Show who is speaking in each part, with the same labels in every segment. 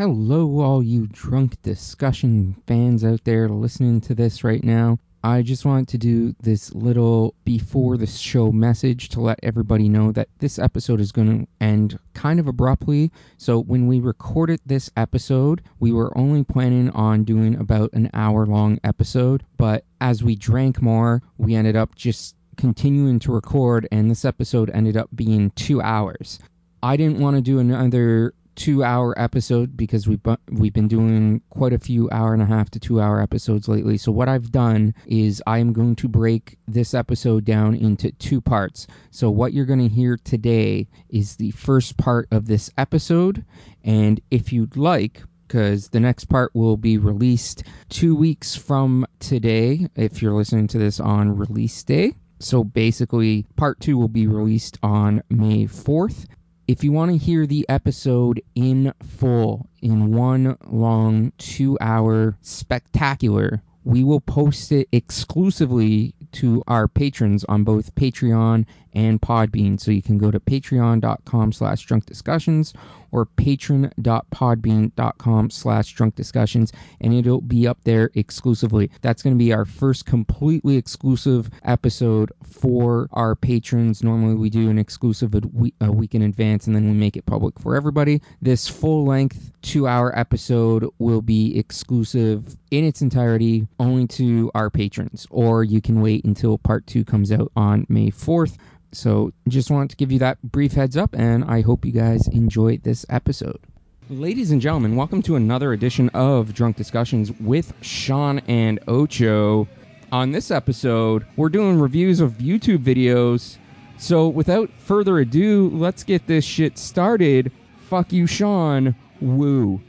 Speaker 1: Hello, all you drunk discussion fans out there listening to this right now. I just wanted to do this little before the show message to let everybody know that this episode is going to end kind of abruptly. So, when we recorded this episode, we were only planning on doing about an hour long episode. But as we drank more, we ended up just continuing to record, and this episode ended up being two hours. I didn't want to do another two hour episode because we've bu- we've been doing quite a few hour and a half to two hour episodes lately. So what I've done is I am going to break this episode down into two parts. So what you're going to hear today is the first part of this episode, and if you'd like. Because the next part will be released two weeks from today, if you're listening to this on release day. So basically, part two will be released on May 4th. If you want to hear the episode in full, in one long two hour spectacular, we will post it exclusively to our patrons on both Patreon and Podbean. So you can go to patreon.com slash drunk discussions or patron.podbean.com slash drunk discussions and it'll be up there exclusively. That's going to be our first completely exclusive episode for our patrons. Normally we do an exclusive a week, a week in advance and then we make it public for everybody. This full length two hour episode will be exclusive in its entirety only to our patrons, or you can wait until part two comes out on May 4th. So just wanted to give you that brief heads up, and I hope you guys enjoyed this episode. Ladies and gentlemen, welcome to another edition of Drunk Discussions with Sean and Ocho. On this episode, we're doing reviews of YouTube videos. So without further ado, let's get this shit started. Fuck you, Sean. Woo.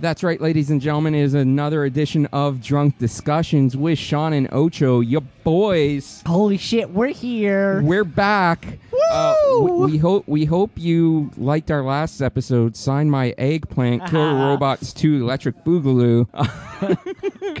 Speaker 1: That's right, ladies and gentlemen, it is another edition of Drunk Discussions with Sean and Ocho. Your boys,
Speaker 2: Holy shit, we're here.
Speaker 1: we're back. Uh, we,
Speaker 2: Woo!
Speaker 1: we hope we hope you liked our last episode. Sign my eggplant, Killer Robots Two, Electric Boogaloo.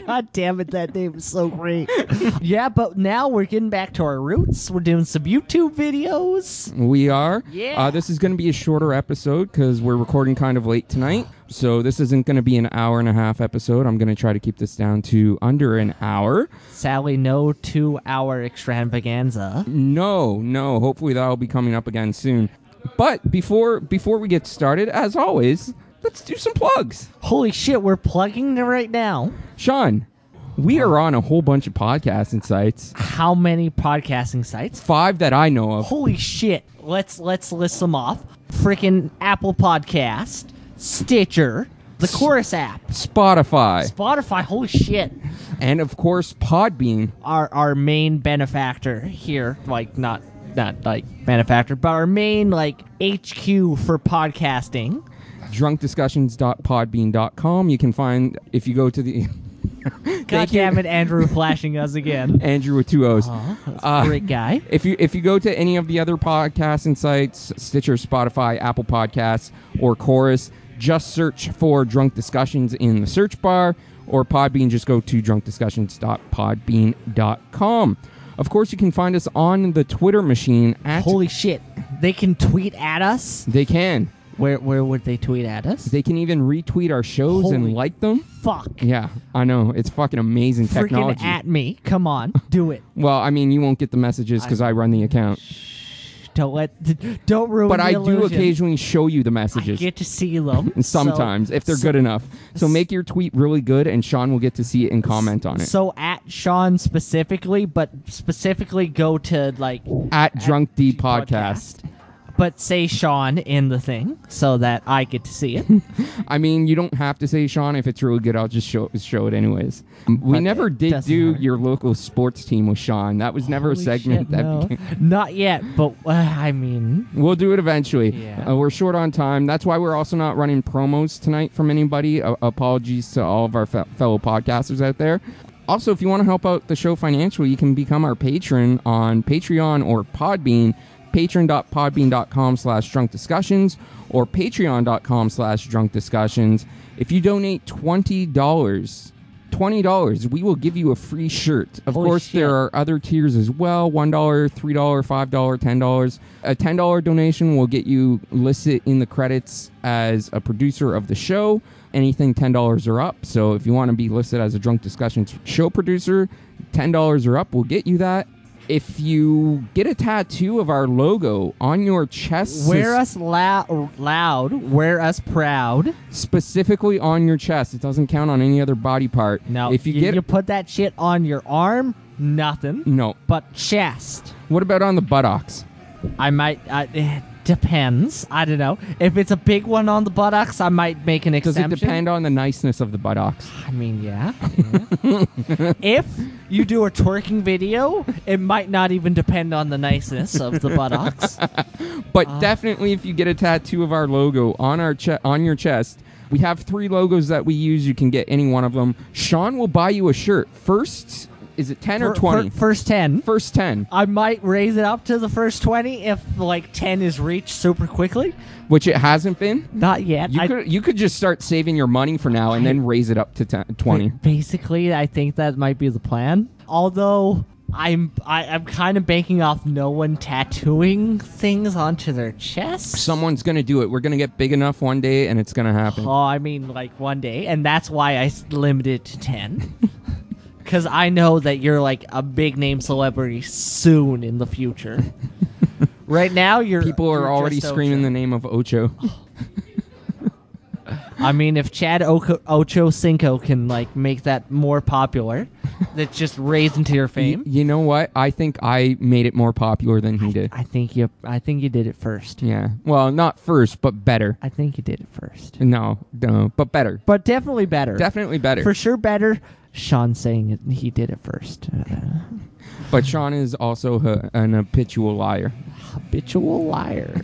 Speaker 2: God damn it, that name is so great. yeah, but now we're getting back to our roots. We're doing some YouTube videos.
Speaker 1: We are.
Speaker 2: Yeah.
Speaker 1: Uh, this is going to be a shorter episode because we're recording kind of late tonight. So this isn't going to be an hour and a half episode. I'm going to try to keep this down to under an hour.
Speaker 2: Sally, no two hour extravaganza.
Speaker 1: No, no. Hopefully that'll be coming up again soon. But before before we get started, as always, let's do some plugs.
Speaker 2: Holy shit, we're plugging it right now.
Speaker 1: Sean, we are on a whole bunch of podcasting sites.
Speaker 2: How many podcasting sites?
Speaker 1: Five that I know of.
Speaker 2: Holy shit. Let's let's list them off. Freaking Apple Podcast, Stitcher, the Chorus app,
Speaker 1: Spotify.
Speaker 2: Spotify, holy shit.
Speaker 1: And of course Podbean.
Speaker 2: our our main benefactor here, like not not like benefactor, but our main like HQ for podcasting.
Speaker 1: Drunkdiscussions.podbean.com. You can find if you go to the
Speaker 2: God damn it, Andrew flashing us again.
Speaker 1: Andrew with two O's. Uh,
Speaker 2: Uh-huh. Great guy.
Speaker 1: If you if you go to any of the other podcasting sites, Stitcher, Spotify, Apple Podcasts, or Chorus, just search for Drunk Discussions in the search bar, or Podbean, just go to drunkdiscussions.podbean.com. Of course, you can find us on the Twitter machine at
Speaker 2: Holy shit. They can tweet at us.
Speaker 1: they can.
Speaker 2: Where where would they tweet at us?
Speaker 1: They can even retweet our shows
Speaker 2: Holy-
Speaker 1: and like them.
Speaker 2: Fuck.
Speaker 1: Yeah, I know. It's fucking amazing
Speaker 2: Freaking
Speaker 1: technology.
Speaker 2: at me. Come on. Do it.
Speaker 1: well, I mean, you won't get the messages because I run the account.
Speaker 2: Don't let don't ruin
Speaker 1: But
Speaker 2: the
Speaker 1: I do
Speaker 2: illusion.
Speaker 1: occasionally show you the
Speaker 2: I
Speaker 1: messages.
Speaker 2: get to see them.
Speaker 1: And sometimes if they're good enough. So make your tweet really good, and Sean will get to see it and comment on it.
Speaker 2: So at Sean specifically, but specifically go to like
Speaker 1: At Drunk D Podcast.
Speaker 2: podcast. but say Sean in the thing so that I get to see it.
Speaker 1: I mean, you don't have to say Sean if it's really good. I'll just show show it anyways. Um, We
Speaker 2: Okay,
Speaker 1: never did
Speaker 2: doesn't
Speaker 1: do
Speaker 2: hurt.
Speaker 1: your local sports team with Sean. That was never a
Speaker 2: Holy
Speaker 1: segment.
Speaker 2: shit,
Speaker 1: that
Speaker 2: no.
Speaker 1: became-
Speaker 2: Not yet, but uh, I mean,
Speaker 1: we'll do it eventually.
Speaker 2: Yeah.
Speaker 1: Uh, we're short on time. That's why we're also not running promos tonight from anybody. Uh, apologies to all of our fe- fellow podcasters out there. Also, if you want to help out the show financially, you can become our patron on Patreon or Podbean, patron.podbean.com slash drunk discussions or patreon.com slash drunk discussions. If you donate $20, $20, we will give you a free shirt. Of
Speaker 2: Holy
Speaker 1: course,
Speaker 2: shit.
Speaker 1: there are are other tiers as well $1, $3, $5, $10. A $10 donation will get you listed in the credits as a producer of the show. Anything $10 or up. So if you want to be listed as a drunk discussions show producer, $10 or up will get you that. If you get a tattoo of our logo on your chest,
Speaker 2: wear us lou- loud, wear us proud.
Speaker 1: specifically on your chest, it doesn't count on any other body part.
Speaker 2: No,
Speaker 1: if you, get Mm.
Speaker 2: you put that shit on your arm, nothing.
Speaker 1: no,
Speaker 2: But chest,
Speaker 1: what about on the buttocks?
Speaker 2: I might. Uh, eh, depends. I don't know. If it's a big one on the buttocks, I might make an
Speaker 1: Does
Speaker 2: exception.
Speaker 1: it depend on the niceness of the buttocks?
Speaker 2: I mean, yeah. yeah. if you do a twerking video, it might not even depend on the niceness of the buttocks.
Speaker 1: But
Speaker 2: Ah.
Speaker 1: definitely, if you get a tattoo of our logo on our che- on your chest, we have three logos that we use. You can get any one of them. Sean will buy you a shirt. First, is it ten or
Speaker 2: Fir- fir-
Speaker 1: twenty?
Speaker 2: first ten.
Speaker 1: First ten,
Speaker 2: I might raise it up to the first 20 if like 10 is reached super quickly.
Speaker 1: which it hasn't been.
Speaker 2: Not yet.
Speaker 1: You
Speaker 2: I,
Speaker 1: could you could just start saving your money for now and then raise it up to 10, twenty.
Speaker 2: Basically, I think that might be the plan. Although I'm I, I'm kind of banking off no one tattooing things onto their chest.
Speaker 1: Someone's gonna do it. We're gonna get big enough one day, and it's gonna happen.
Speaker 2: Oh, I mean, like one day, and that's why I s- limited to ten. Because I know that you're like a big name celebrity soon in the future. right now, you're
Speaker 1: People are
Speaker 2: you're
Speaker 1: already
Speaker 2: just
Speaker 1: screaming
Speaker 2: Ocho.
Speaker 1: the name of Ocho.
Speaker 2: I mean, if Chad Oco- Ocho Cinco can like make that more popular, that's just raised into your
Speaker 1: You,
Speaker 2: fame.
Speaker 1: you know what? I think I made it more popular than he did.
Speaker 2: I think you. I think you did it first.
Speaker 1: Yeah. Well, not first, but better.
Speaker 2: I think you did it first,
Speaker 1: No, no, but better.
Speaker 2: but definitely better.
Speaker 1: Definitely better.
Speaker 2: for sure better. Sean saying it, he did it first. Uh,
Speaker 1: But Sean is also h- an habitual liar.
Speaker 2: habitual liar.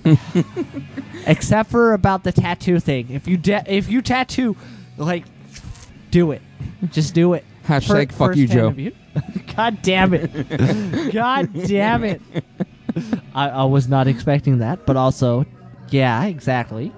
Speaker 2: Except for about the tattoo thing. If you de- if you tattoo, like, do it. Just do it.
Speaker 1: Hashtag fuck you,
Speaker 2: hand
Speaker 1: Joe.
Speaker 2: of you. God damn it. God damn it. I, I was not expecting that, but also, yeah, exactly.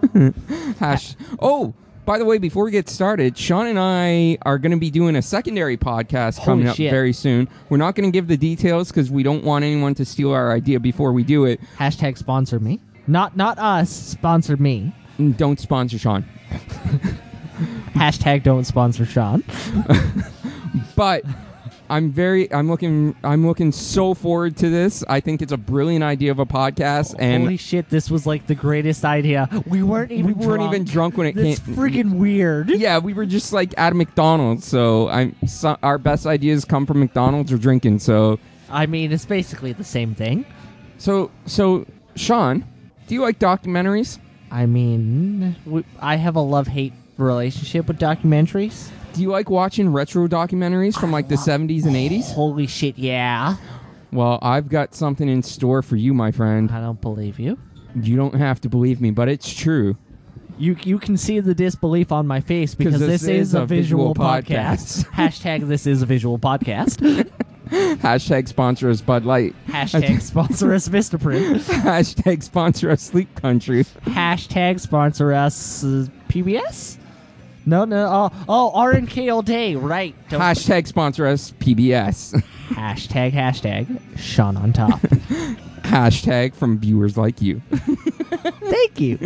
Speaker 1: Hash. Oh, by the way, before we get started, Sean and I are going to be doing a secondary podcast coming up
Speaker 2: shit.
Speaker 1: very soon. We're not going to give the details because we don't want anyone to steal our idea before we do it.
Speaker 2: Hashtag sponsor me. Not not us, sponsor me.
Speaker 1: And Mm, Don't sponsor Sean.
Speaker 2: Hashtag don't sponsor Sean.
Speaker 1: But. I'm very I'm looking I'm looking so forward to this. I think it's a brilliant idea of a podcast and
Speaker 2: Holy shit, this was like the greatest idea. We weren't even
Speaker 1: we weren't even drunk when it came
Speaker 2: That's freaking weird.
Speaker 1: yeah, we were just like at a McDonald's. So I'm so, our best ideas come from McDonald's or drinking. So
Speaker 2: I mean, it's basically the same thing.
Speaker 1: so so Sean, do you like documentaries?
Speaker 2: I mean, w I I have a love hate relationship with documentaries.
Speaker 1: Do you like watching retro documentaries from like the 70s and 80s?
Speaker 2: Holy shit, yeah.
Speaker 1: Well, I've got something in store for you, my friend.
Speaker 2: I don't believe you.
Speaker 1: You don't have to believe me, but it's true.
Speaker 2: You you can see the disbelief on my face because this, is, a visual, podcast. Hashtag this is a visual podcast.
Speaker 1: Hashtag sponsor us Bud Light.
Speaker 2: Hashtag sponsor us Mr. Print.
Speaker 1: Hashtag sponsor us Sleep Country.
Speaker 2: Hashtag sponsor us uh, PBS. No, no. Oh, oh, R and K all day. Right. Don't-
Speaker 1: Hashtag sponsor us PBS.
Speaker 2: hashtag hashtag Sean on top.
Speaker 1: Hashtag from viewers like you.
Speaker 2: Thank you.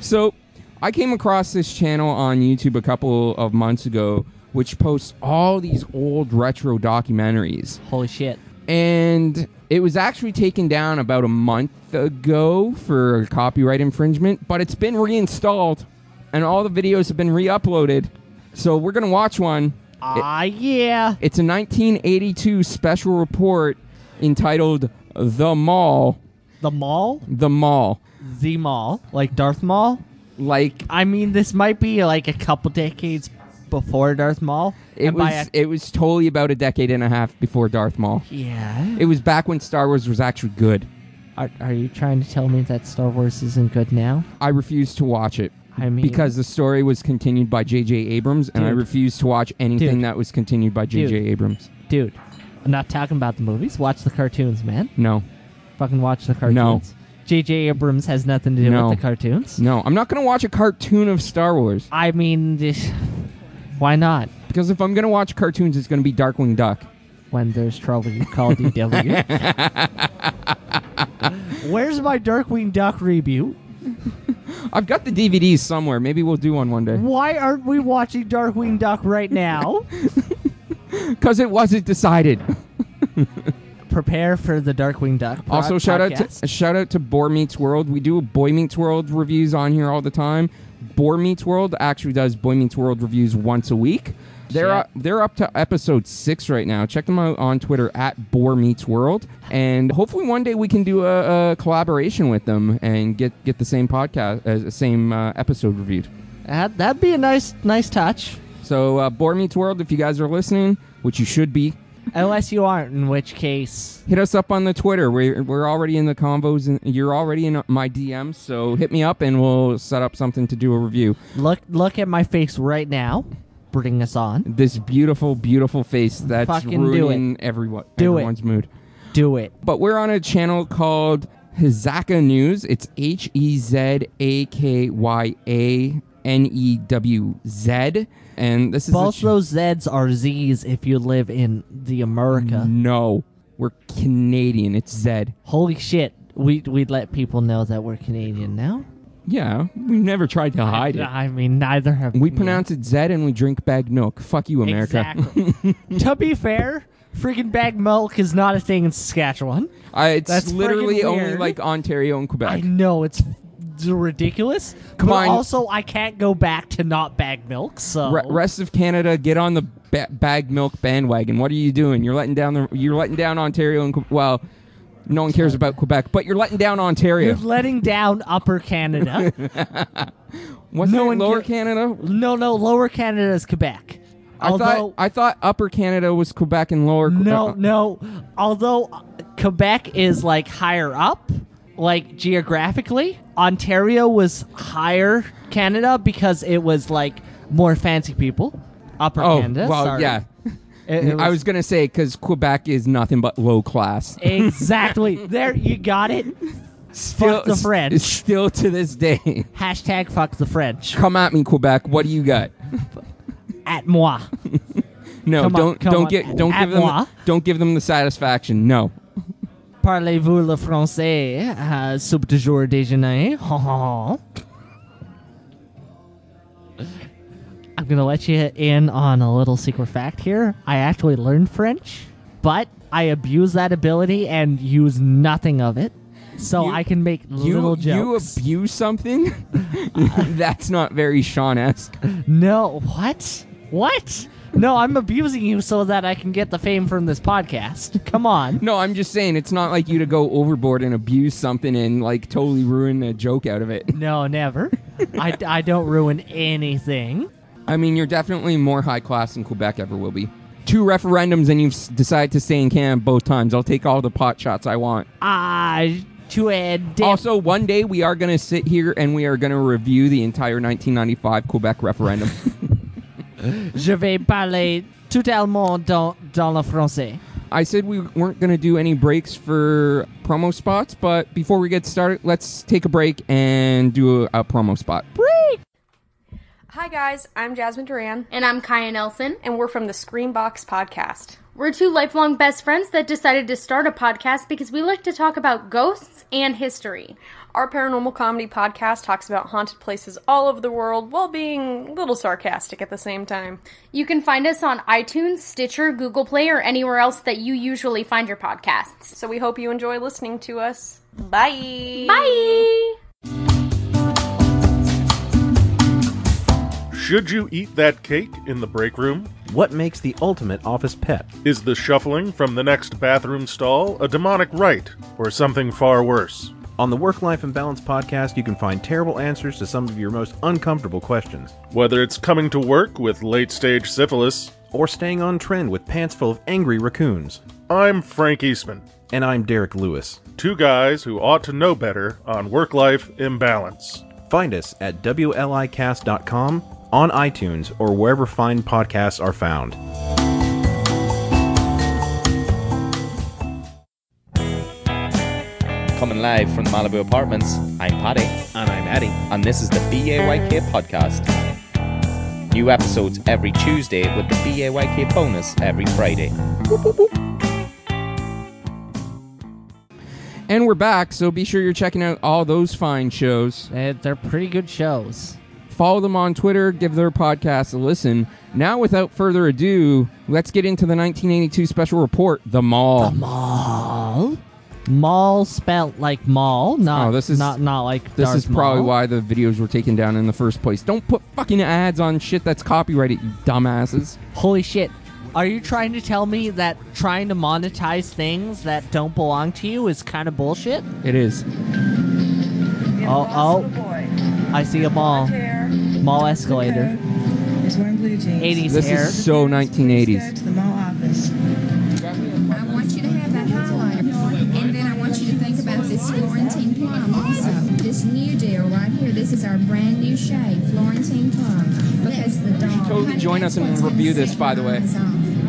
Speaker 1: So, I came across this channel on YouTube a couple of months ago, which posts all these old retro documentaries.
Speaker 2: Holy shit.
Speaker 1: And it was actually taken down about a month ago for copyright infringement, but it's been reinstalled and all the videos have been re uploaded. So, we're going to watch one.
Speaker 2: Ah, yeah.
Speaker 1: It's a 1982 special report entitled The Mall
Speaker 2: the mall,
Speaker 1: The mall.
Speaker 2: the mall, like Darth Maul.
Speaker 1: Like
Speaker 2: I mean, this might be like a couple decades before Darth Maul.
Speaker 1: it
Speaker 2: and by
Speaker 1: was
Speaker 2: a-
Speaker 1: it was totally about a decade and a half before Darth Maul.
Speaker 2: yeah.
Speaker 1: It was back when Star Wars was actually good.
Speaker 2: are, are you trying to tell me that Star Wars isn't good now?
Speaker 1: I refused to watch it
Speaker 2: I mean,
Speaker 1: because the story was continued by J.J. Abrams, and I
Speaker 2: Dude.
Speaker 1: refused to watch anything
Speaker 2: Dude.
Speaker 1: that was continued by J.J.
Speaker 2: Dude.
Speaker 1: Abrams.
Speaker 2: dude, I'm not talking about the movies. Watch the cartoons, man.
Speaker 1: No,
Speaker 2: Fucking watch the cartoons. J.J. Abrams has nothing to do
Speaker 1: No.
Speaker 2: with the cartoons.
Speaker 1: no, I'm not gonna watch a cartoon of Star Wars
Speaker 2: I mean, this, why not?
Speaker 1: because if I'm gonna watch cartoons, it's gonna be Darkwing Duck.
Speaker 2: When there's trouble, you call DW. Where's my Darkwing Duck review?
Speaker 1: I've got the DVDs somewhere. Maybe we'll do one one day
Speaker 2: Why aren't we watching Darkwing Duck right now?
Speaker 1: because it wasn't decided.
Speaker 2: Prepare for the Darkwing Duck. pro-
Speaker 1: Also, shout out
Speaker 2: podcast.
Speaker 1: to shout out to Boar Meets World. We do Boy Meets World reviews on here all the time. Boar Meets World actually does Boy Meets World reviews once a week. They're
Speaker 2: Shit.
Speaker 1: up, they're up to episode six right now. Check them out on Twitter at Boar Meets World, and hopefully one day we can do a, a collaboration with them and get get the same podcast, uh, same uh, episode reviewed.
Speaker 2: Uh, that'd be a nice, nice touch.
Speaker 1: So uh, Boar Meets World, if you guys are listening, which you should be,
Speaker 2: Unless you aren't, in which case,
Speaker 1: hit us up on the Twitter. We're, we're already in the convos, and you're already in my DMs. So hit me up, and we'll set up something to do a review.
Speaker 2: look, look at my face right now. Bring us on.
Speaker 1: This beautiful, beautiful face that's
Speaker 2: Fucking do
Speaker 1: ruining everyone,
Speaker 2: Do it.
Speaker 1: everyone's mood.
Speaker 2: Do it.
Speaker 1: But we're on a channel called Hizaka News. It's H E Z A K Y A N E W Z, and this is a
Speaker 2: Both
Speaker 1: ch-
Speaker 2: those Z's are Z's if you live in the America.
Speaker 1: no. We're Canadian. It's Zed.
Speaker 2: Holy shit. We, we'd let people know that we're Canadian now.
Speaker 1: Yeah, we never tried to hide it.
Speaker 2: I mean, neither have
Speaker 1: We pronounce it Zed and we drink bag milk. Fuck you, America.
Speaker 2: Exactly. to be fair, freaking bag milk is not a thing in Saskatchewan.
Speaker 1: I, it's
Speaker 2: That's
Speaker 1: literally
Speaker 2: friggin'
Speaker 1: only
Speaker 2: weird.
Speaker 1: like Ontario and Quebec.
Speaker 2: I know it's it's ridiculous.
Speaker 1: Come
Speaker 2: but
Speaker 1: on.
Speaker 2: Also, I can't go back to not bag milk. So
Speaker 1: Re- rest of Canada, get on the ba- bag milk bandwagon. What are you doing? You're letting down the. You're letting down Ontario and Que- well, no one cares about Quebec, but you're letting down Ontario.
Speaker 2: you're letting down Upper Canada.
Speaker 1: What's
Speaker 2: no
Speaker 1: that,
Speaker 2: one
Speaker 1: Lower
Speaker 2: ca-
Speaker 1: Canada?
Speaker 2: no, no, Lower Canada is Quebec.
Speaker 1: I
Speaker 2: Although
Speaker 1: thought I thought Upper Canada was Quebec and Lower. Que-
Speaker 2: no,
Speaker 1: uh,
Speaker 2: no, although uh, Quebec is like higher up, like geographically, Ontario was higher Canada because it was like more fancy people. Upper
Speaker 1: Oh
Speaker 2: Canada.
Speaker 1: well,
Speaker 2: sorry.
Speaker 1: yeah.
Speaker 2: It- it
Speaker 1: I was gonna say because Quebec is nothing but low class.
Speaker 2: exactly there. You got it.
Speaker 1: Still,
Speaker 2: fuck the
Speaker 1: s-
Speaker 2: French.
Speaker 1: Still to this day.
Speaker 2: Hashtag fuck the French.
Speaker 1: Come at me, Quebec. What do you got?
Speaker 2: At moi.
Speaker 1: No,
Speaker 2: Come on,
Speaker 1: don't
Speaker 2: come
Speaker 1: don't
Speaker 2: on.
Speaker 1: get don't
Speaker 2: At
Speaker 1: give them
Speaker 2: moi.
Speaker 1: don't give them the satisfaction. No,
Speaker 2: Parlez-vous le français? Uh, soup du jour déjeuner. Ha, ha, ha. I'm gonna let you in on a little secret fact here. I actually learned French, but I abuse that ability and use nothing of it, so
Speaker 1: You-
Speaker 2: I can make
Speaker 1: you
Speaker 2: little
Speaker 1: you
Speaker 2: jokes.
Speaker 1: abuse something. That's not very Sean-esque.
Speaker 2: no, what? What? No, I'm abusing you so that I can get the fame from this podcast. Come on.
Speaker 1: No, I'm just saying it's not like you to go overboard and abuse something and like totally ruin a joke out of it.
Speaker 2: No, never. I, I don't ruin anything.
Speaker 1: I mean, you're definitely more high class than Quebec ever will be. Two referendums and you've s- decided to stay in Canada both times. I'll take all the pot shots I want.
Speaker 2: Ah, to a damn.
Speaker 1: Also, one day we are going to sit here and we are going to review the entire 1995 Quebec referendum.
Speaker 2: Je vais parler tout le monde dans, dans le français.
Speaker 1: I said we weren't going to do any breaks for promo spots, but before we get started, let's take a break and do a, a promo spot.
Speaker 3: Hi guys, I'm Jasmine Duran,
Speaker 4: And I'm Kaya Nelson.
Speaker 3: and we're from the Screambox podcast.
Speaker 4: We're two lifelong best friends that decided to start a podcast because we like to talk about ghosts and history.
Speaker 3: Our paranormal comedy podcast talks about haunted places all over the world while being a little sarcastic at the same time.
Speaker 4: You can find us on iTunes, Stitcher, Google Play, or anywhere else that you usually find your podcasts.
Speaker 3: So we hope you enjoy listening to us. Bye.
Speaker 4: Bye!
Speaker 5: Should you eat that cake in the break room?
Speaker 6: What makes the ultimate office pet?
Speaker 5: Is the shuffling from the next bathroom stall a demonic rite or something far worse?
Speaker 6: On the Work Life and Balance podcast, you can find terrible answers to some of your most uncomfortable questions,
Speaker 5: Whether it's coming to work with late stage syphilis,
Speaker 6: or staying on trend with pants full of angry raccoons.
Speaker 5: I'm Frank Eastman,
Speaker 6: And I'm Derek Lewis.
Speaker 5: two guys who ought to know better on work life imbalance.
Speaker 6: Find us at WLIcast.com, on iTunes, or wherever fine podcasts are found.
Speaker 7: Coming live from the Malibu Apartments, I'm Paddy,
Speaker 6: And I'm Addy.
Speaker 7: and this is the BAYK podcast. New episodes every Tuesday with the BAYK bonus every Friday.
Speaker 1: And we're back, so be sure you're checking out all those fine shows.
Speaker 2: Eh, they're pretty good shows.
Speaker 1: Follow them on Twitter, give their podcast a listen. Now, without further ado, let's get into the 1982 special report, The Mall.
Speaker 2: Mall. Mall spelt like mall, not
Speaker 1: Oh, this is-
Speaker 2: not not like
Speaker 1: This
Speaker 2: Darth
Speaker 1: is probably
Speaker 2: Maul.
Speaker 1: why the videos were taken down in the first place. Don't put fucking ads on shit that's copyrighted, you dumbasses.
Speaker 2: Holy shit. Are you trying to tell me that trying to monetize things that don't belong to you is kind of bullshit?
Speaker 1: It is.
Speaker 2: Oh, oh, I see a mall. Mall escalator.
Speaker 8: Is wearing blue jeans.
Speaker 2: 80s
Speaker 1: This
Speaker 2: hair.
Speaker 1: is so 1980s.
Speaker 8: Go to the mall office.
Speaker 9: I want you to have that highlighter, and then I want you to think about this Florentine plum also. This new deal right here. This is our brand new shade, Florentine plum. Because the dog.
Speaker 1: totally join us and review this, by the way.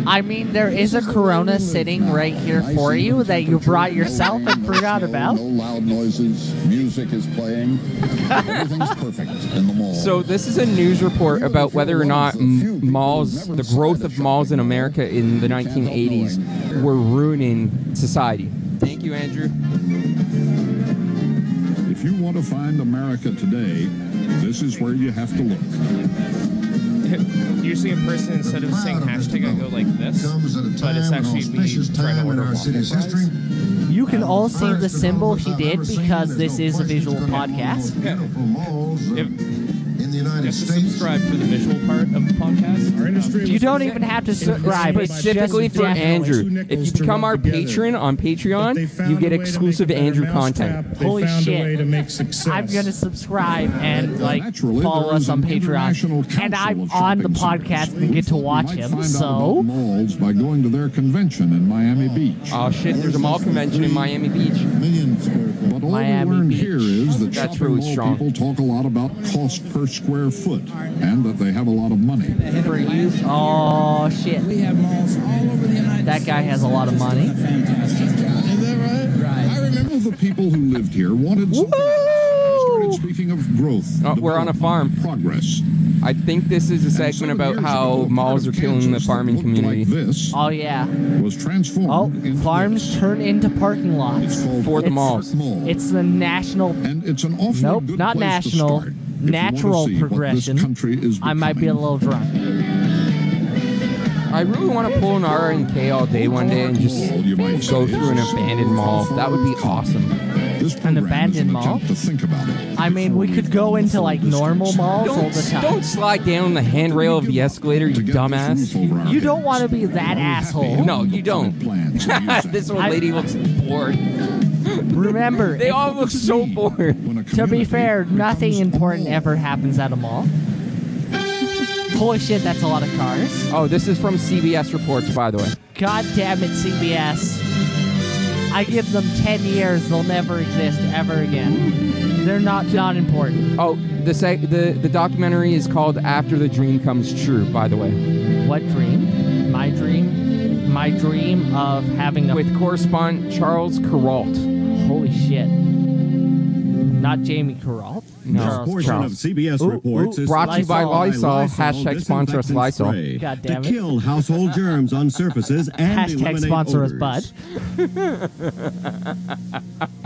Speaker 2: I mean, there is a Corona sitting right here for you that you brought yourself and forgot about.
Speaker 10: No loud noises. Music is playing. Everything's perfect in the mall.
Speaker 1: So this is a news report about whether or not m- malls, the growth of malls in America in the 1980s, were ruining society. Thank you, Andrew.
Speaker 10: if you want to find America today, this is where you have to look.
Speaker 11: Usually, a person instead of saying hashtag, I go like this, but it's actually me trying to order waffle fries.
Speaker 2: You can all see the symbol he did because this is a visual podcast.
Speaker 10: In the United
Speaker 11: Just to subscribe for the visual part of the podcast.
Speaker 2: You don't even have to subscribe. It's just
Speaker 1: Specifically for
Speaker 2: definitely-
Speaker 1: Andrew. If you become our patron on Patreon, you get exclusive Andrew content.
Speaker 2: Holy shit. I'm going to subscribe and like
Speaker 10: Naturally,
Speaker 2: follow
Speaker 10: there is
Speaker 2: us on
Speaker 10: an international
Speaker 2: Patreon.
Speaker 10: council
Speaker 2: And I'm
Speaker 10: of
Speaker 2: on the
Speaker 10: shopping
Speaker 2: podcast
Speaker 10: centers.
Speaker 2: and get to watch
Speaker 10: You might
Speaker 2: him.
Speaker 10: find out about
Speaker 2: So
Speaker 10: malls by going to their convention in Miami Beach.
Speaker 2: Uh,
Speaker 1: Oh shit, there's a mall convention in Miami Beach.
Speaker 10: Millions. But all
Speaker 2: Miami
Speaker 10: we learned
Speaker 2: Beach.
Speaker 10: here is that
Speaker 1: That's
Speaker 10: shopping
Speaker 1: really
Speaker 10: mall
Speaker 1: strong.
Speaker 10: people talk a lot about cost per square foot and that they have a lot of money.
Speaker 2: for you, oh shit,
Speaker 8: We have malls all over the United
Speaker 2: that guy has a lot of money.
Speaker 8: Fantastic job.
Speaker 10: Is that right? I remember the people who lived here wanted something. Started speaking of growth.
Speaker 2: Uh,
Speaker 1: Oh, we're on a farm.
Speaker 10: development, Progress.
Speaker 1: I think this is a
Speaker 10: And
Speaker 1: segment
Speaker 10: seven
Speaker 1: about
Speaker 10: years
Speaker 1: how
Speaker 10: ago, a
Speaker 1: malls are
Speaker 10: part of
Speaker 1: killing the
Speaker 10: Kansas that
Speaker 1: farming
Speaker 10: looked
Speaker 1: community.
Speaker 10: Like this
Speaker 2: Oh yeah.
Speaker 10: was transformed.
Speaker 2: Oh,
Speaker 10: into
Speaker 2: farms
Speaker 10: this.
Speaker 2: turn into parking lots.
Speaker 10: It's called
Speaker 1: For the
Speaker 10: Park
Speaker 1: malls.
Speaker 10: Mall.
Speaker 2: It's the national.
Speaker 10: and it's an awfully
Speaker 2: Nope,
Speaker 10: good
Speaker 2: not
Speaker 10: place
Speaker 2: national.
Speaker 10: To start if you want to
Speaker 2: Natural
Speaker 10: see what
Speaker 2: progression.
Speaker 10: This country is
Speaker 2: I might be a
Speaker 10: becoming.
Speaker 2: little drunk.
Speaker 1: I really want to pull an R and K all day one day and just
Speaker 10: Mall, you might say,
Speaker 1: go through an
Speaker 10: is-
Speaker 1: abandoned mall. That would be awesome.
Speaker 10: This program is
Speaker 2: abandoned mall?
Speaker 10: attempt To think about it.
Speaker 2: I mean, we could go into like normal malls all
Speaker 1: Don't
Speaker 2: the time.
Speaker 1: don't slide down the handrail of the escalator,
Speaker 10: To
Speaker 1: you
Speaker 10: get this
Speaker 1: dumbass.
Speaker 10: roof over our
Speaker 2: You don't
Speaker 10: heads.
Speaker 2: want to be that asshole.
Speaker 1: No, you don't.
Speaker 10: Plans to use it.
Speaker 1: this old
Speaker 2: I-
Speaker 1: lady looks bored.
Speaker 2: Remember,
Speaker 1: They all look so bored.
Speaker 10: When a
Speaker 2: to
Speaker 10: community
Speaker 2: be fair, nothing
Speaker 10: becomes a
Speaker 2: important
Speaker 10: mall.
Speaker 2: ever happens at a mall. Holy shit, that's a lot of cars.
Speaker 1: Oh, this is from CBS Reports, by the way.
Speaker 2: God damn it, CBS. I give them 10 years, they'll never exist ever again. They're not not important.
Speaker 1: Oh, the seg- the the documentary is called "After the Dream Comes True." By the way,
Speaker 2: What dream? My dream? My dream of having a.
Speaker 1: with correspondent Charles Carrault.
Speaker 2: holy shit. Not Jamie Carrall.
Speaker 1: No.
Speaker 2: Charles
Speaker 1: Portion
Speaker 2: Carrall.
Speaker 1: of
Speaker 10: CBS
Speaker 2: Ooh, reports ooh, is
Speaker 1: Brought to you by
Speaker 2: Lysol.
Speaker 1: Lysol. Hashtag sponsor us Lysol.
Speaker 2: God damn it.
Speaker 10: kill household germs on surfaces and
Speaker 2: Hashtag sponsor us, bud.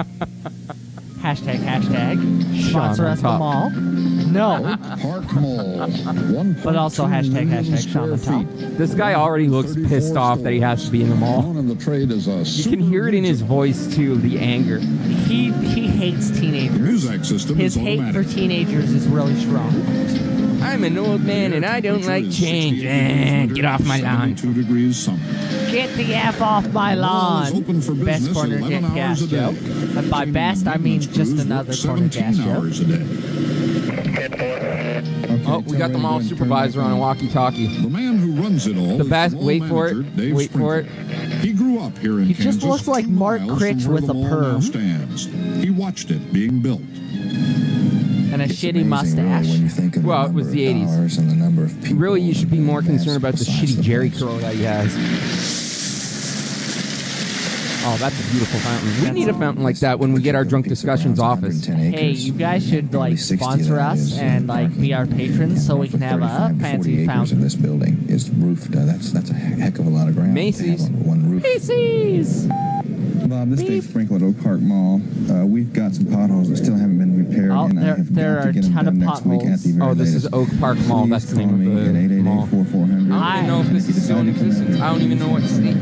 Speaker 2: hashtag, hashtag. Sponsor
Speaker 1: on
Speaker 2: us, the
Speaker 1: top.
Speaker 2: mall. No,
Speaker 10: Park Mall, one
Speaker 2: but also hashtag, hashtag, Sean the top.
Speaker 1: This guy already looks pissed off that he has to be in the mall.
Speaker 10: Known in the trade as a
Speaker 1: You can hear it in his voice too, the anger.
Speaker 2: He, he hates teenagers.
Speaker 10: music system
Speaker 2: His
Speaker 10: is
Speaker 2: hate for
Speaker 10: automatic.
Speaker 2: teenagers is really strong.
Speaker 1: I'm an old man and I don't like change. Eh, get off my lawn.
Speaker 10: Two degrees something.
Speaker 2: Get the F off my
Speaker 10: Mall is
Speaker 2: lawn.
Speaker 10: open for
Speaker 2: Best
Speaker 10: business
Speaker 2: corner
Speaker 10: 11
Speaker 2: dick gas
Speaker 10: hours a
Speaker 2: joke.
Speaker 10: day.
Speaker 2: And by best, I mean just another corner gas joke.
Speaker 10: Hours a day.
Speaker 1: Oh, we got the mall supervisor on a walkie-talkie. The
Speaker 10: man who runs it all.
Speaker 1: The best. Wait for it. Wait for it.
Speaker 10: He grew up here in
Speaker 1: He
Speaker 10: Kansas.
Speaker 1: just looks like
Speaker 10: two
Speaker 1: Mark
Speaker 10: miles from
Speaker 1: Critch
Speaker 10: where
Speaker 1: with
Speaker 10: the
Speaker 1: a
Speaker 10: mall now
Speaker 1: perm.
Speaker 10: Stands. He watched it being built.
Speaker 2: And a shitty mustache.
Speaker 1: Well, it was the 80s. really, you should be more concerned about the shitty jerry curl that he has. Oh, that's a beautiful fountain. We need a fountain like that when we get our drunk discussions office.
Speaker 2: Hey, you guys should like sponsor us and like be our patrons so we can have a fancy fountain.
Speaker 12: in this building is roofed. Uh, that's that's a he- heck of a lot of ground. Macy's. One roof.
Speaker 2: Macy's.
Speaker 12: Bob, this day's Franklin Oak Park Mall. Uh, we've got some potholes that still haven't been repaired,
Speaker 1: Oh,
Speaker 12: and
Speaker 1: there-
Speaker 12: I have
Speaker 1: there
Speaker 12: got
Speaker 1: are a
Speaker 12: to get them
Speaker 1: ton of
Speaker 12: done next week at the very
Speaker 1: Oh, this
Speaker 12: latest.
Speaker 1: is Oak Park Mall. That's the name of the mall.
Speaker 2: I don't know if this is still in existence.
Speaker 1: I don't even know what state.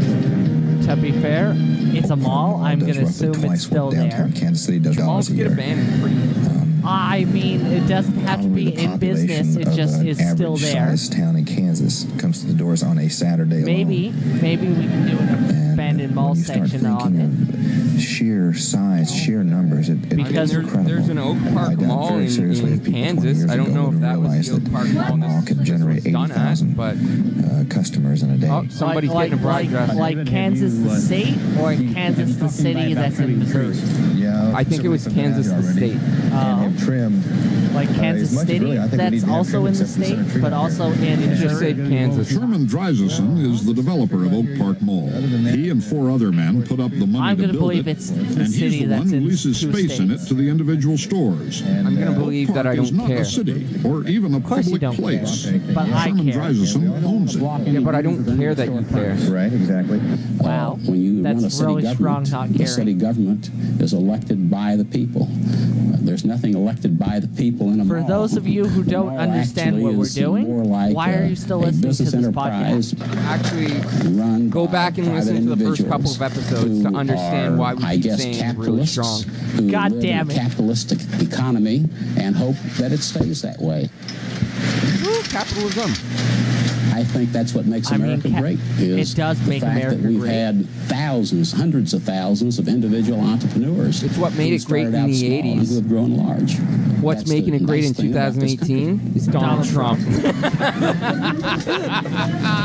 Speaker 2: To be fair, it's a mall. I'm gonna assume it's still there.
Speaker 12: Kansas City does
Speaker 2: Malls
Speaker 12: dollars a
Speaker 2: get
Speaker 12: year.
Speaker 1: abandoned
Speaker 2: I mean, it doesn't have to be in business. It
Speaker 10: uh,
Speaker 2: just is still there.
Speaker 12: This town in Kansas comes to the doors on a Saturday.
Speaker 2: Maybe, maybe we can do an abandoned mall section on it.
Speaker 12: alone. Sheer size, sheer numbers. It, it,
Speaker 1: Because
Speaker 12: it's
Speaker 1: there's,
Speaker 12: incredible.
Speaker 1: there's an Oak Park Mall
Speaker 12: very
Speaker 1: in,
Speaker 12: seriously
Speaker 1: in
Speaker 12: if people 20
Speaker 1: Kansas.
Speaker 12: years
Speaker 1: I don't
Speaker 12: ago
Speaker 1: know if
Speaker 12: would
Speaker 1: that was
Speaker 12: realize
Speaker 1: the Oak Park Mall.
Speaker 12: mall could generate
Speaker 1: done at,
Speaker 12: 80,000 uh, customers in a day.
Speaker 1: Oh, somebody's
Speaker 2: like,
Speaker 1: getting a broad
Speaker 2: like,
Speaker 1: dress.
Speaker 2: Like Kansas the state or Kansas the city that's in Missouri.
Speaker 12: Yeah,
Speaker 1: I think it was Kansas the state.
Speaker 2: Oh.
Speaker 12: trimmed.
Speaker 2: Like Kansas City, that's also in the state, but also in Missouri.
Speaker 10: Sherman Dryzeson is the developer of Oak Park Mall. He and four other men put up the money
Speaker 2: I'm
Speaker 10: to
Speaker 2: gonna
Speaker 10: build
Speaker 2: believe
Speaker 10: it,
Speaker 2: it's the
Speaker 10: and he's
Speaker 2: city
Speaker 10: the
Speaker 2: that's
Speaker 10: one who
Speaker 2: in
Speaker 10: leases
Speaker 2: two
Speaker 10: space in it to the individual stores.
Speaker 1: I'm gonna believe
Speaker 10: Oak
Speaker 1: that I
Speaker 10: Park is
Speaker 1: don't
Speaker 10: not
Speaker 1: care.
Speaker 10: a city or even a public place.
Speaker 1: But I
Speaker 10: Sherman
Speaker 1: care.
Speaker 10: Dryzeson owns it.
Speaker 1: Yeah, but I don't care that you care.
Speaker 12: Right, exactly.
Speaker 2: Wow.
Speaker 13: When you
Speaker 2: That's
Speaker 13: run a city
Speaker 2: really
Speaker 13: government,
Speaker 2: strong not
Speaker 13: the
Speaker 2: caring.
Speaker 13: city government is elected by the people. Uh, There's nothing elected by the people in a
Speaker 2: For
Speaker 13: mall.
Speaker 2: those of you who
Speaker 13: The
Speaker 2: don't
Speaker 13: mall
Speaker 2: understand what
Speaker 13: actually
Speaker 2: we're
Speaker 13: is more
Speaker 2: doing,
Speaker 13: like,
Speaker 2: why are
Speaker 13: uh,
Speaker 2: you still
Speaker 13: a
Speaker 2: listening to
Speaker 13: business
Speaker 2: this
Speaker 13: enterprise
Speaker 2: podcast?
Speaker 1: Actually,
Speaker 13: run
Speaker 1: go
Speaker 13: by
Speaker 1: back and
Speaker 13: private
Speaker 1: listen to the first couple
Speaker 13: individuals
Speaker 1: of episodes to
Speaker 13: who
Speaker 1: understand
Speaker 13: are,
Speaker 1: why we
Speaker 13: I
Speaker 1: keep
Speaker 13: guess,
Speaker 1: saying really
Speaker 13: capitalists
Speaker 1: strong.
Speaker 13: who
Speaker 1: God
Speaker 13: live
Speaker 1: damn
Speaker 13: in
Speaker 1: it.
Speaker 13: a capitalistic economy and hope that it stays that way.
Speaker 1: capitalism.
Speaker 13: I think that's what makes
Speaker 2: I mean,
Speaker 13: America
Speaker 2: ca-
Speaker 13: great. Is
Speaker 2: it does
Speaker 13: the
Speaker 2: make
Speaker 13: fact
Speaker 2: America
Speaker 13: that we've
Speaker 2: great.
Speaker 13: had thousands, hundreds of thousands of individual entrepreneurs. It's what
Speaker 1: made it great in the 80s.
Speaker 13: Who have grown large.
Speaker 1: What's
Speaker 13: That's
Speaker 1: making
Speaker 13: the
Speaker 1: it great in
Speaker 13: nice thing about this country.
Speaker 1: 2018 is Donald Trump.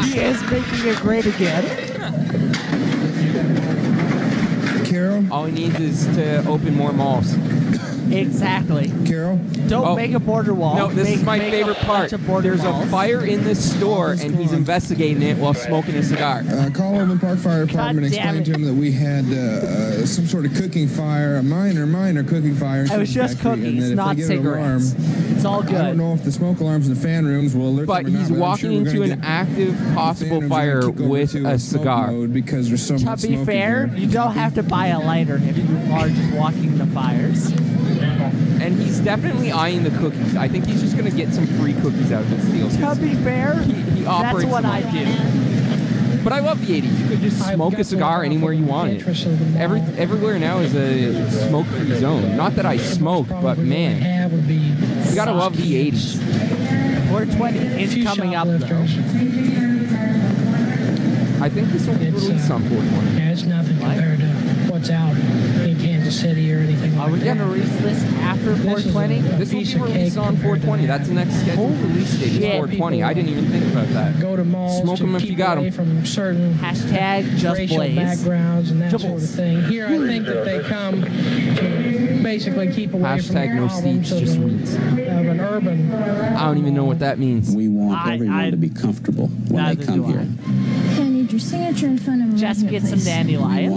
Speaker 2: He is making it great again.
Speaker 12: Carol?
Speaker 1: All he needs is to open more malls.
Speaker 2: Exactly.
Speaker 12: Carol?
Speaker 2: Don't
Speaker 1: Oh.
Speaker 2: make a border wall.
Speaker 1: No, this
Speaker 2: Make-
Speaker 1: is my
Speaker 2: make a
Speaker 1: favorite
Speaker 2: bunch
Speaker 1: part.
Speaker 2: of border
Speaker 1: There's
Speaker 2: walls.
Speaker 1: a fire in this store, and he's investigating it while smoking a cigar.
Speaker 12: Uh, call Overland Park Fire Department and
Speaker 1: damn
Speaker 12: explain to them that we had uh, uh, some sort of cooking fire, a minor, minor cooking fire.
Speaker 2: It was just
Speaker 12: factory, and
Speaker 2: cookies,
Speaker 12: that if
Speaker 2: not
Speaker 12: they get an alarm,
Speaker 2: cigarettes. It's all
Speaker 12: I don't
Speaker 2: good.
Speaker 12: know if the smoke alarms in the fan rooms will alert
Speaker 1: But
Speaker 12: them or not,
Speaker 1: he's
Speaker 12: but I'm sure
Speaker 1: walking
Speaker 12: we're
Speaker 1: into
Speaker 12: gonna
Speaker 1: an
Speaker 12: get
Speaker 1: active possible fire with a cigar.
Speaker 12: mode because there's so
Speaker 2: To
Speaker 12: much
Speaker 2: be
Speaker 12: smoke
Speaker 2: fair,
Speaker 12: in here.
Speaker 2: you don't have to buy a lighter if you are just walking the fires.
Speaker 1: And he's definitely eyeing the cookies. I think he's just gonna get some free cookies out of this deal.
Speaker 2: To be fair, that's
Speaker 1: operates
Speaker 2: what
Speaker 1: them
Speaker 2: I
Speaker 1: all.
Speaker 2: do.
Speaker 1: But I love the 80s. You could just smoke a cigar anywhere you wanted. Every, everywhere now is a smoke-free zone. Not that I smoke, but man, you gotta love the 80s.
Speaker 2: 420 is coming up though.
Speaker 1: I think this will be released
Speaker 14: uh,
Speaker 1: on 420.
Speaker 14: Yeah, it's nothing compared to what's out in Kansas City or anything like
Speaker 2: Are we
Speaker 14: that.
Speaker 2: gonna release this after 420?
Speaker 1: This will be released on 420. That's the next scheduled release date. Is
Speaker 2: shit.
Speaker 1: 420. I didn't even think about that.
Speaker 14: Go to malls
Speaker 1: Smoke
Speaker 14: to
Speaker 1: 'em if
Speaker 14: keep
Speaker 1: you got 'em.
Speaker 14: away from certain
Speaker 2: Hashtag just
Speaker 14: racial
Speaker 2: blaze.
Speaker 14: backgrounds and that sort of
Speaker 2: Doubles.
Speaker 14: thing. Here, I think that they come to basically keep away
Speaker 1: Hashtag
Speaker 14: from
Speaker 1: no
Speaker 14: problems
Speaker 1: seats,
Speaker 14: of,
Speaker 1: just
Speaker 14: an-
Speaker 1: weeds.
Speaker 14: of an urban.
Speaker 1: I don't even know what that means.
Speaker 13: We want
Speaker 2: I-
Speaker 13: everyone
Speaker 2: I-
Speaker 13: to be comfortable when
Speaker 2: Neither
Speaker 13: they
Speaker 2: do
Speaker 13: come
Speaker 2: I.
Speaker 13: here.
Speaker 9: I need your signature in front of me.
Speaker 2: Just get some
Speaker 13: We
Speaker 1: Oh,
Speaker 2: dandelions.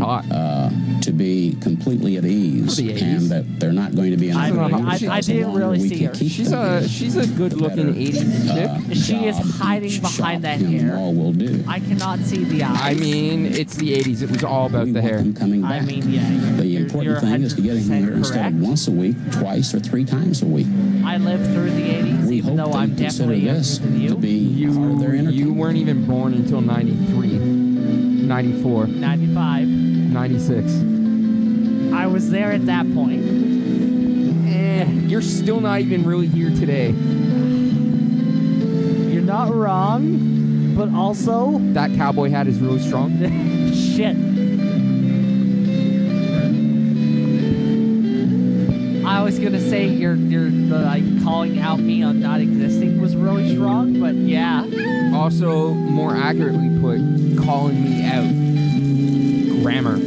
Speaker 13: want them, Uh, to be completely at ease
Speaker 1: Pretty at
Speaker 13: and
Speaker 6: uh,
Speaker 1: ease.
Speaker 13: that they're not going to be in
Speaker 2: I-
Speaker 13: operating
Speaker 2: I- I
Speaker 13: house
Speaker 2: didn't
Speaker 13: longer
Speaker 2: really
Speaker 13: we
Speaker 2: see
Speaker 13: can
Speaker 2: her.
Speaker 13: keep
Speaker 1: She's
Speaker 13: them
Speaker 1: a
Speaker 13: here.
Speaker 1: she's a good-looking 80s chick.
Speaker 13: Uh,
Speaker 2: She is hiding behind that hair.
Speaker 13: All we'll do.
Speaker 2: I cannot see the eyes.
Speaker 1: I mean, it's the 80s. It was all about the hair.
Speaker 2: I mean, yeah.
Speaker 13: The important
Speaker 2: you're
Speaker 13: thing is to get in here
Speaker 2: 100%
Speaker 13: instead of once a week, twice or three times a week.
Speaker 2: I lived through the 80s, even though I'm
Speaker 13: Consider
Speaker 2: definitely younger
Speaker 13: this
Speaker 2: than you.
Speaker 13: to be part of their
Speaker 1: You weren't even born until 93, 94,
Speaker 2: 95.
Speaker 1: 96.
Speaker 2: I was there at that point.
Speaker 1: Eh, you're still not even really here today.
Speaker 2: not wrong, but also
Speaker 1: that cowboy hat is really strong.
Speaker 2: Shit. I was gonna say your your the, like calling out me on not existing was really strong, but yeah.
Speaker 1: Also, more accurately put, calling me out. Grammar.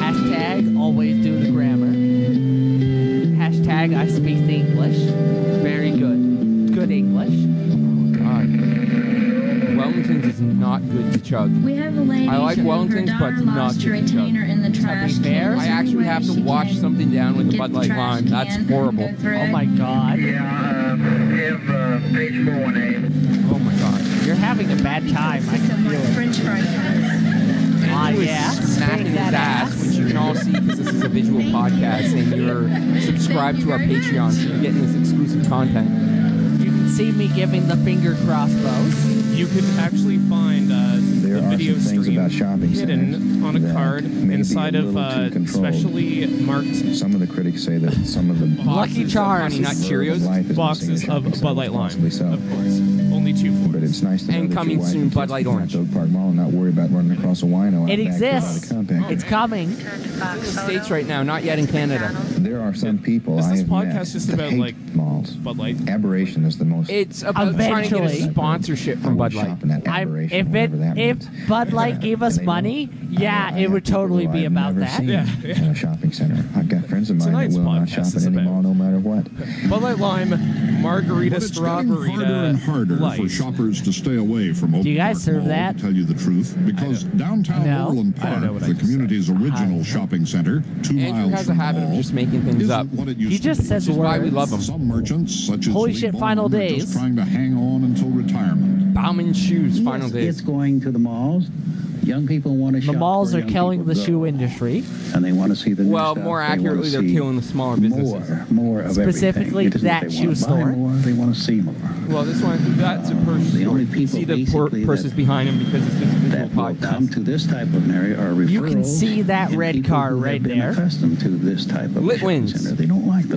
Speaker 2: Hashtag always do the grammar. Hashtag I speak the English. Very good. Good English.
Speaker 1: God. Wellington's is not good to chug.
Speaker 9: We have a lady
Speaker 1: I like
Speaker 9: who
Speaker 1: Wellingtons,
Speaker 9: her
Speaker 1: but
Speaker 9: daughter
Speaker 1: it's not
Speaker 9: lost a
Speaker 1: good to chug.
Speaker 9: retainer in the trash can.
Speaker 1: I actually have to wash something down with a
Speaker 9: get
Speaker 1: Bud
Speaker 9: the
Speaker 1: Light
Speaker 9: trash
Speaker 1: Lime. That's
Speaker 9: can,
Speaker 1: horrible.
Speaker 9: go through Oh it.
Speaker 2: my God.
Speaker 1: Yeah, page 418. Oh my God.
Speaker 2: You're having a bad time. I can feel it.
Speaker 9: French fry cutters.
Speaker 2: Ah,
Speaker 1: Andrew is
Speaker 2: yeah.
Speaker 1: Smacking his
Speaker 2: That
Speaker 1: ass, which you can all see because this is a visual podcast and you're subscribed to our Patreon, so you're getting this exclusive content.
Speaker 2: You can see me giving the finger crossbows.
Speaker 11: You could actually find uh, the video stream hidden on a card inside of uh, specially marked
Speaker 12: Some of the critics say that some of the
Speaker 11: Lucky Charms. Honey Nut Cheerios. Boxes of Bud Light Lime.
Speaker 12: Of course.
Speaker 11: Only two for
Speaker 12: But it's nice to know that your wife can
Speaker 1: Bud Light Orange.
Speaker 12: Oak Park Mall and not worry about running across a wino. out
Speaker 2: It
Speaker 12: back without
Speaker 2: exists.
Speaker 12: a compact.
Speaker 2: It's coming.
Speaker 1: In the States right now, not yet in Canada.
Speaker 12: There are some people I have met
Speaker 11: podcast just
Speaker 12: that
Speaker 11: about,
Speaker 12: hate
Speaker 11: like,
Speaker 12: malls.
Speaker 11: Bud Light?
Speaker 12: Aberration is the most.
Speaker 1: It's about trying to get a
Speaker 2: Eventually.
Speaker 1: sponsorship from Bud Light.
Speaker 12: shopping at
Speaker 2: I'm,
Speaker 12: aberration,
Speaker 2: if it
Speaker 12: whatever that means.
Speaker 2: if Bud Light gave us money, yeah, it would totally be about that.
Speaker 12: Yeah, In a shopping center. I've got friends of mine that
Speaker 11: Tonight's
Speaker 12: will not
Speaker 11: podcast
Speaker 12: shop at
Speaker 11: is
Speaker 12: any
Speaker 11: about-
Speaker 12: mall no matter what.
Speaker 11: Bud Light Lime, Margarita,
Speaker 10: But it's getting
Speaker 11: Strawberry uh,
Speaker 10: harder and harder
Speaker 11: Light.
Speaker 10: for shoppers to stay away from Oak
Speaker 2: Do you guys
Speaker 10: Park
Speaker 2: serve
Speaker 10: Mall,
Speaker 2: that?
Speaker 10: To tell you the truth, because downtown
Speaker 2: No.
Speaker 10: Orland
Speaker 2: I don't
Speaker 10: Park,
Speaker 2: know what I
Speaker 10: the community's original shopping center, two
Speaker 1: Andrew
Speaker 10: miles
Speaker 1: has a
Speaker 10: from
Speaker 1: habit
Speaker 10: the
Speaker 1: of
Speaker 10: mall,
Speaker 1: just making things
Speaker 10: isn't
Speaker 1: up.
Speaker 10: What it used
Speaker 2: He
Speaker 10: to
Speaker 2: just
Speaker 10: be.
Speaker 2: says
Speaker 1: Which is why we
Speaker 2: words.
Speaker 1: love him.
Speaker 10: Some merchants, such as
Speaker 2: Holy
Speaker 10: Lee
Speaker 2: shit,
Speaker 10: Bowman,
Speaker 2: Final
Speaker 10: are
Speaker 2: Days.
Speaker 10: just trying to hang on until retirement.
Speaker 1: Bauman shoes, final
Speaker 15: Yes,
Speaker 1: days.
Speaker 15: It's going to the malls. Young people want to
Speaker 2: The
Speaker 15: shop.
Speaker 2: malls
Speaker 15: where
Speaker 2: are
Speaker 15: young
Speaker 2: killing
Speaker 15: people
Speaker 2: the
Speaker 15: go,
Speaker 2: shoe industry.
Speaker 15: And they want to see the new
Speaker 1: Well,
Speaker 15: stuff.
Speaker 1: more
Speaker 15: They wanna
Speaker 1: accurately, they're
Speaker 15: see
Speaker 1: killing the smaller businesses.
Speaker 15: More, more of everything.
Speaker 2: Specifically
Speaker 15: It isn't
Speaker 2: that
Speaker 15: they
Speaker 2: shoe
Speaker 15: wanna buy
Speaker 2: store.
Speaker 15: More, they want to see more.
Speaker 1: Well, this one, that's a purse.
Speaker 15: The only people
Speaker 1: See the por-
Speaker 15: basically
Speaker 1: purses
Speaker 15: that-
Speaker 1: behind him because it's just a visual
Speaker 15: that will
Speaker 1: podcast.
Speaker 15: come to this type of an area are referrals.
Speaker 2: You can see that
Speaker 15: and
Speaker 2: red
Speaker 15: people
Speaker 2: car
Speaker 15: who have
Speaker 2: right
Speaker 15: been
Speaker 2: there.
Speaker 15: Accustomed to this type of
Speaker 1: Lit
Speaker 15: shopping
Speaker 1: wins.
Speaker 15: center. They don't like the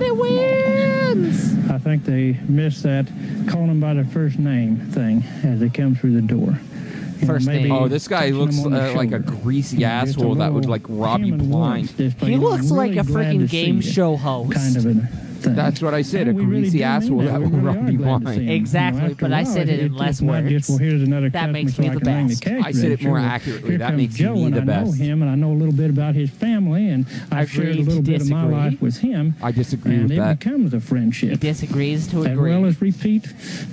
Speaker 2: wins.
Speaker 14: I think they missed that calling them by their first name thing as they come through the door. You know,
Speaker 2: First
Speaker 14: maybe
Speaker 2: name.
Speaker 1: Oh, this guy
Speaker 14: touching
Speaker 1: looks
Speaker 14: them on the
Speaker 1: uh, like a
Speaker 14: shoulder.
Speaker 1: greasy
Speaker 14: Yeah, just a
Speaker 1: asshole that would
Speaker 14: little
Speaker 1: like rob you
Speaker 14: human
Speaker 1: blind.
Speaker 14: warmth display.
Speaker 2: He
Speaker 14: I'm
Speaker 2: looks like
Speaker 14: really
Speaker 2: a
Speaker 14: glad to
Speaker 2: freaking
Speaker 14: see
Speaker 2: game
Speaker 14: it.
Speaker 2: show host.
Speaker 14: Kind of a thing.
Speaker 1: That's what I said. A
Speaker 14: We really
Speaker 1: greasy
Speaker 14: do mean
Speaker 1: asshole
Speaker 14: that.
Speaker 1: that
Speaker 14: We
Speaker 1: would
Speaker 14: really
Speaker 1: rob
Speaker 14: are
Speaker 1: you
Speaker 14: glad to see
Speaker 1: blind.
Speaker 14: him.
Speaker 2: Exactly,
Speaker 14: after
Speaker 2: but
Speaker 14: a
Speaker 2: I
Speaker 14: while,
Speaker 2: said it in
Speaker 15: just
Speaker 2: less
Speaker 15: not
Speaker 2: words.
Speaker 15: just, well, here's another
Speaker 2: that
Speaker 15: customer,
Speaker 2: makes
Speaker 15: so
Speaker 2: me
Speaker 15: I
Speaker 2: the
Speaker 15: can hang the
Speaker 2: best.
Speaker 15: cake.
Speaker 1: I said it more
Speaker 15: Sure.
Speaker 1: accurately.
Speaker 15: Here
Speaker 1: That
Speaker 15: comes
Speaker 1: makes
Speaker 15: Joe,
Speaker 1: me
Speaker 15: and
Speaker 1: the
Speaker 15: I know
Speaker 1: best.
Speaker 15: him, and I know a little bit about his family, and I've shared a
Speaker 2: Agree to
Speaker 15: little bit of my
Speaker 2: disagree.
Speaker 15: life with him.
Speaker 1: I disagree
Speaker 15: and
Speaker 1: with
Speaker 15: it
Speaker 1: that.
Speaker 15: becomes a
Speaker 2: He
Speaker 15: friendship,
Speaker 2: disagrees to
Speaker 15: as
Speaker 2: agree.
Speaker 15: well as repeat,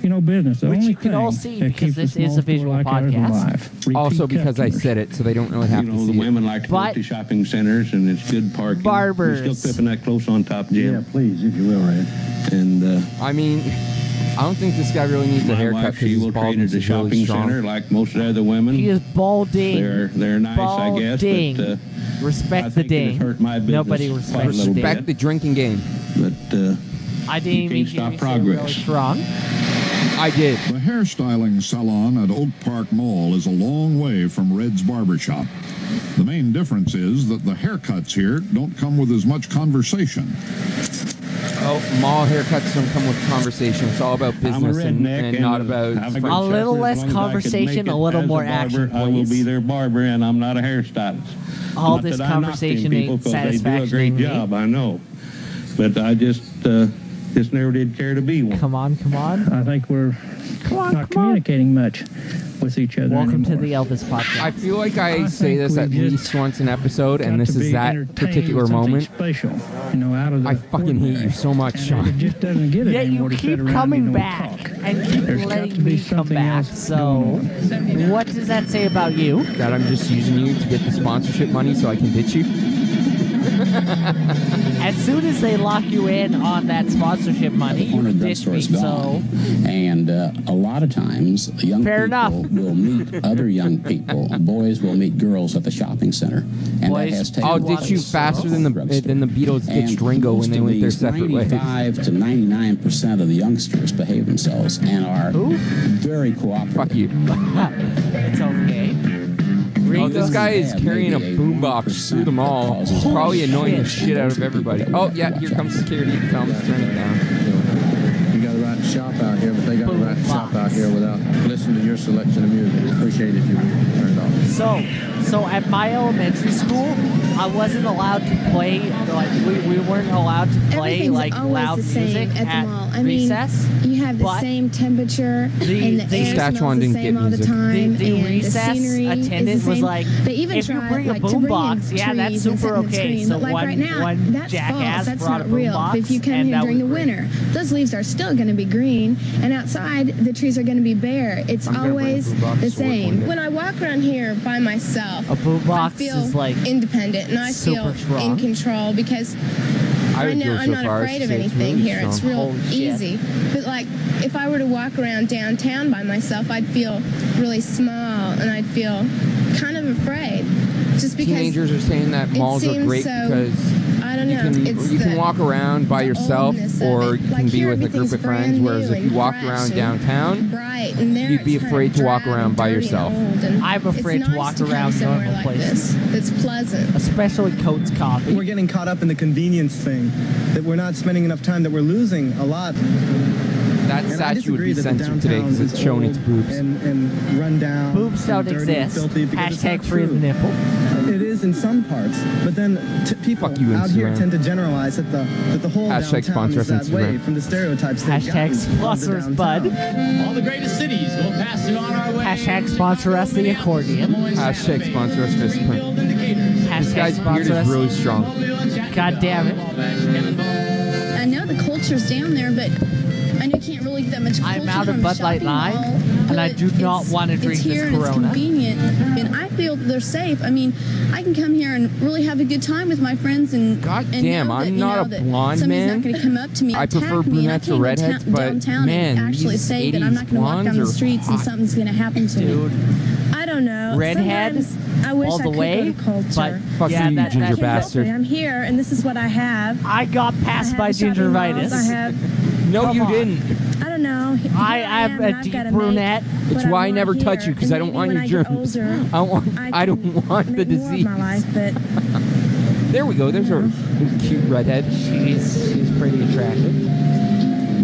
Speaker 15: you know, business. The
Speaker 2: Which
Speaker 15: only
Speaker 2: you can all
Speaker 15: thing
Speaker 2: see
Speaker 15: that
Speaker 2: because
Speaker 15: keeps
Speaker 2: this
Speaker 15: small
Speaker 2: is a
Speaker 15: store
Speaker 2: visual
Speaker 15: like ours
Speaker 2: podcast.
Speaker 15: alive. Repeat
Speaker 1: Also, because I
Speaker 15: customers.
Speaker 1: said it, so they don't really have
Speaker 16: You
Speaker 1: to
Speaker 16: know, the
Speaker 1: see it.
Speaker 16: women like to
Speaker 2: But-
Speaker 16: go to shopping centers, and it's good parking.
Speaker 2: Barbers.
Speaker 16: You're still clipping that close on top, Jim.
Speaker 15: Yeah, please, if you will, Ray.
Speaker 16: And uh,
Speaker 1: I mean, I don't think this guy really needs a
Speaker 16: my
Speaker 1: haircut
Speaker 16: wife, she
Speaker 1: because
Speaker 16: will
Speaker 1: his
Speaker 16: trade at
Speaker 1: baldness
Speaker 16: the
Speaker 1: is really
Speaker 16: shopping
Speaker 1: strong.
Speaker 16: center like most of the other women.
Speaker 2: He is balding.
Speaker 16: They're they're nice, I guess.
Speaker 2: Balding.
Speaker 16: But, uh,
Speaker 2: respect
Speaker 16: I
Speaker 2: the
Speaker 16: think it
Speaker 2: ding.
Speaker 16: has hurt my business
Speaker 2: Nobody
Speaker 16: quite a
Speaker 2: respects the
Speaker 16: little
Speaker 2: ding.
Speaker 1: Back the drinking game.
Speaker 16: but uh,
Speaker 2: I didn't even
Speaker 16: can't
Speaker 2: hear
Speaker 16: stop
Speaker 2: you say
Speaker 16: progress.
Speaker 2: really strong.
Speaker 1: I did.
Speaker 10: The hairstyling salon at Oak Park Mall is a long way from Red's Barbershop. The main difference is that the haircuts here don't come with as much conversation.
Speaker 1: Oh, mall haircuts don't come with conversation. It's all about
Speaker 16: I'm a
Speaker 1: business and,
Speaker 16: redneck,
Speaker 1: and
Speaker 16: and
Speaker 1: not about
Speaker 16: I've been
Speaker 1: friendship.
Speaker 2: A little
Speaker 16: for as long
Speaker 2: less
Speaker 16: as I can
Speaker 2: conversation,
Speaker 16: make
Speaker 2: a
Speaker 16: it
Speaker 2: little
Speaker 16: as
Speaker 2: more
Speaker 16: barber,
Speaker 2: action,
Speaker 16: I will
Speaker 2: please.
Speaker 16: be their barber, and I'm not a hairstylist.
Speaker 2: All
Speaker 16: Not
Speaker 2: this
Speaker 16: that I knock
Speaker 2: conversation
Speaker 16: them people 'cause
Speaker 2: ain't
Speaker 16: They do a
Speaker 2: satisfaction to
Speaker 16: great
Speaker 2: me.
Speaker 16: job, I know, but I just uh, just never did care to be one.
Speaker 2: Come on, come on.
Speaker 14: I think we're
Speaker 2: Come on,
Speaker 14: not
Speaker 2: come on.
Speaker 14: communicating much with each other.
Speaker 2: Welcome to
Speaker 14: anymore.
Speaker 2: the Elvis podcast.
Speaker 1: I feel like I,
Speaker 14: I
Speaker 1: say
Speaker 14: think
Speaker 1: this
Speaker 14: we
Speaker 1: at
Speaker 14: just
Speaker 1: least once an episode, and
Speaker 14: Got
Speaker 1: this
Speaker 14: to
Speaker 1: is
Speaker 14: be
Speaker 1: that
Speaker 14: entertained
Speaker 1: particular
Speaker 14: with something
Speaker 1: moment.
Speaker 14: Special, you know, out of the
Speaker 1: I fucking hate you so much,
Speaker 14: And It
Speaker 1: Sean.
Speaker 14: just doesn't get it
Speaker 2: Yet you
Speaker 14: anymore to sit
Speaker 2: keep
Speaker 14: around
Speaker 2: coming
Speaker 14: and
Speaker 2: back
Speaker 14: talk.
Speaker 2: and keep
Speaker 14: There's got to
Speaker 2: letting
Speaker 14: be
Speaker 2: me come
Speaker 14: something
Speaker 2: back.
Speaker 14: else
Speaker 2: So, what does that say about you?
Speaker 1: That I'm just using you to get the sponsorship money so I can hit you.
Speaker 2: As soon as they lock you in on that sponsorship money, you can ditch me.
Speaker 13: drugstore's
Speaker 2: So,
Speaker 13: gone. And uh, a lot of times, young
Speaker 2: Fair
Speaker 13: people
Speaker 2: enough.
Speaker 13: will meet other young people. Boys will meet girls at the shopping center. And that has taken
Speaker 1: I'll ditch you
Speaker 13: place.
Speaker 1: faster than the uh, than the Beatles ditched
Speaker 13: And
Speaker 1: Ringo
Speaker 13: most
Speaker 1: when they
Speaker 13: of
Speaker 1: went their
Speaker 13: these,
Speaker 1: separate ways.
Speaker 13: 95 to 99 percent of the youngsters behave themselves and are very cooperative.
Speaker 1: Fuck you.
Speaker 2: it's okay. Ringo,
Speaker 1: Oh, this guy is carrying a boombox through the mall. He's probably annoying the shit out of everybody. Oh yeah, here comes security. Tell him to turn it down.
Speaker 12: You got the right shop out here, but they got the right shop listen to your selection of music. Appreciate it if you would turn it off.
Speaker 2: So, so at my elementary school, I wasn't allowed to play. Like we, we weren't allowed to play
Speaker 9: Everything's
Speaker 2: like
Speaker 9: always
Speaker 2: loud
Speaker 9: the same
Speaker 2: music
Speaker 9: at the mall. I mean,
Speaker 2: recess.
Speaker 9: You have the
Speaker 2: but
Speaker 9: same temperature,
Speaker 2: The-
Speaker 9: and the,
Speaker 2: the
Speaker 9: air smells the
Speaker 1: Saskatchewan didn't
Speaker 9: same
Speaker 1: get
Speaker 9: all the
Speaker 1: music.
Speaker 9: time.
Speaker 2: The- the
Speaker 9: and
Speaker 2: recess
Speaker 9: the scenery is
Speaker 2: attendant
Speaker 9: the
Speaker 2: was
Speaker 9: same.
Speaker 2: like,
Speaker 9: they even
Speaker 2: "If you
Speaker 9: tried,
Speaker 2: bring a
Speaker 9: like, to bring
Speaker 2: boombox, yeah,
Speaker 9: trees
Speaker 2: that's
Speaker 9: and
Speaker 2: super
Speaker 9: set in the
Speaker 2: okay."
Speaker 9: screen.
Speaker 2: So
Speaker 9: but like
Speaker 2: one-
Speaker 9: right now,
Speaker 2: one
Speaker 9: that's
Speaker 2: jackass
Speaker 9: false. That's
Speaker 2: brought a
Speaker 9: not real.
Speaker 2: boombox,
Speaker 9: if you come
Speaker 2: and
Speaker 9: here
Speaker 2: that
Speaker 9: during the
Speaker 2: was great.
Speaker 9: winter, those leaves are still going to be green, and outside the trees are going to be bare. It's
Speaker 2: I'm gonna bring a
Speaker 9: always
Speaker 2: boombox to
Speaker 9: the
Speaker 2: work one
Speaker 9: same.
Speaker 2: day.
Speaker 9: When I walk around here by myself,
Speaker 2: A boombox
Speaker 9: I feel
Speaker 2: is, like,
Speaker 9: independent and I
Speaker 2: super
Speaker 9: feel
Speaker 2: strong.
Speaker 9: in control because
Speaker 1: I
Speaker 9: right
Speaker 1: would
Speaker 9: now
Speaker 1: go
Speaker 9: I'm
Speaker 1: so
Speaker 9: not
Speaker 1: far as
Speaker 9: afraid
Speaker 1: to
Speaker 9: of
Speaker 1: say it's
Speaker 9: anything
Speaker 1: really
Speaker 9: here. It's
Speaker 1: strong.
Speaker 9: real
Speaker 1: Holy shit.
Speaker 9: easy. But like if I were to walk around downtown by myself, I'd feel really small and I'd feel kind of afraid just because
Speaker 1: Teenagers are saying that
Speaker 9: it
Speaker 1: malls are
Speaker 9: seems
Speaker 1: great
Speaker 9: so-
Speaker 1: because
Speaker 9: I don't
Speaker 1: you
Speaker 9: know.
Speaker 1: can
Speaker 9: it's
Speaker 1: you
Speaker 9: the,
Speaker 1: can walk around by yourself
Speaker 9: oldness of
Speaker 1: or
Speaker 9: it.
Speaker 1: you
Speaker 9: Like,
Speaker 1: can be
Speaker 9: here
Speaker 1: with a group
Speaker 9: everything's
Speaker 1: of friends.
Speaker 9: brand
Speaker 1: Whereas
Speaker 9: new
Speaker 1: if
Speaker 9: and
Speaker 1: you walked
Speaker 9: fresh
Speaker 1: around
Speaker 9: and
Speaker 1: downtown,
Speaker 9: bright and there
Speaker 1: you'd be
Speaker 9: it's
Speaker 1: afraid
Speaker 9: kind
Speaker 1: to
Speaker 9: of
Speaker 1: walk
Speaker 9: drab
Speaker 1: around
Speaker 9: and
Speaker 1: by
Speaker 9: dirty and
Speaker 1: yourself.
Speaker 9: old and
Speaker 2: I'm
Speaker 9: it's
Speaker 2: afraid to
Speaker 9: nice
Speaker 2: walk
Speaker 9: to come
Speaker 2: around
Speaker 9: somewhere
Speaker 2: normal
Speaker 9: like
Speaker 2: places.
Speaker 9: This. It's pleasant.
Speaker 2: especially Coates coffee.
Speaker 17: We're getting caught up in the convenience thing, that we're not spending enough time, that we're losing a lot.
Speaker 1: that
Speaker 17: And I
Speaker 1: statue would
Speaker 17: disagree
Speaker 1: be
Speaker 17: that the
Speaker 1: censored today because
Speaker 17: downtown
Speaker 1: it's showing
Speaker 17: is
Speaker 1: its boobs.
Speaker 17: And, and run down. and
Speaker 2: Boobs don't
Speaker 17: dirty and
Speaker 2: exist.
Speaker 17: Filthy because it's
Speaker 2: Hashtag
Speaker 17: not
Speaker 2: free the
Speaker 17: true.
Speaker 2: nipple.
Speaker 17: It is in some parts, but then t- people
Speaker 1: you,
Speaker 17: out here
Speaker 1: Instagram.
Speaker 17: tend to generalize that the that the whole
Speaker 1: Hashtag
Speaker 17: downtown
Speaker 1: sponsor
Speaker 17: is
Speaker 1: us
Speaker 17: that way
Speaker 1: Instagram.
Speaker 17: from the stereotypes. they've
Speaker 2: Hashtag
Speaker 17: gotten of the
Speaker 2: sponsor us, bud.
Speaker 17: downtown.
Speaker 18: All the greatest cities will pass it on our way.
Speaker 2: Hashtag sponsor us the accordion.
Speaker 1: Hashtag sponsor us fist pump. This
Speaker 2: Hashtag
Speaker 1: guy's beard
Speaker 2: sponsor
Speaker 1: is
Speaker 2: us.
Speaker 1: really strong.
Speaker 2: God damn it.
Speaker 9: I know the culture's down there, but I know you can't really get that much culture
Speaker 2: I'm out
Speaker 9: from
Speaker 2: of
Speaker 9: a
Speaker 2: Bud Light
Speaker 9: shopping
Speaker 2: Live,
Speaker 9: mall,
Speaker 2: and I
Speaker 9: but
Speaker 2: do not
Speaker 9: it's-
Speaker 2: want to
Speaker 9: it's
Speaker 2: drink
Speaker 9: here
Speaker 2: this
Speaker 9: and
Speaker 2: Corona.
Speaker 9: It's convenient, and I feel they're safe. I mean, I can come here and really have a good time with my friends. And God
Speaker 1: damn,
Speaker 9: know that,
Speaker 1: I'm
Speaker 9: you
Speaker 1: not
Speaker 9: know,
Speaker 1: a
Speaker 9: that
Speaker 1: blonde
Speaker 9: somebody's
Speaker 1: man.
Speaker 9: Not going to come up to me.
Speaker 1: I
Speaker 9: and attack
Speaker 1: prefer
Speaker 9: me, and
Speaker 1: brunettes
Speaker 9: I
Speaker 1: or
Speaker 9: came
Speaker 1: redheads,
Speaker 9: to
Speaker 1: but
Speaker 9: downtown
Speaker 1: man,
Speaker 9: and actually
Speaker 1: these
Speaker 9: say that I'm not
Speaker 1: 80s
Speaker 9: going to walk
Speaker 1: blondes
Speaker 9: down
Speaker 1: are
Speaker 9: the streets and
Speaker 1: hot.
Speaker 9: something's going to happen to
Speaker 2: Dude.
Speaker 9: me. I don't know.
Speaker 2: Redhead
Speaker 9: Sometimes I wish
Speaker 2: all
Speaker 9: I
Speaker 2: the
Speaker 9: could
Speaker 2: way,
Speaker 9: go to culture.
Speaker 2: but
Speaker 1: Fuck
Speaker 2: yeah,
Speaker 1: you,
Speaker 2: that,
Speaker 1: ginger
Speaker 2: that-
Speaker 1: bastard.
Speaker 9: I'm here, and this is what I have.
Speaker 2: I got passed by gingivitis.
Speaker 9: I have.
Speaker 1: No, you didn't.
Speaker 9: I don't know. Here
Speaker 2: I
Speaker 9: am,
Speaker 2: am
Speaker 9: and
Speaker 2: a
Speaker 9: I've
Speaker 2: deep
Speaker 9: gotta make
Speaker 2: brunette.
Speaker 1: It's
Speaker 9: what
Speaker 1: why I
Speaker 9: want
Speaker 1: never touch
Speaker 9: here,
Speaker 1: you because I
Speaker 9: and
Speaker 1: don't
Speaker 9: maybe
Speaker 1: want
Speaker 9: when
Speaker 1: your
Speaker 9: I get
Speaker 1: germs.
Speaker 9: older,
Speaker 1: I want. I don't want the
Speaker 9: make more of
Speaker 1: disease.
Speaker 9: my life, but
Speaker 1: There we go. There's our cute redhead.
Speaker 2: She's she's pretty attractive.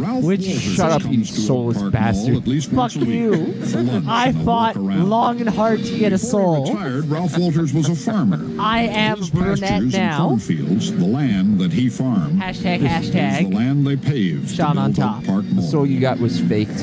Speaker 10: Ralph
Speaker 1: Which
Speaker 10: Walters
Speaker 1: shut up, you
Speaker 10: comes to Oak
Speaker 1: soulless
Speaker 10: Park
Speaker 1: bastard.
Speaker 10: Mall at least
Speaker 2: Fuck
Speaker 10: once a week
Speaker 2: you.
Speaker 10: for lunch
Speaker 2: I
Speaker 10: and a walk
Speaker 2: fought
Speaker 10: around.
Speaker 2: long and hard to get a soul.
Speaker 10: Retired, Ralph Walters was a farmer.
Speaker 2: I am
Speaker 10: His
Speaker 2: brunette
Speaker 10: pastures and
Speaker 2: now.
Speaker 10: cornfields, the land that he farmed,
Speaker 2: Hashtag
Speaker 10: is the
Speaker 2: hashtag.
Speaker 10: land they paved
Speaker 2: Sean
Speaker 10: to
Speaker 2: on
Speaker 10: build
Speaker 2: top.
Speaker 10: Oak Park
Speaker 1: The
Speaker 10: Mall.
Speaker 1: soul you got was faked.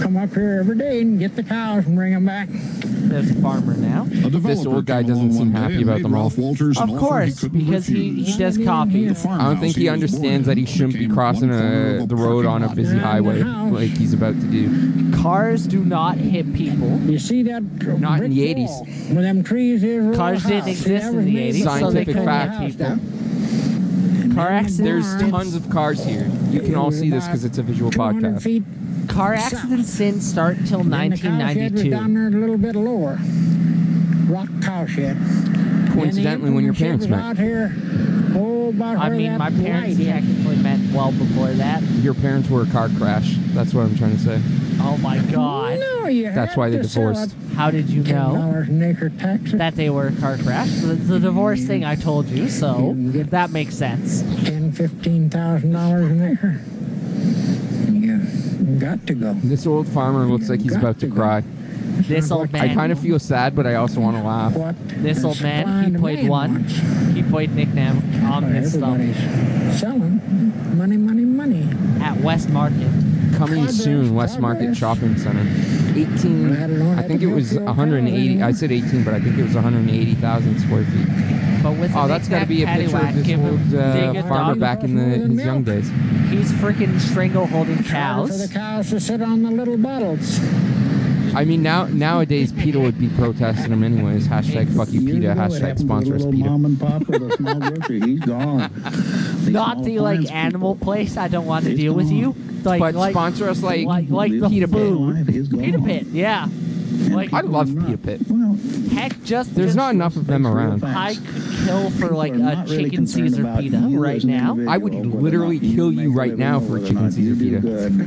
Speaker 14: Come up here every day and get the cows and bring them back.
Speaker 2: There's a farmer now.
Speaker 10: A developer
Speaker 1: This old guy
Speaker 10: came
Speaker 1: doesn't
Speaker 10: along one
Speaker 1: seem
Speaker 10: day
Speaker 1: happy
Speaker 10: and
Speaker 1: about
Speaker 10: made
Speaker 1: the mall.
Speaker 10: Ralph Walters an
Speaker 2: Of
Speaker 10: offer
Speaker 2: course,
Speaker 10: he couldn't
Speaker 2: because he,
Speaker 10: refuse.
Speaker 2: he does coffee.
Speaker 10: The
Speaker 1: I don't
Speaker 10: farmhouse
Speaker 1: think he
Speaker 10: was born
Speaker 1: understands that he
Speaker 10: in
Speaker 1: shouldn't be
Speaker 10: became
Speaker 1: crossing
Speaker 10: one corner of
Speaker 1: a, the road
Speaker 10: parking
Speaker 1: on a
Speaker 10: lot.
Speaker 1: busy highway
Speaker 14: house.
Speaker 1: like he's about to do.
Speaker 2: Cars do not hit people.
Speaker 14: You see that?
Speaker 1: Not in
Speaker 14: brick
Speaker 1: the
Speaker 14: wall Where them trees is real
Speaker 2: Cars
Speaker 14: high.
Speaker 2: didn't
Speaker 14: See,
Speaker 2: exist
Speaker 14: that
Speaker 2: in
Speaker 14: was
Speaker 2: the
Speaker 14: made
Speaker 2: 80s,
Speaker 14: before
Speaker 1: so they couldn't
Speaker 14: cut the
Speaker 1: hit
Speaker 14: house
Speaker 1: people.
Speaker 14: down.
Speaker 2: Car accidents.
Speaker 1: There's tons of cars here. You can all see this because it's a visual
Speaker 14: 200
Speaker 1: podcast.
Speaker 14: feet.
Speaker 2: Car accidents didn't start till
Speaker 14: And the cow shed was
Speaker 2: 1992.
Speaker 14: down there a little bit lower. Rock cow shed.
Speaker 1: Coincidentally, when your parents met.
Speaker 14: Out here, oh, about
Speaker 2: I
Speaker 14: where
Speaker 2: mean,
Speaker 14: that
Speaker 2: my parents
Speaker 14: light is.
Speaker 2: technically met well before that.
Speaker 1: Your parents were a car crash. That's what I'm trying to say.
Speaker 2: Oh my god.
Speaker 14: No, you
Speaker 1: That's
Speaker 14: have
Speaker 1: why they
Speaker 14: to sell
Speaker 1: divorced.
Speaker 14: it.
Speaker 2: How did you know
Speaker 14: $10 an acre taxes.
Speaker 2: that they were a car crash? The, the divorce thing I told you, so that makes sense.
Speaker 14: ten, fifteen thousand dollars an acre. Yeah, got to go.
Speaker 1: This old farmer looks like he's about to cry.
Speaker 2: This old
Speaker 1: I
Speaker 2: man,
Speaker 1: kind of feel sad, but I also want to laugh.
Speaker 14: What?
Speaker 2: this old
Speaker 14: the
Speaker 2: man,
Speaker 14: supply
Speaker 2: he
Speaker 14: and
Speaker 2: played
Speaker 14: demand
Speaker 2: one.
Speaker 14: wants.
Speaker 2: He played Nick Nam on
Speaker 14: Well,
Speaker 2: his thumb
Speaker 14: Everybody's selling money, money, money.
Speaker 2: at West Market.
Speaker 1: Coming soon, West Market Shopping Center. 18, I think it was 180. I said 18, but I think it was 180,000 square feet.
Speaker 2: But with
Speaker 1: Oh,
Speaker 2: a
Speaker 1: that's got to be a picture of
Speaker 2: knick-knack, paddywhack,
Speaker 1: this
Speaker 2: give him
Speaker 1: old
Speaker 2: dig
Speaker 1: uh,
Speaker 2: a
Speaker 1: farmer
Speaker 2: dog.
Speaker 1: back in the, his young days.
Speaker 2: He's freaking strangle holding
Speaker 14: For the
Speaker 2: cows.
Speaker 14: cows to sit on the little bottles.
Speaker 1: I mean, now nowadays PETA would be protesting him anyways. Hashtag fuck you PETA. Hashtag sponsor us PETA.
Speaker 12: and pop with a small grocery. He's gone. These
Speaker 2: Not
Speaker 12: small
Speaker 2: the like
Speaker 12: farms
Speaker 2: animal place. I don't want to
Speaker 12: It's
Speaker 2: deal with
Speaker 12: gone.
Speaker 2: you. Like,
Speaker 1: But
Speaker 2: like,
Speaker 1: sponsor us like,
Speaker 2: like, like the
Speaker 1: PETA Pit.
Speaker 2: food.
Speaker 12: people- He's gone.
Speaker 2: Peter Pit, yeah. Like
Speaker 1: I love PETA Pit.
Speaker 12: Well,
Speaker 2: heck, just
Speaker 1: There's
Speaker 2: just-
Speaker 1: not enough of them around.
Speaker 2: I could kill for
Speaker 12: people
Speaker 2: like
Speaker 12: are
Speaker 2: a
Speaker 12: not really
Speaker 2: chicken
Speaker 12: concerned
Speaker 2: Caesar
Speaker 12: about
Speaker 2: pita
Speaker 12: you
Speaker 2: right
Speaker 12: as an
Speaker 2: now.
Speaker 1: I would
Speaker 12: individual, whether or
Speaker 1: literally
Speaker 12: not you
Speaker 1: kill you
Speaker 12: make a
Speaker 1: right
Speaker 12: living
Speaker 1: now
Speaker 12: or
Speaker 1: for
Speaker 12: whether or
Speaker 1: chicken
Speaker 12: not you
Speaker 1: Caesar
Speaker 12: do
Speaker 1: pita.
Speaker 12: good.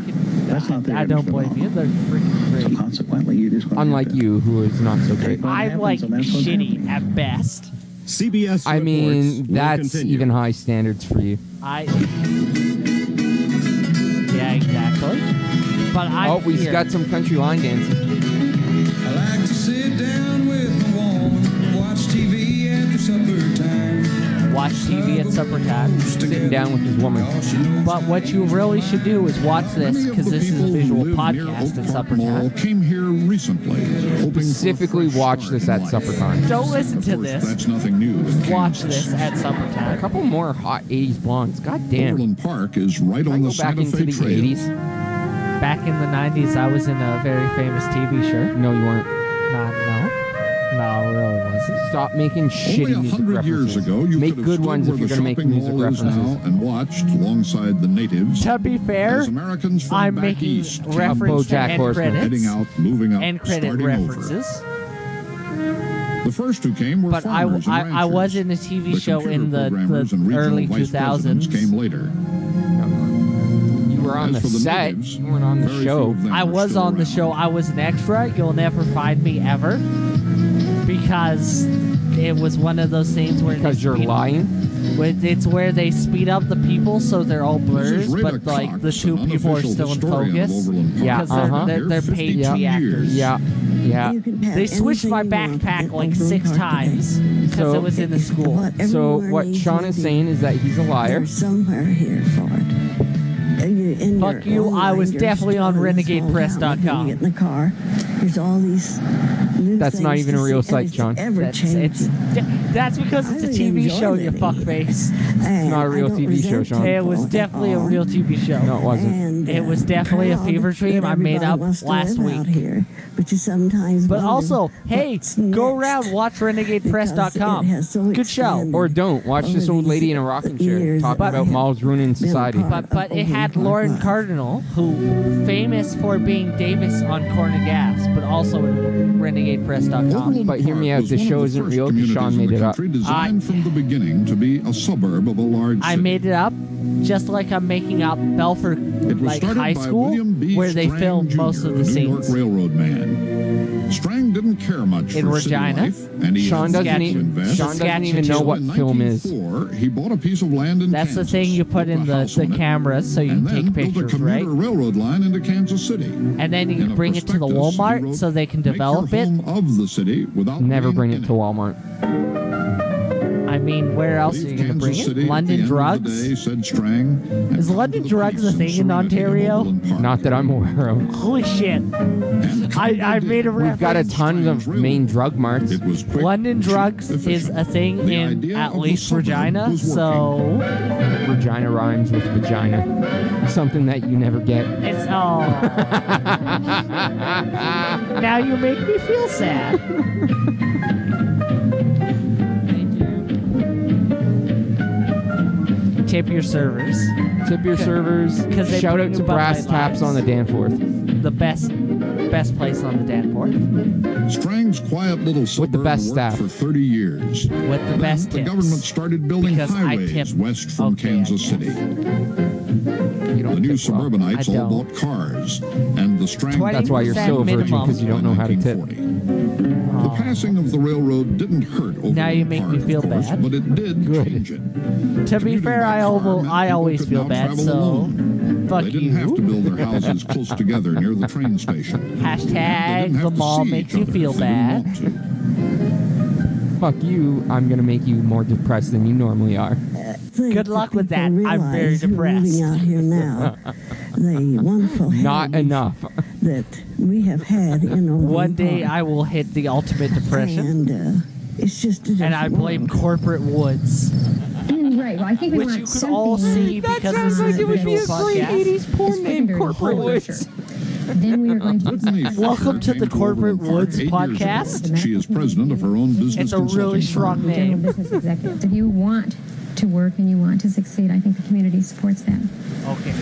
Speaker 12: That's not the
Speaker 2: I
Speaker 12: interest
Speaker 2: don't
Speaker 12: at
Speaker 2: blame
Speaker 12: all.
Speaker 2: you. They're freaking
Speaker 12: So
Speaker 2: great.
Speaker 12: consequently, you're just gonna
Speaker 1: Unlike
Speaker 12: have to-
Speaker 1: you, who is not so great.
Speaker 2: I'm like shitty at best.
Speaker 19: CBS.
Speaker 1: I mean, that's even high standards for you.
Speaker 2: I. Yeah, exactly. But but I'm
Speaker 19: oh, we've
Speaker 2: here.
Speaker 19: got some country line dancing.
Speaker 8: I like to sit down with my woman and watch TV after supper time.
Speaker 2: watch TV at supper time.
Speaker 8: Sitting
Speaker 1: down with his woman.
Speaker 2: But what you really should do is watch this because this is a visual podcast at supper time.
Speaker 10: Came here recently, hoping
Speaker 1: Specifically, watch this at supper time.
Speaker 2: Don't listen to this.
Speaker 10: that's nothing new.
Speaker 2: Watch this at supper
Speaker 1: A
Speaker 2: time.
Speaker 1: couple more hot '80s blondes. God damn.
Speaker 10: Overland Park is right on the
Speaker 1: go back
Speaker 10: Santa
Speaker 1: into
Speaker 10: Fe
Speaker 1: the
Speaker 10: Trail.
Speaker 1: '80s.
Speaker 2: Back in the 90s, I was in a very famous TV show.
Speaker 1: No, you weren't.
Speaker 2: Not, no. No, it really wasn't.
Speaker 1: Stop making
Speaker 10: Only
Speaker 1: shitty
Speaker 10: a
Speaker 1: music
Speaker 10: hundred years
Speaker 1: references.
Speaker 10: ago, you
Speaker 1: make
Speaker 10: could have
Speaker 1: good
Speaker 10: stood
Speaker 1: ones
Speaker 10: where
Speaker 1: if you're
Speaker 10: the
Speaker 1: going to make
Speaker 10: shopping
Speaker 1: music
Speaker 10: mall is
Speaker 1: references.
Speaker 10: now and watched alongside the natives
Speaker 2: To be fair,
Speaker 10: as Americans from
Speaker 2: I'm
Speaker 10: back
Speaker 2: making
Speaker 10: east keep
Speaker 2: reference to
Speaker 1: Bojack
Speaker 2: end
Speaker 1: Horseman.
Speaker 10: heading
Speaker 2: credits
Speaker 10: out, moving up,
Speaker 2: and credit
Speaker 10: starting
Speaker 2: references.
Speaker 10: over. The first who came were
Speaker 2: But I,
Speaker 10: farmers and
Speaker 2: I, I
Speaker 10: ranchers.
Speaker 2: was in a TV
Speaker 10: The
Speaker 2: show
Speaker 10: computer
Speaker 2: in the,
Speaker 10: programmers and
Speaker 2: the
Speaker 10: regional
Speaker 2: early
Speaker 10: vice presidents
Speaker 2: 2000s.
Speaker 10: Came later.
Speaker 1: You were on
Speaker 10: As
Speaker 1: the,
Speaker 10: for the
Speaker 1: set.
Speaker 10: natives,
Speaker 1: you weren't on the
Speaker 10: very few
Speaker 1: show.
Speaker 10: of them
Speaker 2: I
Speaker 10: were
Speaker 2: was
Speaker 10: still
Speaker 2: on the
Speaker 10: around.
Speaker 2: show. I was an extra. You'll never find me ever because it was one of those things where they
Speaker 1: Because you're
Speaker 2: speed-
Speaker 1: lying.
Speaker 2: with- It's where they speed up the people so they're all
Speaker 10: This
Speaker 2: blurs,
Speaker 10: is Rita
Speaker 2: but like the
Speaker 10: Cox,
Speaker 2: two
Speaker 10: an
Speaker 2: people are
Speaker 10: unofficial
Speaker 2: still in
Speaker 10: historian of
Speaker 2: focus.
Speaker 10: Overland Park.
Speaker 1: Yeah,
Speaker 2: Because they're,
Speaker 1: uh-huh.
Speaker 2: they're, they're
Speaker 10: Here,
Speaker 2: paid
Speaker 10: 52
Speaker 2: G actors.
Speaker 10: years.
Speaker 1: Yeah, yeah.
Speaker 2: They switched my backpack like six times because
Speaker 1: So-
Speaker 2: it was in the school.
Speaker 1: So what Sean is saying is that he's a liar.
Speaker 20: somewhere here for it. And you're in
Speaker 2: Fuck
Speaker 20: your
Speaker 2: you,
Speaker 20: own
Speaker 2: I was
Speaker 20: mind, you're
Speaker 2: definitely on
Speaker 20: still in this whole
Speaker 2: renegadepress.com.
Speaker 20: town. You get in the car. There's all these. New
Speaker 1: That's not
Speaker 20: things
Speaker 1: even
Speaker 20: to
Speaker 1: a real
Speaker 20: see,
Speaker 1: site,
Speaker 20: and it's
Speaker 1: Sean.
Speaker 20: Ever
Speaker 2: That's, it's,
Speaker 20: changing.
Speaker 2: that's because it's a
Speaker 20: I
Speaker 2: TV
Speaker 20: enjoy
Speaker 2: show, you
Speaker 20: living
Speaker 2: fuckface.
Speaker 20: And
Speaker 1: not a
Speaker 20: I
Speaker 1: real
Speaker 20: don't
Speaker 1: TV show,
Speaker 20: resent
Speaker 1: Sean.
Speaker 2: It was
Speaker 20: people at
Speaker 2: definitely a
Speaker 20: all.
Speaker 2: real TV show.
Speaker 1: No, it wasn't.
Speaker 20: And,
Speaker 2: It
Speaker 20: uh,
Speaker 2: was definitely a
Speaker 20: proud
Speaker 2: fever dream
Speaker 20: that
Speaker 2: I made
Speaker 20: everybody
Speaker 2: up
Speaker 20: wants to
Speaker 2: last
Speaker 20: live
Speaker 2: week.
Speaker 20: out here, but you sometimes.
Speaker 2: But
Speaker 20: wonder
Speaker 2: also, hey,
Speaker 20: what's
Speaker 2: go
Speaker 20: next.
Speaker 2: around watch
Speaker 20: Because it
Speaker 2: renegadepress.com.
Speaker 20: has so
Speaker 2: Good show.
Speaker 20: expanded.
Speaker 1: Or don't watch
Speaker 20: Over
Speaker 1: this old
Speaker 20: these
Speaker 1: lady in a rocking chair
Speaker 20: years
Speaker 1: talking
Speaker 20: that
Speaker 1: about
Speaker 20: have
Speaker 1: malls ruining
Speaker 20: been a
Speaker 1: society.
Speaker 20: part
Speaker 2: But but
Speaker 20: of
Speaker 2: it had
Speaker 20: Overland
Speaker 2: Lauren
Speaker 20: Park.
Speaker 2: Cardinal, who famous for being Davis on Corn and Gas, but also in renegadepress.com.
Speaker 10: Overland
Speaker 1: But hear me
Speaker 10: Park
Speaker 1: out,
Speaker 10: was
Speaker 1: this
Speaker 10: one of
Speaker 1: show
Speaker 10: the
Speaker 1: isn't
Speaker 10: first
Speaker 1: real 'cause
Speaker 10: communities
Speaker 1: Sean
Speaker 10: in
Speaker 1: made
Speaker 10: the
Speaker 1: it up.
Speaker 10: country Designed from the beginning to be a suburb of a large
Speaker 2: I
Speaker 10: city.
Speaker 2: made it up just like I'm making up Belford
Speaker 10: It was
Speaker 2: like
Speaker 10: started
Speaker 2: high
Speaker 10: by
Speaker 2: school
Speaker 10: William B.
Speaker 2: where they
Speaker 10: Strang
Speaker 2: filmed most
Speaker 10: Jr.,
Speaker 2: of the
Speaker 10: a New York
Speaker 2: scenes.
Speaker 10: railroad man. Strang didn't care much
Speaker 2: In
Speaker 10: for
Speaker 2: Regina.
Speaker 10: city life, and he
Speaker 1: Sean
Speaker 10: had little
Speaker 1: doesn't,
Speaker 2: Saskatchewan.
Speaker 10: to
Speaker 1: even,
Speaker 10: invest.
Speaker 1: Sean doesn't even know
Speaker 10: So
Speaker 1: what
Speaker 10: in
Speaker 1: film is.
Speaker 10: 1904, He bought a piece of land in
Speaker 2: That's the
Speaker 10: Kansas,
Speaker 2: thing you put in
Speaker 10: a
Speaker 2: the,
Speaker 10: house
Speaker 2: the
Speaker 10: on it,
Speaker 2: camera so you
Speaker 10: and
Speaker 2: can
Speaker 10: then
Speaker 2: take
Speaker 10: built
Speaker 2: pictures,
Speaker 10: a commuter
Speaker 2: right?
Speaker 10: railroad line into Kansas City.
Speaker 2: And then you
Speaker 10: In a
Speaker 2: can bring it to the
Speaker 10: prospectus, he
Speaker 2: Walmart
Speaker 10: wrote,
Speaker 2: so they can
Speaker 10: "Make your
Speaker 2: develop it.
Speaker 10: home of the city without
Speaker 1: Never
Speaker 10: being
Speaker 1: bring
Speaker 10: in
Speaker 1: it to Walmart.
Speaker 2: I mean, where else are
Speaker 10: Leave
Speaker 2: you going to
Speaker 10: Kansas
Speaker 2: bring it?
Speaker 10: City at the
Speaker 2: London
Speaker 10: end of the
Speaker 2: drugs?
Speaker 10: day, said Strang, and
Speaker 2: Is
Speaker 10: come
Speaker 2: London
Speaker 10: to the
Speaker 2: drugs
Speaker 10: peace
Speaker 2: a thing in
Speaker 10: and serenity of
Speaker 2: Ontario?
Speaker 10: Overland Park.
Speaker 1: Not that I'm aware of.
Speaker 2: Holy shit. I, I made a reference.
Speaker 1: We've got a ton of main drug marts.
Speaker 10: It was quick,
Speaker 2: London
Speaker 10: cheap,
Speaker 2: drugs is
Speaker 10: efficient.
Speaker 2: a thing
Speaker 10: The
Speaker 2: in
Speaker 10: idea
Speaker 2: at
Speaker 10: of the
Speaker 2: least
Speaker 10: suburb
Speaker 2: Regina,
Speaker 10: was working.
Speaker 2: so
Speaker 1: Regina rhymes with vagina. Something that you never get.
Speaker 2: it's oh. now you make me feel sad. Thank you. Tip your servers.
Speaker 1: Tip your servers.
Speaker 2: 'Cause they
Speaker 1: Shout
Speaker 2: bring
Speaker 1: out to
Speaker 2: about
Speaker 1: Brass
Speaker 2: my
Speaker 1: Taps
Speaker 2: lives.
Speaker 1: on the Danforth.
Speaker 2: The best, best place on the Danforth
Speaker 10: Strang's quiet little suburb
Speaker 1: best
Speaker 10: worked
Speaker 1: staff.
Speaker 10: for 30 years.
Speaker 2: with the
Speaker 10: Then
Speaker 2: best
Speaker 10: the
Speaker 2: tips.
Speaker 10: government started building
Speaker 2: Because I
Speaker 10: highways
Speaker 2: tip
Speaker 10: west from
Speaker 2: okay, I
Speaker 10: Kansas
Speaker 2: guess.
Speaker 10: City.
Speaker 1: You
Speaker 10: The
Speaker 1: don't
Speaker 10: new
Speaker 1: tip well.
Speaker 10: suburbanites
Speaker 2: I
Speaker 10: all
Speaker 2: don't.
Speaker 10: bought cars, and the Strang.
Speaker 1: That's why you're still a
Speaker 2: 20%
Speaker 1: virgin
Speaker 2: minimum.
Speaker 1: because you don't know how to tip.
Speaker 10: 1940. The passing of the railroad didn't hurt Overland
Speaker 2: Now you make
Speaker 10: Park,
Speaker 2: me
Speaker 10: of
Speaker 2: feel
Speaker 10: course,
Speaker 2: bad.
Speaker 10: but it did
Speaker 1: Good.
Speaker 10: change it.
Speaker 2: To be
Speaker 10: Commuting
Speaker 2: fair,
Speaker 10: by car
Speaker 2: I, alvo-
Speaker 10: meant
Speaker 2: I
Speaker 10: people
Speaker 2: always
Speaker 10: could
Speaker 2: feel
Speaker 10: now
Speaker 2: bad,
Speaker 10: travel
Speaker 2: so
Speaker 10: alone.
Speaker 2: fuck
Speaker 10: They didn't have to
Speaker 2: you.
Speaker 10: build their houses close together near the train station. They didn't
Speaker 2: Hashtag
Speaker 10: have
Speaker 2: the
Speaker 10: to
Speaker 2: mall
Speaker 10: see
Speaker 2: makes
Speaker 10: each
Speaker 2: you
Speaker 10: other
Speaker 2: feel
Speaker 10: if they didn't
Speaker 2: bad.
Speaker 10: want to.
Speaker 1: Fuck you. I'm going to make you more depressed than you normally are.
Speaker 20: thing
Speaker 2: Good
Speaker 20: that
Speaker 2: luck with
Speaker 20: people
Speaker 2: that. I'm very
Speaker 20: realize who are
Speaker 2: depressed.
Speaker 20: Living out here now, the wonderful
Speaker 1: Not
Speaker 20: heritage
Speaker 1: enough.
Speaker 20: that we have had in Overland
Speaker 2: One day
Speaker 20: Park.
Speaker 2: I will hit the ultimate depression,
Speaker 20: and uh, it's just a
Speaker 2: and I
Speaker 20: different
Speaker 2: blame
Speaker 20: world.
Speaker 2: corporate woods,
Speaker 9: Right. Well, I think we
Speaker 2: which
Speaker 9: want
Speaker 2: you could
Speaker 9: something
Speaker 2: all see
Speaker 9: that
Speaker 2: because this is a visual podcast.
Speaker 9: is secondary to the whole literature. Then we are going to
Speaker 10: Whitney Fisher
Speaker 2: Welcome to
Speaker 10: came
Speaker 2: the Corporate
Speaker 10: Overland Park
Speaker 2: Woods
Speaker 10: eight years ago.
Speaker 2: podcast.
Speaker 10: She is president of her own business
Speaker 2: It's a really
Speaker 10: consulting
Speaker 2: strong
Speaker 10: firm.
Speaker 9: general
Speaker 2: name.
Speaker 9: business executive. If you want to work and you want to succeed, I think the community supports that.
Speaker 2: Okay.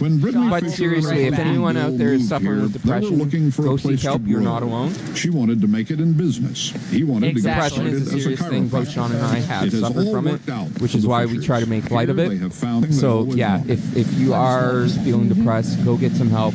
Speaker 10: When Brittany
Speaker 1: But
Speaker 10: Fisher
Speaker 1: seriously,
Speaker 10: and
Speaker 1: if
Speaker 10: Betty
Speaker 1: anyone
Speaker 10: Gill
Speaker 1: out there is
Speaker 10: moved
Speaker 1: suffering
Speaker 10: here,
Speaker 1: with
Speaker 10: they were
Speaker 1: depression,
Speaker 10: looking for
Speaker 1: go
Speaker 10: a
Speaker 1: seek
Speaker 10: place to
Speaker 1: help. You're
Speaker 10: grow.
Speaker 1: not alone.
Speaker 10: She wanted to make it in business. He wanted
Speaker 1: Depression
Speaker 10: to get
Speaker 1: is a
Speaker 10: started
Speaker 1: serious
Speaker 10: as a
Speaker 1: thing. Both
Speaker 10: chiropractor.
Speaker 1: Sean and I have
Speaker 10: It has
Speaker 1: suffered
Speaker 10: all
Speaker 1: from it,
Speaker 10: worked out for
Speaker 1: which is
Speaker 10: the
Speaker 1: why we
Speaker 10: Fishers.
Speaker 1: try to make light of
Speaker 10: Here they
Speaker 1: it.
Speaker 10: have found their
Speaker 1: So
Speaker 10: always
Speaker 1: yeah,
Speaker 10: wanted.
Speaker 1: if if you are feeling depressed, go get some help.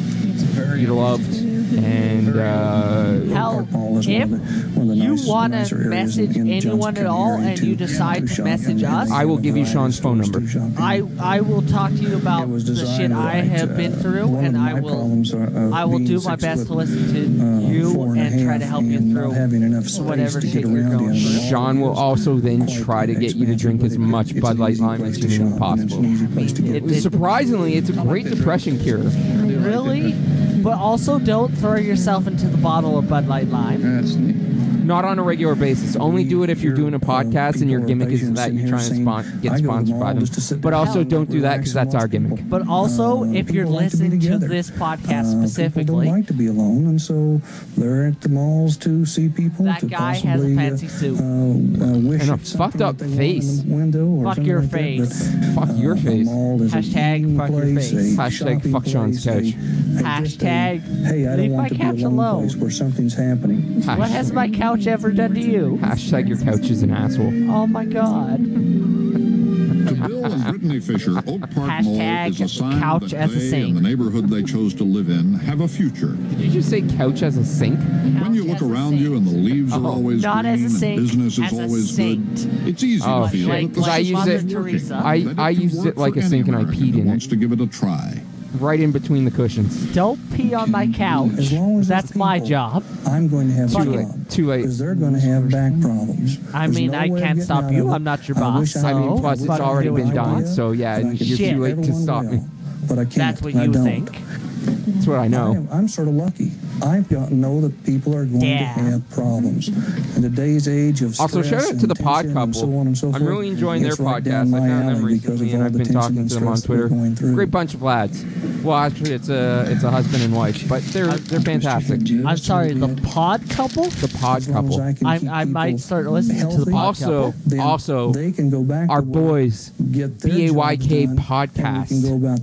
Speaker 1: You're loved. And uh,
Speaker 2: Hell, if you want to message anyone at all and you decide to message us,
Speaker 1: I will give you Sean's phone number.
Speaker 2: I I will talk to you about the shit
Speaker 1: designed
Speaker 2: I
Speaker 1: like,
Speaker 2: have
Speaker 20: uh,
Speaker 2: been through, and I will I will do my best to listen to
Speaker 20: uh,
Speaker 2: you Uh, and try to help you through whatever shit you're going through.
Speaker 1: Sean will also then try to get you to drink as much Bud Light Lime as humanly possible. Surprisingly, it's a great depression cure.
Speaker 2: Really? But also, don't throw yourself into the bottle of Bud Light Lime.
Speaker 1: Not on a regular basis. Only do it if you're doing a podcast and your gimmick is that you're trying to spon- get sponsored by them. But also don't do that because that's our gimmick.
Speaker 2: But
Speaker 20: Uh,
Speaker 2: also, if you're listening to, this podcast specifically,
Speaker 20: Don't like to be alone, and so they're at the malls to see people.
Speaker 2: That
Speaker 20: to
Speaker 2: guy has a
Speaker 20: possibly,
Speaker 2: fancy suit
Speaker 20: uh, uh, wish
Speaker 1: And a
Speaker 20: at something
Speaker 1: fucked up
Speaker 20: that they want in
Speaker 1: face.
Speaker 20: the window or
Speaker 2: Fuck
Speaker 20: something
Speaker 2: your
Speaker 20: like that,
Speaker 2: face.
Speaker 20: but,
Speaker 1: Fuck your
Speaker 20: uh, a
Speaker 1: face.
Speaker 20: mall is a
Speaker 2: Hashtag fuck your
Speaker 20: place,
Speaker 2: face.
Speaker 20: a
Speaker 1: Hashtag
Speaker 20: shopping
Speaker 1: fuck Sean's
Speaker 20: place, a-
Speaker 1: couch.
Speaker 20: a just a,
Speaker 2: Hashtag
Speaker 20: Hey, I don't
Speaker 2: leave
Speaker 20: want
Speaker 2: my
Speaker 20: to be
Speaker 2: couch
Speaker 20: a lone
Speaker 2: alone.
Speaker 20: place where something's happening.
Speaker 2: what has my couch ever done to you?
Speaker 1: Hashtag your couch is an asshole.
Speaker 2: Oh my god.
Speaker 10: Bill and Brittany Fisher, Oak Park Mall is a sign
Speaker 2: couch
Speaker 10: that
Speaker 2: as a
Speaker 10: they
Speaker 2: sink.
Speaker 10: and the neighborhood they chose to live in have a future.
Speaker 1: Did you just say couch as a sink? Oh,
Speaker 10: When you look around you and the leaves are always
Speaker 2: Not
Speaker 10: green
Speaker 2: as a sink,
Speaker 10: and business is
Speaker 2: as a
Speaker 10: always good, it's easy
Speaker 1: Oh,
Speaker 10: to feel
Speaker 1: shit.
Speaker 10: that the
Speaker 1: 'Cause I
Speaker 10: system is
Speaker 1: use it-
Speaker 10: working,
Speaker 1: I-
Speaker 10: that it
Speaker 1: I
Speaker 10: can
Speaker 1: used
Speaker 10: work
Speaker 1: it like
Speaker 10: for
Speaker 1: a sink
Speaker 10: any
Speaker 1: and I
Speaker 10: American
Speaker 1: peed
Speaker 10: who
Speaker 1: in it.
Speaker 10: wants to give it a try.
Speaker 1: Right in between the cushions.
Speaker 2: Don't pee on my couch.
Speaker 20: As long as
Speaker 2: That's my job.
Speaker 20: I'm going to have
Speaker 2: Fuck
Speaker 20: to
Speaker 2: it.
Speaker 1: Too late.
Speaker 20: Because they're going to have back
Speaker 2: Oh.
Speaker 20: problems.
Speaker 2: I
Speaker 20: There's
Speaker 2: mean,
Speaker 20: no
Speaker 2: I
Speaker 20: way of
Speaker 2: can't
Speaker 20: getting
Speaker 2: stop
Speaker 20: out of
Speaker 2: you.
Speaker 20: it.
Speaker 2: I'm not your
Speaker 20: I
Speaker 2: boss.
Speaker 20: wish
Speaker 1: I mean,
Speaker 20: know.
Speaker 1: plus it's
Speaker 20: Fucking
Speaker 1: already
Speaker 20: do
Speaker 1: been
Speaker 20: it. Oh, I
Speaker 1: done,
Speaker 20: will.
Speaker 1: so yeah,
Speaker 20: And I can
Speaker 1: you're
Speaker 20: see
Speaker 1: too late to
Speaker 20: everyone
Speaker 1: stop
Speaker 20: will,
Speaker 1: me.
Speaker 20: But I can't.
Speaker 2: That's what
Speaker 20: I
Speaker 2: you
Speaker 20: don't.
Speaker 2: think.
Speaker 1: That's what I
Speaker 20: I
Speaker 1: know.
Speaker 20: am, I'm sort of lucky. I got- know that people are going
Speaker 1: Yeah.
Speaker 20: to have problems. In today's age of
Speaker 1: Also,
Speaker 20: stress
Speaker 1: shout out
Speaker 20: and
Speaker 1: to the pod
Speaker 20: tension and so
Speaker 1: couple.
Speaker 20: on and so
Speaker 1: I'm
Speaker 20: forth,
Speaker 1: really enjoying their
Speaker 20: it's right down
Speaker 1: podcast.
Speaker 20: my
Speaker 1: I found them
Speaker 20: alley because
Speaker 1: recently,
Speaker 20: of
Speaker 1: and
Speaker 20: all
Speaker 1: I've
Speaker 20: the
Speaker 1: been
Speaker 20: tension
Speaker 1: talking
Speaker 20: and
Speaker 1: to them on
Speaker 20: stress that we're
Speaker 1: Twitter.
Speaker 20: going through.
Speaker 1: Great bunch of lads. Well, actually, it's a it's a husband and wife, but they're they're fantastic.
Speaker 2: I'm sorry, the pod couple?
Speaker 1: The pod couple.
Speaker 2: I, I might start listening to the pod
Speaker 1: Also,
Speaker 2: couple.
Speaker 1: also,
Speaker 20: they can go back.
Speaker 1: Our boys, BAYK podcast.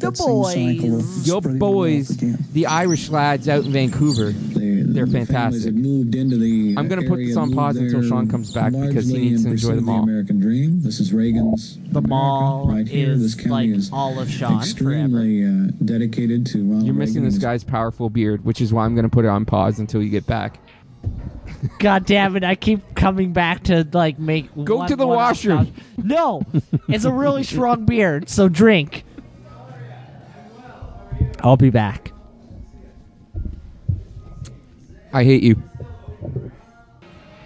Speaker 2: The boys.
Speaker 1: Your boys, the Irish lads out in Vancouver, they're fantastic. I'm going to put this on pause until Sean comes back because he needs to enjoy them all.
Speaker 15: American dream. This is Reagan's.
Speaker 2: The mall
Speaker 15: right here. This
Speaker 2: is
Speaker 15: county
Speaker 2: like
Speaker 15: is
Speaker 2: all of Sean forever.
Speaker 15: uh, dedicated to Ronald
Speaker 1: You're missing this guy's powerful beard, which is why I'm going to put it on pause until you get back.
Speaker 2: God damn it! I keep coming back to like make.
Speaker 1: Go
Speaker 2: one-
Speaker 1: to the
Speaker 2: one
Speaker 1: washroom.
Speaker 2: upshot. No, it's a really strong beard, so drink. I'll be back.
Speaker 1: I hate you.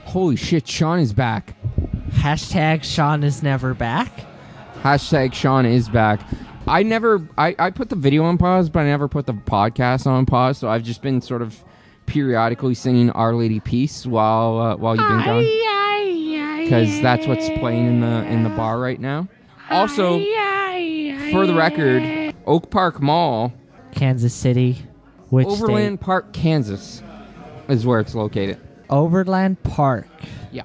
Speaker 1: Holy shit, Sean is back.
Speaker 2: Hashtag Sean is never back.
Speaker 1: Hashtag Sean is back. I never, I, I put the video on pause, but I never put the podcast on pause. So I've just been sort of periodically singing Our Lady Peace while uh, while you've been gone. because that's what's playing in the in the bar right now. Also, for the record, Oak Park Mall,
Speaker 2: Kansas City, which
Speaker 1: Overland Park, Kansas, is where it's located.
Speaker 2: state? Overland Park,
Speaker 1: Yeah,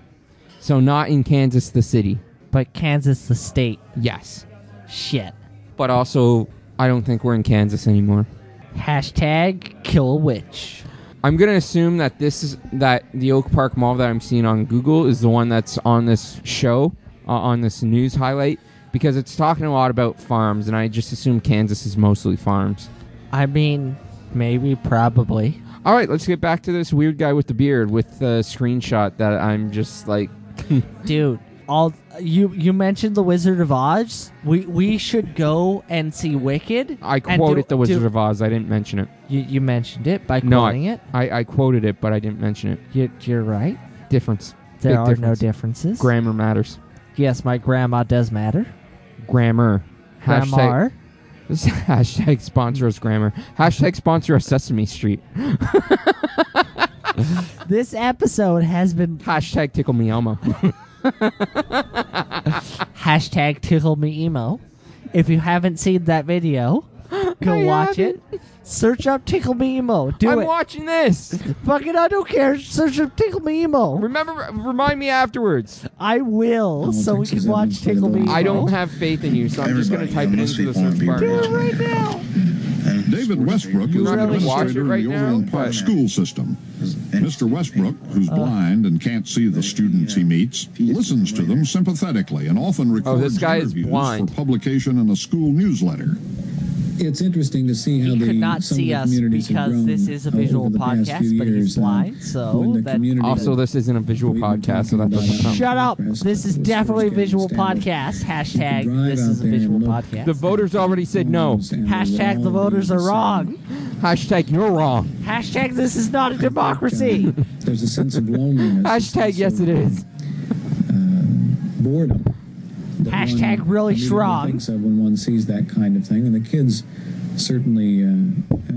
Speaker 1: so not in Kansas the city.
Speaker 2: but Kansas the state.
Speaker 1: Yes,
Speaker 2: Shit.
Speaker 1: but also I don't think we're in Kansas anymore.
Speaker 2: Hashtag kill a witch.
Speaker 1: I'm gonna assume that this is that the Oak Park Mall that I'm seeing on Google is the one that's on this show, uh, on this news highlight, because it's talking a lot about farms, and I just assume Kansas is mostly farms.
Speaker 2: I mean, maybe, probably.
Speaker 1: All right, let's get back to this weird guy with the beard with the screenshot that I'm just like,
Speaker 2: dude all you you mentioned the wizard of oz we we should go and see wicked
Speaker 1: I quoted the Wizard of Oz. I didn't mention it.
Speaker 2: you, you mentioned it by
Speaker 1: No,
Speaker 2: quoting
Speaker 1: I,
Speaker 2: it
Speaker 1: I, I quoted it, but I didn't mention it.
Speaker 2: you, you're right
Speaker 1: Difference.
Speaker 2: there
Speaker 1: Big
Speaker 2: are
Speaker 1: difference.
Speaker 2: no differences
Speaker 1: Grammar matters.
Speaker 2: yes my grandma does matter
Speaker 1: Grammar. Hashtag-
Speaker 2: Grammar.
Speaker 1: This hashtag sponsor us grammar. Hashtag sponsor us Sesame Street.
Speaker 2: this episode has been
Speaker 1: hashtag tickle me elmo
Speaker 2: hashtag tickle me emo if you haven't seen that video go
Speaker 1: I
Speaker 2: watch it search up tickle me emo do
Speaker 1: I'm
Speaker 2: it
Speaker 1: watching this.
Speaker 2: fucking i don't care search up tickle me emo
Speaker 1: Remember, remind me afterwards.
Speaker 2: i will so we can watch tickle me emo.
Speaker 1: I don't have faith in you, so I'm just going to type it into the search bar.
Speaker 2: do it
Speaker 1: now.
Speaker 2: right now
Speaker 10: David Westbrook is
Speaker 1: really
Speaker 10: an
Speaker 1: watch it
Speaker 10: administrator
Speaker 1: right
Speaker 10: in the
Speaker 1: now,
Speaker 10: Overland Park school system. Mr. Westbrook, who's blind and can't see the students he meets, listens to them sympathetically and often records
Speaker 1: oh, this guy is
Speaker 10: interviews
Speaker 1: blind.
Speaker 10: for publication in a school newsletter.
Speaker 15: It's interesting to see how
Speaker 2: He
Speaker 15: the
Speaker 2: could not
Speaker 15: some of
Speaker 2: see
Speaker 15: the
Speaker 2: us
Speaker 15: communities have
Speaker 2: because
Speaker 15: grown
Speaker 2: this is a
Speaker 15: over
Speaker 2: visual
Speaker 15: the past
Speaker 2: podcast,
Speaker 15: few
Speaker 2: but he's
Speaker 15: years, and
Speaker 2: blind, so
Speaker 15: when the
Speaker 2: that-
Speaker 15: community
Speaker 1: Also, this isn't a visual podcast, so that doesn't count.
Speaker 2: Shut up. This is definitely a visual podcast. Hashtag this is a visual podcast.
Speaker 1: The voters already said no.
Speaker 2: Hashtag the voters are wrong.
Speaker 1: Hashtag you're wrong.
Speaker 2: Hashtag this is not a democracy.
Speaker 15: There's a sense of loneliness.
Speaker 1: Hashtag yes it is.
Speaker 15: boredom. that
Speaker 2: Hashtag
Speaker 15: one
Speaker 2: really
Speaker 15: immediately
Speaker 2: strong.
Speaker 15: Thinks of when one sees that kind of thing, and the kids certainly uh,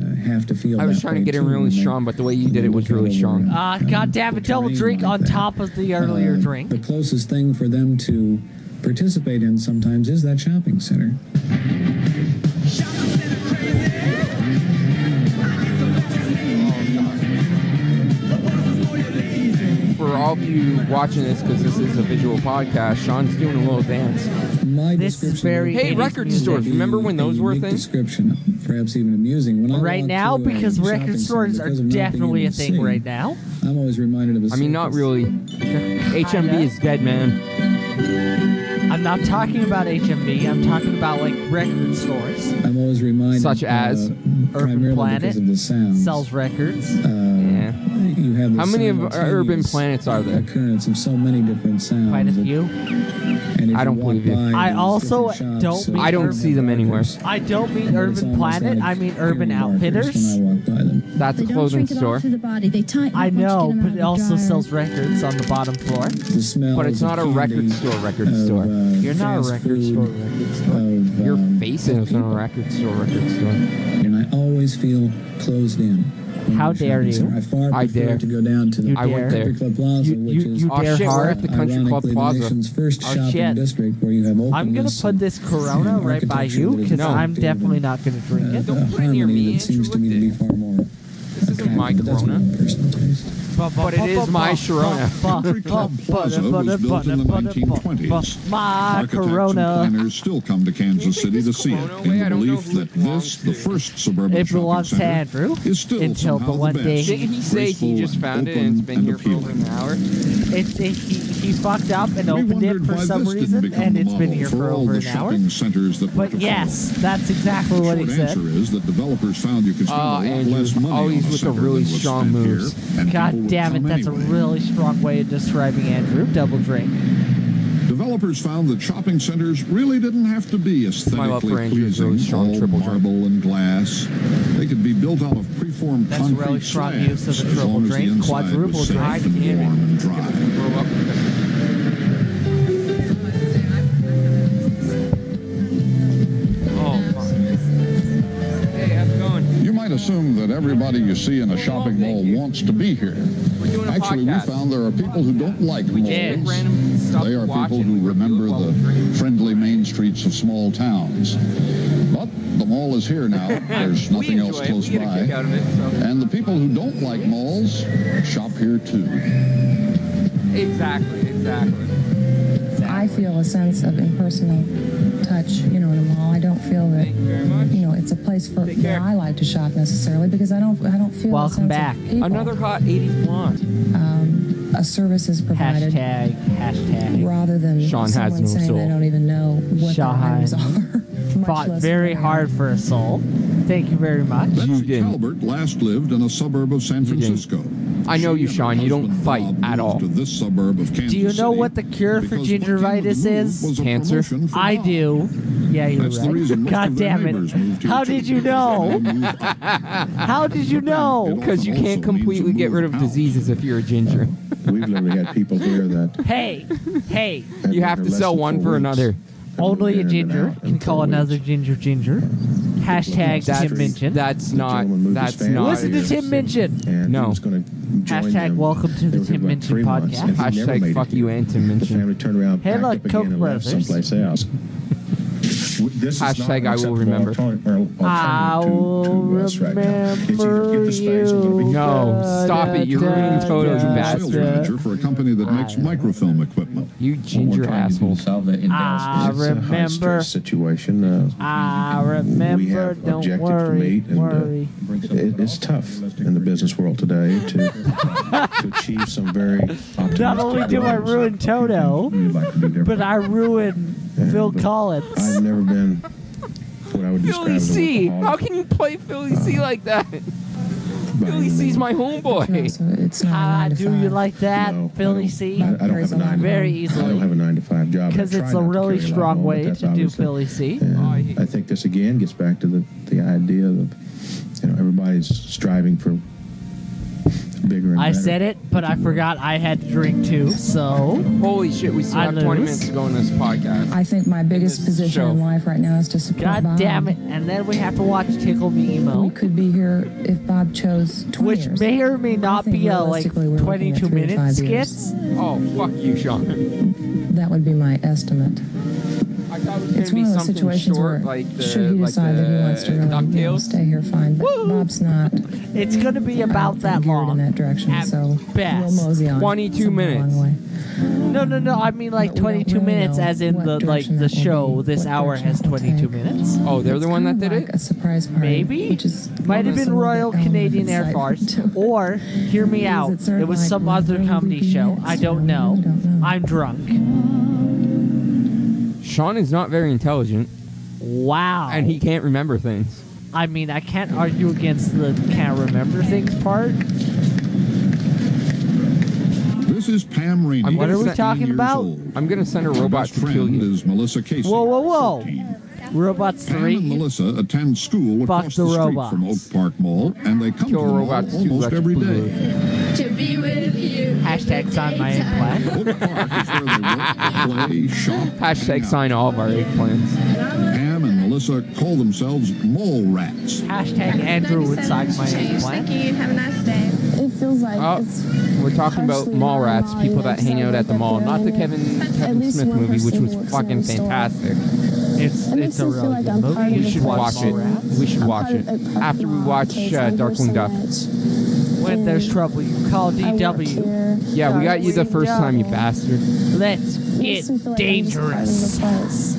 Speaker 15: uh, have to feel.
Speaker 1: I was
Speaker 15: that
Speaker 1: trying to
Speaker 15: way
Speaker 1: get in
Speaker 15: too
Speaker 1: really
Speaker 15: when they-
Speaker 1: strong, but the way you did it was really strong.
Speaker 2: Uh, God damn it, double drink on top of the earlier
Speaker 15: uh,
Speaker 2: drink.
Speaker 15: The closest thing for them to participate in sometimes is that shopping center.
Speaker 1: For all of you watching this, because this is a visual podcast, Sean's doing a little dance.
Speaker 15: My
Speaker 2: this is very.
Speaker 1: Hey,
Speaker 2: it is
Speaker 1: record
Speaker 2: music.
Speaker 1: stores. Remember when those were a thing?
Speaker 15: Description, perhaps even amusing. When I
Speaker 2: Right
Speaker 15: walk
Speaker 2: now,
Speaker 15: through a
Speaker 2: because
Speaker 15: uh, shopping
Speaker 2: record
Speaker 15: center,
Speaker 2: stores are
Speaker 15: because of not being
Speaker 2: definitely
Speaker 15: able
Speaker 2: a
Speaker 15: to
Speaker 2: thing
Speaker 15: see,
Speaker 2: right now.
Speaker 15: I'm always reminded of. A
Speaker 1: I mean, not really. HMB is dead, man.
Speaker 2: I'm not talking about HMV. I'm talking about like record stores.
Speaker 15: I'm always reminded.
Speaker 1: Such as?
Speaker 15: uh,
Speaker 2: Urban
Speaker 15: primarily
Speaker 2: Planet
Speaker 15: because of the sounds.
Speaker 2: sells records.
Speaker 15: Uh, You have the
Speaker 1: How many of our urban
Speaker 15: simultaneous
Speaker 1: planets are there?
Speaker 15: Occurrence of so many different sounds. Quite a
Speaker 2: few.
Speaker 15: And if
Speaker 1: I don't
Speaker 15: walk
Speaker 1: believe you.
Speaker 15: by
Speaker 2: I
Speaker 15: these
Speaker 2: also
Speaker 15: different
Speaker 2: don't
Speaker 15: shops,
Speaker 2: mean
Speaker 1: I don't
Speaker 2: urban-
Speaker 1: see them anywhere.
Speaker 2: I don't mean Urban Planet. I mean Urban Outfitters.
Speaker 1: That's a clothing store,
Speaker 2: I know, but it also sells records on the bottom floor.
Speaker 15: the smell.
Speaker 1: but it's not a record store. Record store.
Speaker 15: uh,
Speaker 2: You're not a record store record store.
Speaker 1: Your face is on a record store. Record store.
Speaker 15: And I always feel closed in.
Speaker 2: How dare you.
Speaker 15: I far
Speaker 1: I
Speaker 15: prefer
Speaker 1: dare.
Speaker 15: to go down to the
Speaker 2: You I went
Speaker 1: dare.
Speaker 15: Country Club Plaza,
Speaker 2: You-
Speaker 15: which
Speaker 2: you-
Speaker 15: is
Speaker 2: you
Speaker 1: Oh,
Speaker 2: dare
Speaker 1: shit, we're
Speaker 2: hard.
Speaker 1: at the Country Club
Speaker 15: ironically the
Speaker 1: Plaza.
Speaker 15: nation's first
Speaker 2: Oh,
Speaker 15: shopping
Speaker 2: shit.
Speaker 15: district where you have openness.
Speaker 2: I'm gonna put this Corona right by you because
Speaker 15: No.
Speaker 2: I'm definitely not gonna drink it.
Speaker 15: don't put it near me. It seems to me to be far more. This
Speaker 1: isn't my Corona.
Speaker 2: But
Speaker 1: it is my Sharona.
Speaker 10: Country Club Plaza was built in the 1920s.
Speaker 2: My
Speaker 10: Architects and
Speaker 2: Corona.
Speaker 10: planners still come to Kansas City to see it in the belief that this, the first suburban
Speaker 2: It
Speaker 10: shopping
Speaker 2: belongs to
Speaker 10: center,
Speaker 2: Andrew
Speaker 10: is still
Speaker 2: until the
Speaker 10: somehow
Speaker 2: one
Speaker 10: the
Speaker 2: day
Speaker 10: best.
Speaker 1: Didn't he say he just found it and it's been here for over an hour?
Speaker 2: It's it, he, he fucked up and
Speaker 10: We
Speaker 2: opened it
Speaker 10: wondered
Speaker 2: for
Speaker 10: why
Speaker 2: some
Speaker 10: this didn't
Speaker 2: reason,
Speaker 10: become
Speaker 2: and
Speaker 10: the
Speaker 2: it's been
Speaker 10: model
Speaker 2: here for
Speaker 10: for all
Speaker 2: over
Speaker 10: the
Speaker 2: an hour.
Speaker 10: shopping centers that were
Speaker 2: But
Speaker 10: to
Speaker 2: yes, that's exactly what he
Speaker 10: follow.
Speaker 2: said.
Speaker 10: Short answer is that developers found you could spend
Speaker 1: Ah,
Speaker 10: a lot
Speaker 1: Andrew,
Speaker 10: less money
Speaker 1: always
Speaker 10: on a
Speaker 1: with the
Speaker 10: center
Speaker 1: really
Speaker 10: than was
Speaker 1: strong
Speaker 10: spent here,
Speaker 1: moves.
Speaker 10: and people
Speaker 2: God
Speaker 10: would
Speaker 2: damn it,
Speaker 10: come
Speaker 2: that's a
Speaker 10: anyway.
Speaker 2: really strong way of describing Andrew. Double drink.
Speaker 10: Developers found that shopping centers really didn't have to be
Speaker 1: love
Speaker 10: aesthetically
Speaker 1: for Andrew is
Speaker 10: pleasing,
Speaker 1: really strong,
Speaker 10: all
Speaker 1: triple drink.
Speaker 10: marble and glass. They could be built out of preformed
Speaker 2: That's
Speaker 10: concrete
Speaker 2: really strong
Speaker 10: slabs,
Speaker 2: use of the
Speaker 10: as
Speaker 2: triple
Speaker 10: long as the
Speaker 2: drink,
Speaker 10: inside was
Speaker 2: quadruple
Speaker 10: safe
Speaker 2: drink.
Speaker 10: and warm and dry. You might assume that everybody you see in a
Speaker 1: Oh,
Speaker 10: shopping mall wants to be here.
Speaker 1: doing a
Speaker 10: Actually,
Speaker 1: podcast.
Speaker 10: we found there are people who don't like malls.
Speaker 1: just pick random stuff
Speaker 10: they
Speaker 1: to
Speaker 10: are
Speaker 1: watch
Speaker 10: people
Speaker 1: and
Speaker 10: who remember the friendly main streets of small towns. But the mall is here now. There's nothing else close by. And the people who don't like malls shop here too.
Speaker 1: Exactly, exactly.
Speaker 19: I feel a sense of impersonal touch, you know, in a mall. I don't feel that, you know, it's a place for where I like to shop necessarily because I don't, I don't feel. a sense
Speaker 2: Welcome
Speaker 19: of
Speaker 2: back.
Speaker 19: people.
Speaker 1: Another hot 80s blonde.
Speaker 19: Um, a service is provided
Speaker 2: Hashtag, hashtag.
Speaker 19: rather than
Speaker 2: Sean has
Speaker 19: someone
Speaker 2: no
Speaker 19: saying
Speaker 2: soul.
Speaker 19: they don't even know what the
Speaker 2: Sean
Speaker 19: items are. much
Speaker 2: Fought
Speaker 19: less
Speaker 2: very
Speaker 19: what
Speaker 2: hard for a soul. Thank you very much.
Speaker 10: Betsy Calvert last lived in a suburb of San Francisco.
Speaker 1: I know you, Sean. You don't fight at all.
Speaker 10: To this suburb of Kansas
Speaker 2: Do you know
Speaker 10: City.
Speaker 2: what the cure for gingivitis is?
Speaker 1: Cancer.
Speaker 2: I do. Yeah, you're
Speaker 10: That's the
Speaker 2: right.
Speaker 10: reason most
Speaker 2: God
Speaker 10: of their
Speaker 2: damn
Speaker 10: neighbors
Speaker 2: it.
Speaker 10: moved here
Speaker 2: How
Speaker 10: too,
Speaker 2: did you
Speaker 10: because
Speaker 2: know?
Speaker 10: they moved
Speaker 2: How did you know?
Speaker 1: Because you can't completely get rid of diseases if you're a ginger.
Speaker 21: We've literally had people here that
Speaker 2: Hey, hey.
Speaker 1: You have to sell one for another.
Speaker 2: Only a ginger can call another ginger ginger. Hashtag Tim
Speaker 1: That's,
Speaker 2: Minchin.
Speaker 1: that's not. That's not.
Speaker 2: Listen to Tim Minchin.
Speaker 1: No.
Speaker 2: Hashtag welcome to the Tim Minchin podcast.
Speaker 1: Hashtag fuck you and Tim Minchin.
Speaker 21: family turned around,
Speaker 2: Hey,
Speaker 21: packed
Speaker 2: look,
Speaker 21: up again,
Speaker 2: Koch
Speaker 21: and left
Speaker 2: brothers.
Speaker 21: someplace else. W- This is not
Speaker 1: Hashtag
Speaker 21: an
Speaker 1: I will
Speaker 21: acceptable
Speaker 1: remember.
Speaker 21: altern- or alternative
Speaker 2: I will
Speaker 21: to us right now. It's either get the space or
Speaker 2: remember
Speaker 21: go to-
Speaker 2: you.
Speaker 1: No, stop it. You're ruining photos, you
Speaker 10: sales
Speaker 1: bastard.
Speaker 10: manager for a company that makes microfilm equipment.
Speaker 1: You ginger asshole.
Speaker 2: I
Speaker 21: It's a high
Speaker 2: remember.
Speaker 21: stress situation. Uh,
Speaker 2: I remember.
Speaker 21: have
Speaker 2: Don't
Speaker 21: objectives to
Speaker 2: worry.
Speaker 21: meet and, uh,
Speaker 2: Worry.
Speaker 21: it, it's tough in the business world today to, to achieve some very optimistic
Speaker 2: Not only do I
Speaker 21: goals.
Speaker 2: ruin Toto, but I ruin Phil Collins.
Speaker 21: I've never been what I would describe
Speaker 1: Philly
Speaker 21: as a
Speaker 1: C.
Speaker 21: workaholic.
Speaker 1: How can you play Philly
Speaker 21: Uh,
Speaker 1: C like that? Philly C's my homeboy.
Speaker 19: It's not a nine to
Speaker 2: Uh, Do you
Speaker 19: five.
Speaker 2: like that, Philly C?
Speaker 21: I don't have a nine.
Speaker 2: Very
Speaker 21: I don't
Speaker 2: easily.
Speaker 21: have a nine to five job. I
Speaker 2: Because
Speaker 21: try
Speaker 2: it's
Speaker 21: not
Speaker 2: a
Speaker 21: to
Speaker 2: really
Speaker 21: carry lot home,
Speaker 2: strong
Speaker 21: but
Speaker 2: way
Speaker 21: that's
Speaker 2: to do
Speaker 21: obviously-
Speaker 2: Philly C.
Speaker 21: I think this again gets back to the, the idea of you know everybody's striving for bigger and
Speaker 2: I
Speaker 21: better.
Speaker 2: said it, but I forgot I had to drink too, so.
Speaker 1: Holy shit, we still
Speaker 2: I
Speaker 1: have 20
Speaker 2: lose.
Speaker 1: minutes to go in this podcast.
Speaker 19: I think my biggest position
Speaker 1: show.
Speaker 19: in life right now is to support
Speaker 2: God
Speaker 19: Bob.
Speaker 2: damn it. And then we have to watch Tickle Me Emo.
Speaker 19: We could be here if Bob chose 20
Speaker 2: Which
Speaker 19: years.
Speaker 2: may or may not
Speaker 19: think
Speaker 2: be a like
Speaker 19: realistically we're looking at
Speaker 2: 22
Speaker 19: three to
Speaker 2: minute
Speaker 19: five
Speaker 2: skits.
Speaker 1: Oh, fuck you, Sean.
Speaker 19: That would be my estimate.
Speaker 1: I thought it was
Speaker 19: It's
Speaker 1: gonna
Speaker 19: one
Speaker 1: be
Speaker 19: of those
Speaker 1: something
Speaker 19: situations where
Speaker 1: short, like the,
Speaker 19: should he
Speaker 1: like
Speaker 19: decide that he wants to
Speaker 1: the
Speaker 19: really you know,
Speaker 1: DuckTales.
Speaker 19: stay here, fine. But Bob's not
Speaker 2: It's going to be about that
Speaker 19: geared in
Speaker 2: long.
Speaker 19: that direction, so
Speaker 2: best.
Speaker 19: we'll mosey on.
Speaker 1: 22
Speaker 19: somewhere
Speaker 1: minutes.
Speaker 19: along the way.
Speaker 2: No, no, no. I mean like
Speaker 19: But we don't
Speaker 2: 22
Speaker 19: really
Speaker 2: minutes,
Speaker 19: know
Speaker 2: as in
Speaker 19: what
Speaker 2: the like
Speaker 19: direction
Speaker 2: the
Speaker 19: that will
Speaker 2: show.
Speaker 19: be,
Speaker 2: This
Speaker 19: what
Speaker 2: hour
Speaker 19: direction
Speaker 2: has
Speaker 19: it will
Speaker 2: 22
Speaker 19: take.
Speaker 2: minutes.
Speaker 1: Oh, they're the one that did
Speaker 19: like
Speaker 1: it?
Speaker 19: a surprise party.
Speaker 2: Maybe?
Speaker 19: Which is
Speaker 2: Might have
Speaker 19: almost
Speaker 2: been
Speaker 19: a little
Speaker 2: Royal
Speaker 19: bit
Speaker 2: Canadian
Speaker 19: element of
Speaker 2: Air
Speaker 19: excitement.
Speaker 2: Force, or hear me out.
Speaker 19: it sort
Speaker 2: It
Speaker 19: of
Speaker 2: was
Speaker 19: like,
Speaker 2: some
Speaker 19: well,
Speaker 2: other
Speaker 19: what will
Speaker 2: comedy
Speaker 19: be
Speaker 2: show.
Speaker 19: next?
Speaker 2: I don't
Speaker 19: You know,
Speaker 2: know.
Speaker 19: we don't know.
Speaker 2: I'm drunk.
Speaker 1: Sean is not very intelligent,
Speaker 2: Wow.
Speaker 1: and he can't remember things.
Speaker 2: I mean, I can't argue against the can't remember things part.
Speaker 10: This is Pam Rainey.
Speaker 1: I'm
Speaker 2: What
Speaker 1: gonna
Speaker 2: are we
Speaker 1: send-
Speaker 2: talking about?
Speaker 1: I'm gonna send a robot
Speaker 10: Best
Speaker 1: to kill
Speaker 10: friend
Speaker 1: you.
Speaker 10: is Melissa Casey.
Speaker 2: Whoa, whoa, whoa! Robots
Speaker 10: Pam and
Speaker 2: three.
Speaker 10: Melissa attend school
Speaker 2: Fuck
Speaker 10: across
Speaker 2: the
Speaker 10: the, street
Speaker 2: robots.
Speaker 10: from Oak Park Mall, and they come
Speaker 1: Kill
Speaker 10: to the mall
Speaker 1: robots, too,
Speaker 10: almost
Speaker 1: like
Speaker 10: every
Speaker 1: Blue.
Speaker 10: day.
Speaker 9: To be with you.
Speaker 2: Hashtag sign my eggplant.
Speaker 10: Oak Park is where they work, play, shop.
Speaker 1: Hashtag sign all of our eggplants.
Speaker 10: Pam and Melissa call themselves mole rats.
Speaker 2: Hashtag Andrew would sign my
Speaker 9: Thank
Speaker 2: eggplant.
Speaker 9: you. Have a nice day.
Speaker 20: It feels like
Speaker 1: Oh,
Speaker 20: it's
Speaker 1: we're talking about mall rats, people that hang out at the mall, not the Kevin, Kevin
Speaker 20: least
Speaker 1: Smith
Speaker 20: one
Speaker 1: movie, which
Speaker 20: person
Speaker 1: was
Speaker 20: works in
Speaker 1: fucking
Speaker 20: every store.
Speaker 1: fantastic.
Speaker 2: It's
Speaker 20: It
Speaker 2: it's
Speaker 20: makes
Speaker 2: a
Speaker 20: me feel
Speaker 2: really
Speaker 20: like
Speaker 2: good
Speaker 20: I'm part
Speaker 2: movie.
Speaker 20: of
Speaker 2: You
Speaker 20: the
Speaker 2: should
Speaker 20: club.
Speaker 2: watch
Speaker 1: Watch
Speaker 2: Mall
Speaker 1: it.
Speaker 2: Rats.
Speaker 1: We should
Speaker 20: I'm
Speaker 1: watch
Speaker 20: part of
Speaker 1: it
Speaker 20: a- a
Speaker 1: after we
Speaker 20: club.
Speaker 1: watch
Speaker 20: It takes
Speaker 1: uh,
Speaker 20: me here so
Speaker 1: Darkwing Duck.
Speaker 20: much.
Speaker 2: When there's trouble, you call
Speaker 20: I work
Speaker 2: DW.
Speaker 20: here.
Speaker 1: Yeah, we got you the
Speaker 2: Darkwing
Speaker 1: first
Speaker 2: Duck.
Speaker 1: time, you bastard.
Speaker 20: It
Speaker 2: Let's get
Speaker 20: makes me feel like I'm just part of
Speaker 2: dangerous.
Speaker 20: the place.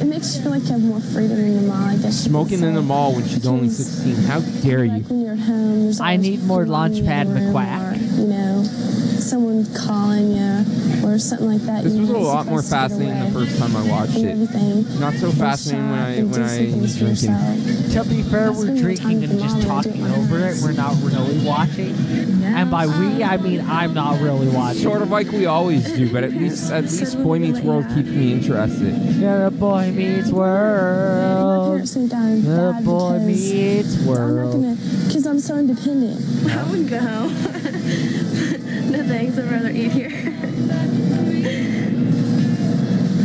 Speaker 20: It makes you feel like you have more freedom in the mall. I guess you could
Speaker 1: Smoking in
Speaker 20: say.
Speaker 1: the mall when she's only
Speaker 20: Because
Speaker 1: 16. How dare you?
Speaker 20: Like when you're home, there's
Speaker 2: I
Speaker 20: always
Speaker 2: need more
Speaker 20: people in the
Speaker 2: Launchpad
Speaker 20: room
Speaker 2: McQuack.
Speaker 20: Or, you know, someone calling you or something like that.
Speaker 1: This
Speaker 20: You're
Speaker 1: was a
Speaker 20: not
Speaker 1: lot more
Speaker 20: supposed to get
Speaker 1: fascinating the
Speaker 20: away
Speaker 1: first time I watched
Speaker 20: and
Speaker 1: it.
Speaker 20: Everything.
Speaker 1: Not so
Speaker 20: And
Speaker 1: fascinating when
Speaker 20: shop
Speaker 1: I
Speaker 20: and
Speaker 1: when
Speaker 20: do
Speaker 1: I
Speaker 20: some things
Speaker 1: was
Speaker 20: for
Speaker 1: drinking.
Speaker 20: yourself.
Speaker 2: To be fair, we're drinking and just talking over it. We're not really watching. And by we, I mean I'm not really watching.
Speaker 1: Sort of like we always do, but at least at least Boy Meets World keeps me interested.
Speaker 2: Yeah, the boy meets world.
Speaker 20: Sometimes
Speaker 2: The
Speaker 20: bad
Speaker 2: boy
Speaker 20: because
Speaker 2: meets
Speaker 20: I'm not
Speaker 2: world.
Speaker 20: gonna, because I'm so independent.
Speaker 3: I wouldn't go home. no thanks. I'd rather eat here.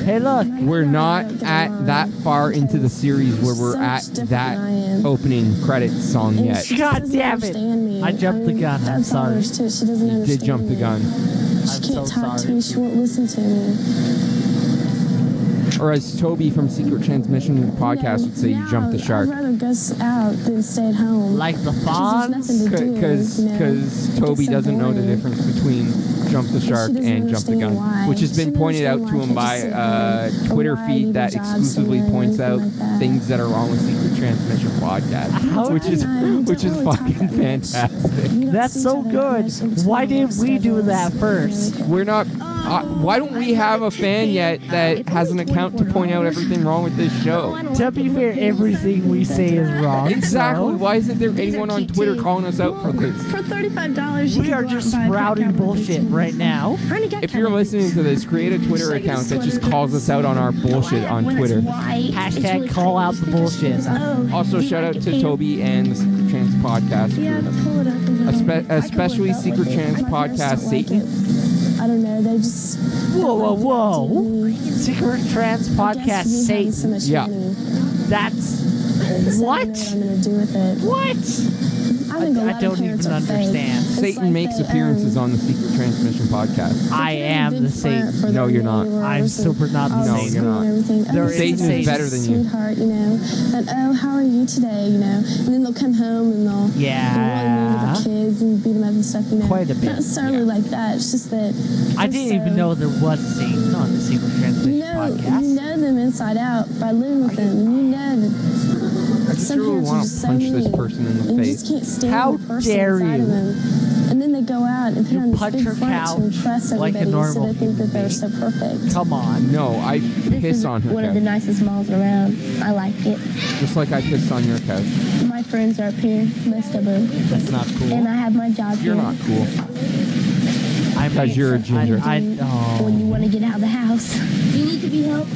Speaker 2: Hey, look.
Speaker 1: We're not at that far into the series where we're at that opening credits song
Speaker 20: And
Speaker 1: yet.
Speaker 20: she
Speaker 2: God
Speaker 20: doesn't
Speaker 2: damn it.
Speaker 20: understand me.
Speaker 2: I jumped the
Speaker 20: mean,
Speaker 2: gun. I'm
Speaker 20: That's all
Speaker 2: sorry.
Speaker 20: there is to it. She doesn't
Speaker 1: Did
Speaker 20: understand
Speaker 1: jump the
Speaker 20: me.
Speaker 1: gun.
Speaker 20: She
Speaker 2: I'm so
Speaker 20: can't talk to
Speaker 2: sorry.
Speaker 20: me. She won't listen to me.
Speaker 1: Or as Toby from Secret Transmission podcast
Speaker 20: No,
Speaker 1: would say, you
Speaker 20: yeah,
Speaker 1: jumped the shark.
Speaker 20: I'd rather go s- out than stay at home.
Speaker 2: Like the
Speaker 20: Because there's
Speaker 2: Fonz.
Speaker 20: nothing to do,
Speaker 1: Because
Speaker 20: you know? It's
Speaker 1: Toby
Speaker 20: so
Speaker 1: doesn't know the
Speaker 20: boring.
Speaker 1: difference between jump the shark
Speaker 20: doesn't
Speaker 1: and jump the
Speaker 20: understand
Speaker 1: gun,
Speaker 20: why.
Speaker 1: which has
Speaker 20: She
Speaker 1: been
Speaker 20: doesn't
Speaker 1: pointed out to
Speaker 20: understand
Speaker 1: him
Speaker 20: why I
Speaker 1: by
Speaker 20: can't
Speaker 1: a
Speaker 20: just sit
Speaker 1: Twitter
Speaker 20: there, or why I
Speaker 1: feed
Speaker 20: need
Speaker 1: that
Speaker 20: a job
Speaker 1: exclusively
Speaker 20: somewhere or
Speaker 1: points out
Speaker 20: anything like that.
Speaker 1: things that are wrong with Secret Transmission podcast,
Speaker 2: How
Speaker 1: which is
Speaker 20: I don't
Speaker 1: which is
Speaker 20: really talk
Speaker 1: fucking
Speaker 20: that much.
Speaker 1: fantastic.
Speaker 20: We don't see
Speaker 2: That's
Speaker 20: each
Speaker 2: so
Speaker 20: other that
Speaker 2: good.
Speaker 20: much until
Speaker 2: Why didn't we do
Speaker 20: schedules.
Speaker 2: that first?
Speaker 1: We're not. Uh, why don't we have a fan yet that has an account to point out everything wrong with this show?
Speaker 2: To be fair, everything we say is wrong.
Speaker 1: Exactly.
Speaker 2: so
Speaker 1: Why isn't there
Speaker 3: These are
Speaker 1: anyone on
Speaker 3: cheap
Speaker 1: Twitter
Speaker 3: tea.
Speaker 1: calling us out for this?
Speaker 3: For thirty-five dollars, you
Speaker 2: We
Speaker 3: can
Speaker 2: are
Speaker 3: go out
Speaker 2: just
Speaker 3: and buy a
Speaker 2: sprouting
Speaker 3: pack of
Speaker 2: bullshit
Speaker 3: Lamborghini.
Speaker 2: right now.
Speaker 3: Honey, got
Speaker 1: If you're
Speaker 3: Kelly.
Speaker 1: listening to this, create a Twitter account that just calls us out on our bullshit on
Speaker 3: When it's
Speaker 1: Twitter.
Speaker 3: white, it's really
Speaker 2: Hashtag call out the bullshit.
Speaker 3: Oh,
Speaker 1: Also,
Speaker 3: you
Speaker 1: shout
Speaker 3: like
Speaker 1: out to
Speaker 3: potato-
Speaker 1: Toby and the Secret Chance podcast
Speaker 3: Yeah,
Speaker 1: group.
Speaker 3: pull it up. a little.
Speaker 1: Espe- especially
Speaker 20: out with
Speaker 1: Secret
Speaker 20: it.
Speaker 1: Chance
Speaker 20: My parents
Speaker 1: podcast
Speaker 20: don't like
Speaker 1: Satan.
Speaker 20: I don't know. They just.
Speaker 2: Whoa, whoa, whoa. Secret Trans Podcast
Speaker 20: Guess we having So
Speaker 2: Satan.
Speaker 20: much
Speaker 1: Yeah.
Speaker 20: money.
Speaker 2: That's.
Speaker 20: So I
Speaker 2: What?
Speaker 20: don't know what I'm gonna do with it.
Speaker 2: What?
Speaker 20: I think a
Speaker 2: I- I
Speaker 20: lot
Speaker 2: don't
Speaker 20: of parents
Speaker 2: even
Speaker 20: are fake.
Speaker 2: understand.
Speaker 20: It's
Speaker 1: Satan
Speaker 20: like
Speaker 1: makes
Speaker 20: they, um,
Speaker 1: appearances on the Secret Transmission podcast.
Speaker 2: I am the Satan.
Speaker 1: No, you're not.
Speaker 2: I'm super not the
Speaker 1: No,
Speaker 2: Satan.
Speaker 1: you're not.
Speaker 2: There is
Speaker 1: Satan
Speaker 2: Satan.
Speaker 1: is better than you.
Speaker 20: Sweetheart, you know, and oh, how are you today? You know, and then they'll come home and they'll
Speaker 2: Yeah.
Speaker 20: they'll really mean to the kids and beat them up and stuff. You know,
Speaker 2: Quite a bit,
Speaker 20: Not necessarily like that. It's just that they're
Speaker 2: I didn't
Speaker 20: so,
Speaker 2: even know there was Satan on the Secret Transmission
Speaker 20: You know, you
Speaker 2: Podcast.
Speaker 20: know them inside out by living with them. You know that
Speaker 1: I just
Speaker 20: some
Speaker 1: really
Speaker 20: parents are
Speaker 1: want
Speaker 20: just
Speaker 1: to
Speaker 20: so
Speaker 1: punch this
Speaker 20: mean,
Speaker 1: person in the
Speaker 20: and you just
Speaker 1: face.
Speaker 20: can't stand
Speaker 2: How
Speaker 20: the person
Speaker 2: dare
Speaker 20: inside
Speaker 2: you.
Speaker 20: of them. And then then they go out and put
Speaker 2: You
Speaker 20: on this
Speaker 2: punch
Speaker 20: big
Speaker 2: your
Speaker 20: front
Speaker 2: couch
Speaker 20: to impress
Speaker 2: like a
Speaker 20: everybody, so
Speaker 2: normal
Speaker 20: they think that they're so perfect.
Speaker 2: Come on.
Speaker 1: No, I
Speaker 20: This
Speaker 1: piss
Speaker 20: is
Speaker 1: on her
Speaker 20: one of the
Speaker 1: couch.
Speaker 20: nicest malls around. I like it.
Speaker 1: Just like I pissed on your couch.
Speaker 20: My friends are up here, most of them.
Speaker 1: That's not cool.
Speaker 20: And I have my job
Speaker 1: You're
Speaker 20: here.
Speaker 1: not cool. Because you're a ginger.
Speaker 20: I,
Speaker 2: oh.
Speaker 20: When you want to get out of the house. Do you need to be helped?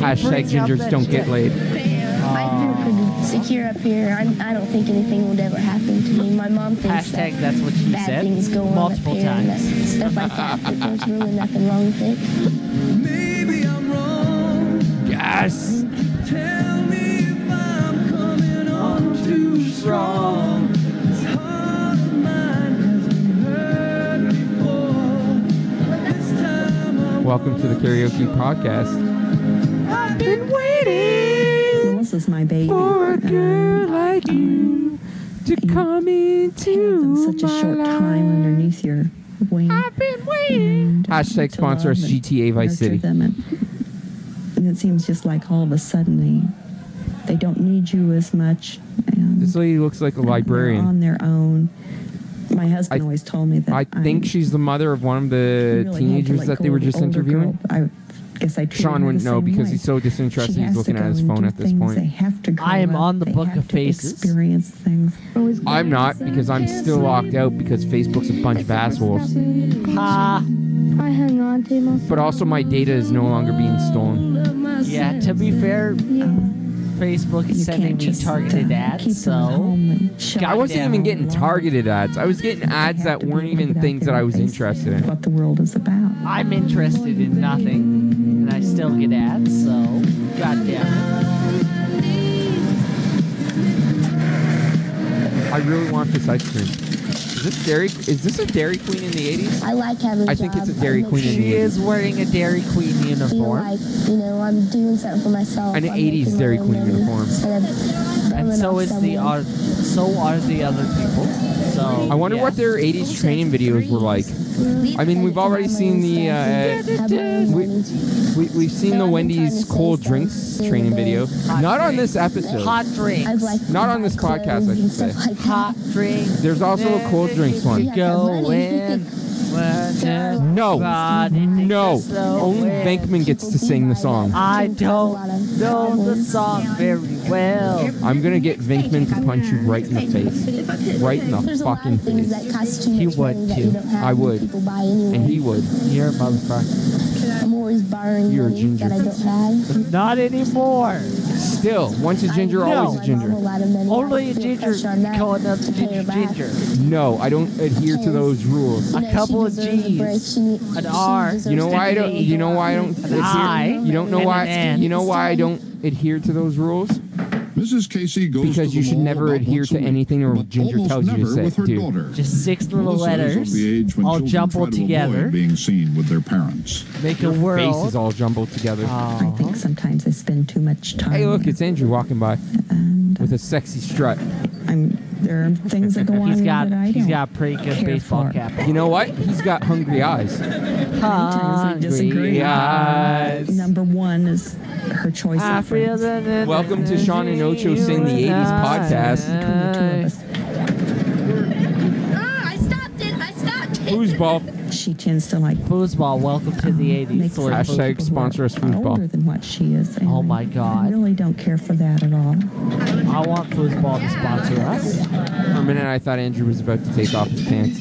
Speaker 1: Hashtag gingers don't get laid.
Speaker 20: I feel pretty secure up here. I, I don't think anything would ever happen to me. My mom thinks
Speaker 2: Hashtag
Speaker 20: that
Speaker 2: that's what she
Speaker 20: bad
Speaker 2: said
Speaker 20: things go on
Speaker 2: multiple
Speaker 20: up here and that
Speaker 2: times.
Speaker 20: stuff like that. But there's really nothing wrong with it.
Speaker 8: Maybe I'm wrong.
Speaker 1: Yes.
Speaker 8: Tell me if I'm coming on too strong. This heart of mine has been hurt before. But this time I
Speaker 1: Welcome to the karaoke podcast.
Speaker 8: I've been waiting.
Speaker 4: Melissa's my baby. uh,
Speaker 8: For a
Speaker 4: girl like you to come into such a short time underneath your wing. I've been waiting.
Speaker 1: Hashtag sponsor us GTA Vice City.
Speaker 4: Them and, and it seems just like all of a sudden they, they don't need you as much. And
Speaker 1: This lady looks like a librarian.
Speaker 4: on their own. My husband always told me that.
Speaker 1: I think she's the mother of one of the
Speaker 4: really had to
Speaker 1: teenagers
Speaker 4: let
Speaker 1: that
Speaker 4: go
Speaker 1: they were
Speaker 4: of the
Speaker 1: just
Speaker 4: older
Speaker 1: interviewing.
Speaker 4: I guess I. treated her
Speaker 1: Sean
Speaker 4: the
Speaker 1: wouldn't know
Speaker 4: same
Speaker 1: because
Speaker 4: way.
Speaker 1: he's so disinterested.
Speaker 4: She
Speaker 1: He's
Speaker 4: has to
Speaker 1: looking
Speaker 4: go
Speaker 1: at his
Speaker 4: and
Speaker 1: phone
Speaker 4: do
Speaker 1: at this
Speaker 4: things. They
Speaker 1: point.
Speaker 4: have to. Grow
Speaker 2: I am
Speaker 4: up.
Speaker 2: on the
Speaker 4: They
Speaker 2: book
Speaker 4: have
Speaker 2: of
Speaker 4: to
Speaker 2: faces.
Speaker 4: Experience things.
Speaker 1: I'm not because I'm still locked out because Facebook's a bunch of assholes.
Speaker 2: Ha.
Speaker 20: I hang on to my
Speaker 1: But also, my data is no longer being stolen.
Speaker 2: Yeah, to be fair, Facebook is sending me targeted
Speaker 20: uh,
Speaker 2: ads, so.
Speaker 1: I wasn't
Speaker 2: Goddamn.
Speaker 1: even getting targeted ads. I was getting ads that weren't even things that I was interested in.
Speaker 4: What the world is about.
Speaker 2: I'm interested in nothing, and I still get ads, so. Goddamn.
Speaker 1: I really want this ice cream. Is this Dairy? Is this a Dairy Queen in the 80s?
Speaker 20: I like having a
Speaker 1: I think
Speaker 20: job.
Speaker 1: it's a Dairy
Speaker 20: I
Speaker 1: Queen in the
Speaker 2: She
Speaker 1: 80s.
Speaker 2: is wearing a Dairy Queen
Speaker 20: feel
Speaker 2: uniform.
Speaker 20: like, you know, I'm doing something for myself.
Speaker 1: An
Speaker 20: I'm
Speaker 1: 80s
Speaker 20: making my
Speaker 1: Dairy
Speaker 20: own
Speaker 1: Queen
Speaker 20: money
Speaker 1: uniform.
Speaker 20: instead of
Speaker 2: and
Speaker 20: rubbing
Speaker 2: so
Speaker 20: off
Speaker 2: is the
Speaker 20: someone.
Speaker 2: are so are the other people. So
Speaker 1: I wonder
Speaker 2: yeah.
Speaker 1: what their 80s training videos were like. I mean, we've already seen the uh, we, we we've seen the Wendy's cold drinks training video. Not on this episode.
Speaker 2: hot drinks.
Speaker 1: Not on this podcast, I should say.
Speaker 2: Hot drinks.
Speaker 1: There's also a cold drinks one.
Speaker 2: Go in.
Speaker 1: No, no. Only Bankman gets to sing the song.
Speaker 2: I don't know the song very well.
Speaker 1: I'm gonna get Vinkman to punch you right in the face, right in the
Speaker 20: There's a lot
Speaker 1: fucking
Speaker 20: of things
Speaker 1: face.
Speaker 20: that cost too much
Speaker 1: He would
Speaker 20: money that
Speaker 1: too.
Speaker 20: you don't have
Speaker 1: I
Speaker 20: and
Speaker 1: would.
Speaker 20: people buy anyway.
Speaker 1: And he would. You're a motherfucker.
Speaker 20: I'm always borrowing
Speaker 1: You're a
Speaker 20: money
Speaker 1: ginger.
Speaker 20: that I don't have.
Speaker 2: Not anymore.
Speaker 1: Still, once a ginger, always a
Speaker 20: I borrow a
Speaker 1: ginger.
Speaker 20: lot of money.
Speaker 2: Only a ginger calling up ginger ginger.
Speaker 1: No, I don't adhere to those rules.
Speaker 2: A couple of G's. An R.
Speaker 1: You know why I don't? You know why I don't?
Speaker 2: An I.
Speaker 1: adhere- You don't know
Speaker 2: and
Speaker 1: why?
Speaker 2: An N.
Speaker 1: You know why I don't adhere to those rules?
Speaker 10: Mrs. Casey goes to
Speaker 1: Because
Speaker 10: the
Speaker 1: you should
Speaker 10: mall
Speaker 1: never
Speaker 10: about
Speaker 1: adhere
Speaker 10: once a
Speaker 1: to
Speaker 10: week,
Speaker 1: anything or
Speaker 10: but
Speaker 1: Ginger
Speaker 10: almost
Speaker 1: tells you
Speaker 10: never
Speaker 1: to say,
Speaker 10: with her
Speaker 1: dude.
Speaker 10: daughter.
Speaker 2: Just six little
Speaker 10: Melissa is of
Speaker 2: letters,
Speaker 10: the age when
Speaker 2: all
Speaker 10: children
Speaker 2: jumbled
Speaker 10: try to avoid
Speaker 2: together.
Speaker 10: being seen with their parents.
Speaker 2: Make a
Speaker 1: Face
Speaker 2: world.
Speaker 1: is all jumbled together.
Speaker 4: I think sometimes I spend too much time.
Speaker 1: Hey, look, it's Andrew walking by with a sexy strut.
Speaker 4: I'm, there are things that go on
Speaker 2: He's
Speaker 4: there
Speaker 2: got
Speaker 4: that I
Speaker 2: he's
Speaker 4: don't.
Speaker 2: got a pretty good
Speaker 4: care
Speaker 2: baseball
Speaker 4: for.
Speaker 2: cap.
Speaker 1: You know what? He's got hungry eyes.
Speaker 2: Ah,
Speaker 4: Sometimes we disagree.
Speaker 1: eyes.
Speaker 4: Number one is her choice.
Speaker 2: I
Speaker 4: of
Speaker 2: feel
Speaker 4: friends.
Speaker 2: that-
Speaker 1: Welcome to Sean and Ocho Sing the 80s podcast.
Speaker 4: Between the two of us.
Speaker 20: Ah, I stopped it. I stopped it.
Speaker 1: Foosball.
Speaker 4: She tends to like
Speaker 2: foosball. Welcome to the
Speaker 4: Makes
Speaker 2: '80s. Lord
Speaker 4: sense.
Speaker 1: Hashtag
Speaker 4: People who
Speaker 1: sponsor us
Speaker 4: are Older
Speaker 1: foosball.
Speaker 4: than what she is. And
Speaker 2: Oh my
Speaker 4: I
Speaker 2: God!
Speaker 4: really don't care for that at all.
Speaker 2: I want foosball to sponsor us.
Speaker 1: For a minute, I thought Andrew was about to take off his pants,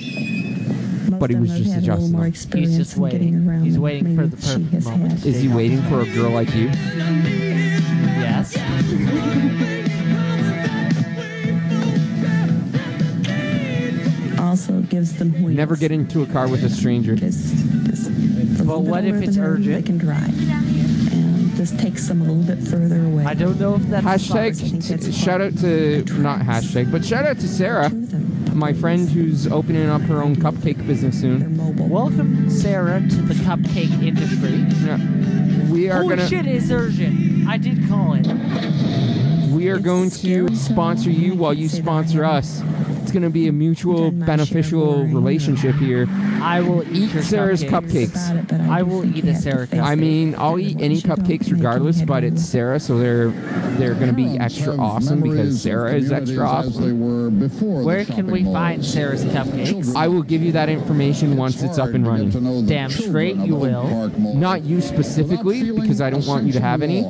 Speaker 1: but he was just
Speaker 4: had a little
Speaker 1: adjusting.
Speaker 4: more
Speaker 1: them.
Speaker 4: experience
Speaker 2: just
Speaker 4: in getting
Speaker 2: waiting.
Speaker 4: around.
Speaker 2: He's
Speaker 4: than
Speaker 2: waiting
Speaker 4: maybe
Speaker 2: for the perfect
Speaker 4: she has
Speaker 2: moment.
Speaker 4: Had.
Speaker 1: Is he waiting for a girl like you?
Speaker 2: Yes.
Speaker 4: Also gives them wings.
Speaker 1: Never get into a car with a stranger.
Speaker 2: But what if it's
Speaker 4: They
Speaker 2: urgent?
Speaker 4: can drive. And this takes them a little bit further away.
Speaker 2: I don't know if that's
Speaker 1: Hashtag shout out to not hashtag, but shout out to Sarah, my friend who's opening up her own cupcake business soon.
Speaker 2: Welcome, Sarah, to the cupcake industry.
Speaker 1: We are
Speaker 2: Holy
Speaker 1: gonna
Speaker 2: shit, it's urgent. I did call it.
Speaker 1: we are going to sponsor you while you sponsor us. It's going to be a mutual beneficial relationship here.
Speaker 2: I will eat, your
Speaker 1: Sarah's cupcakes.
Speaker 2: I, will eat a Sarah cupcake.
Speaker 1: I mean, I'll eat any cupcakes regardless, but it's Sarah, so they're they're going to be extra awesome because Sarah is extra awesome.
Speaker 2: where can we find Sarah's cupcakes?
Speaker 1: I will give you that information once it's up and running.
Speaker 2: Damn straight you will.
Speaker 1: Not you specifically because I don't want you to have any,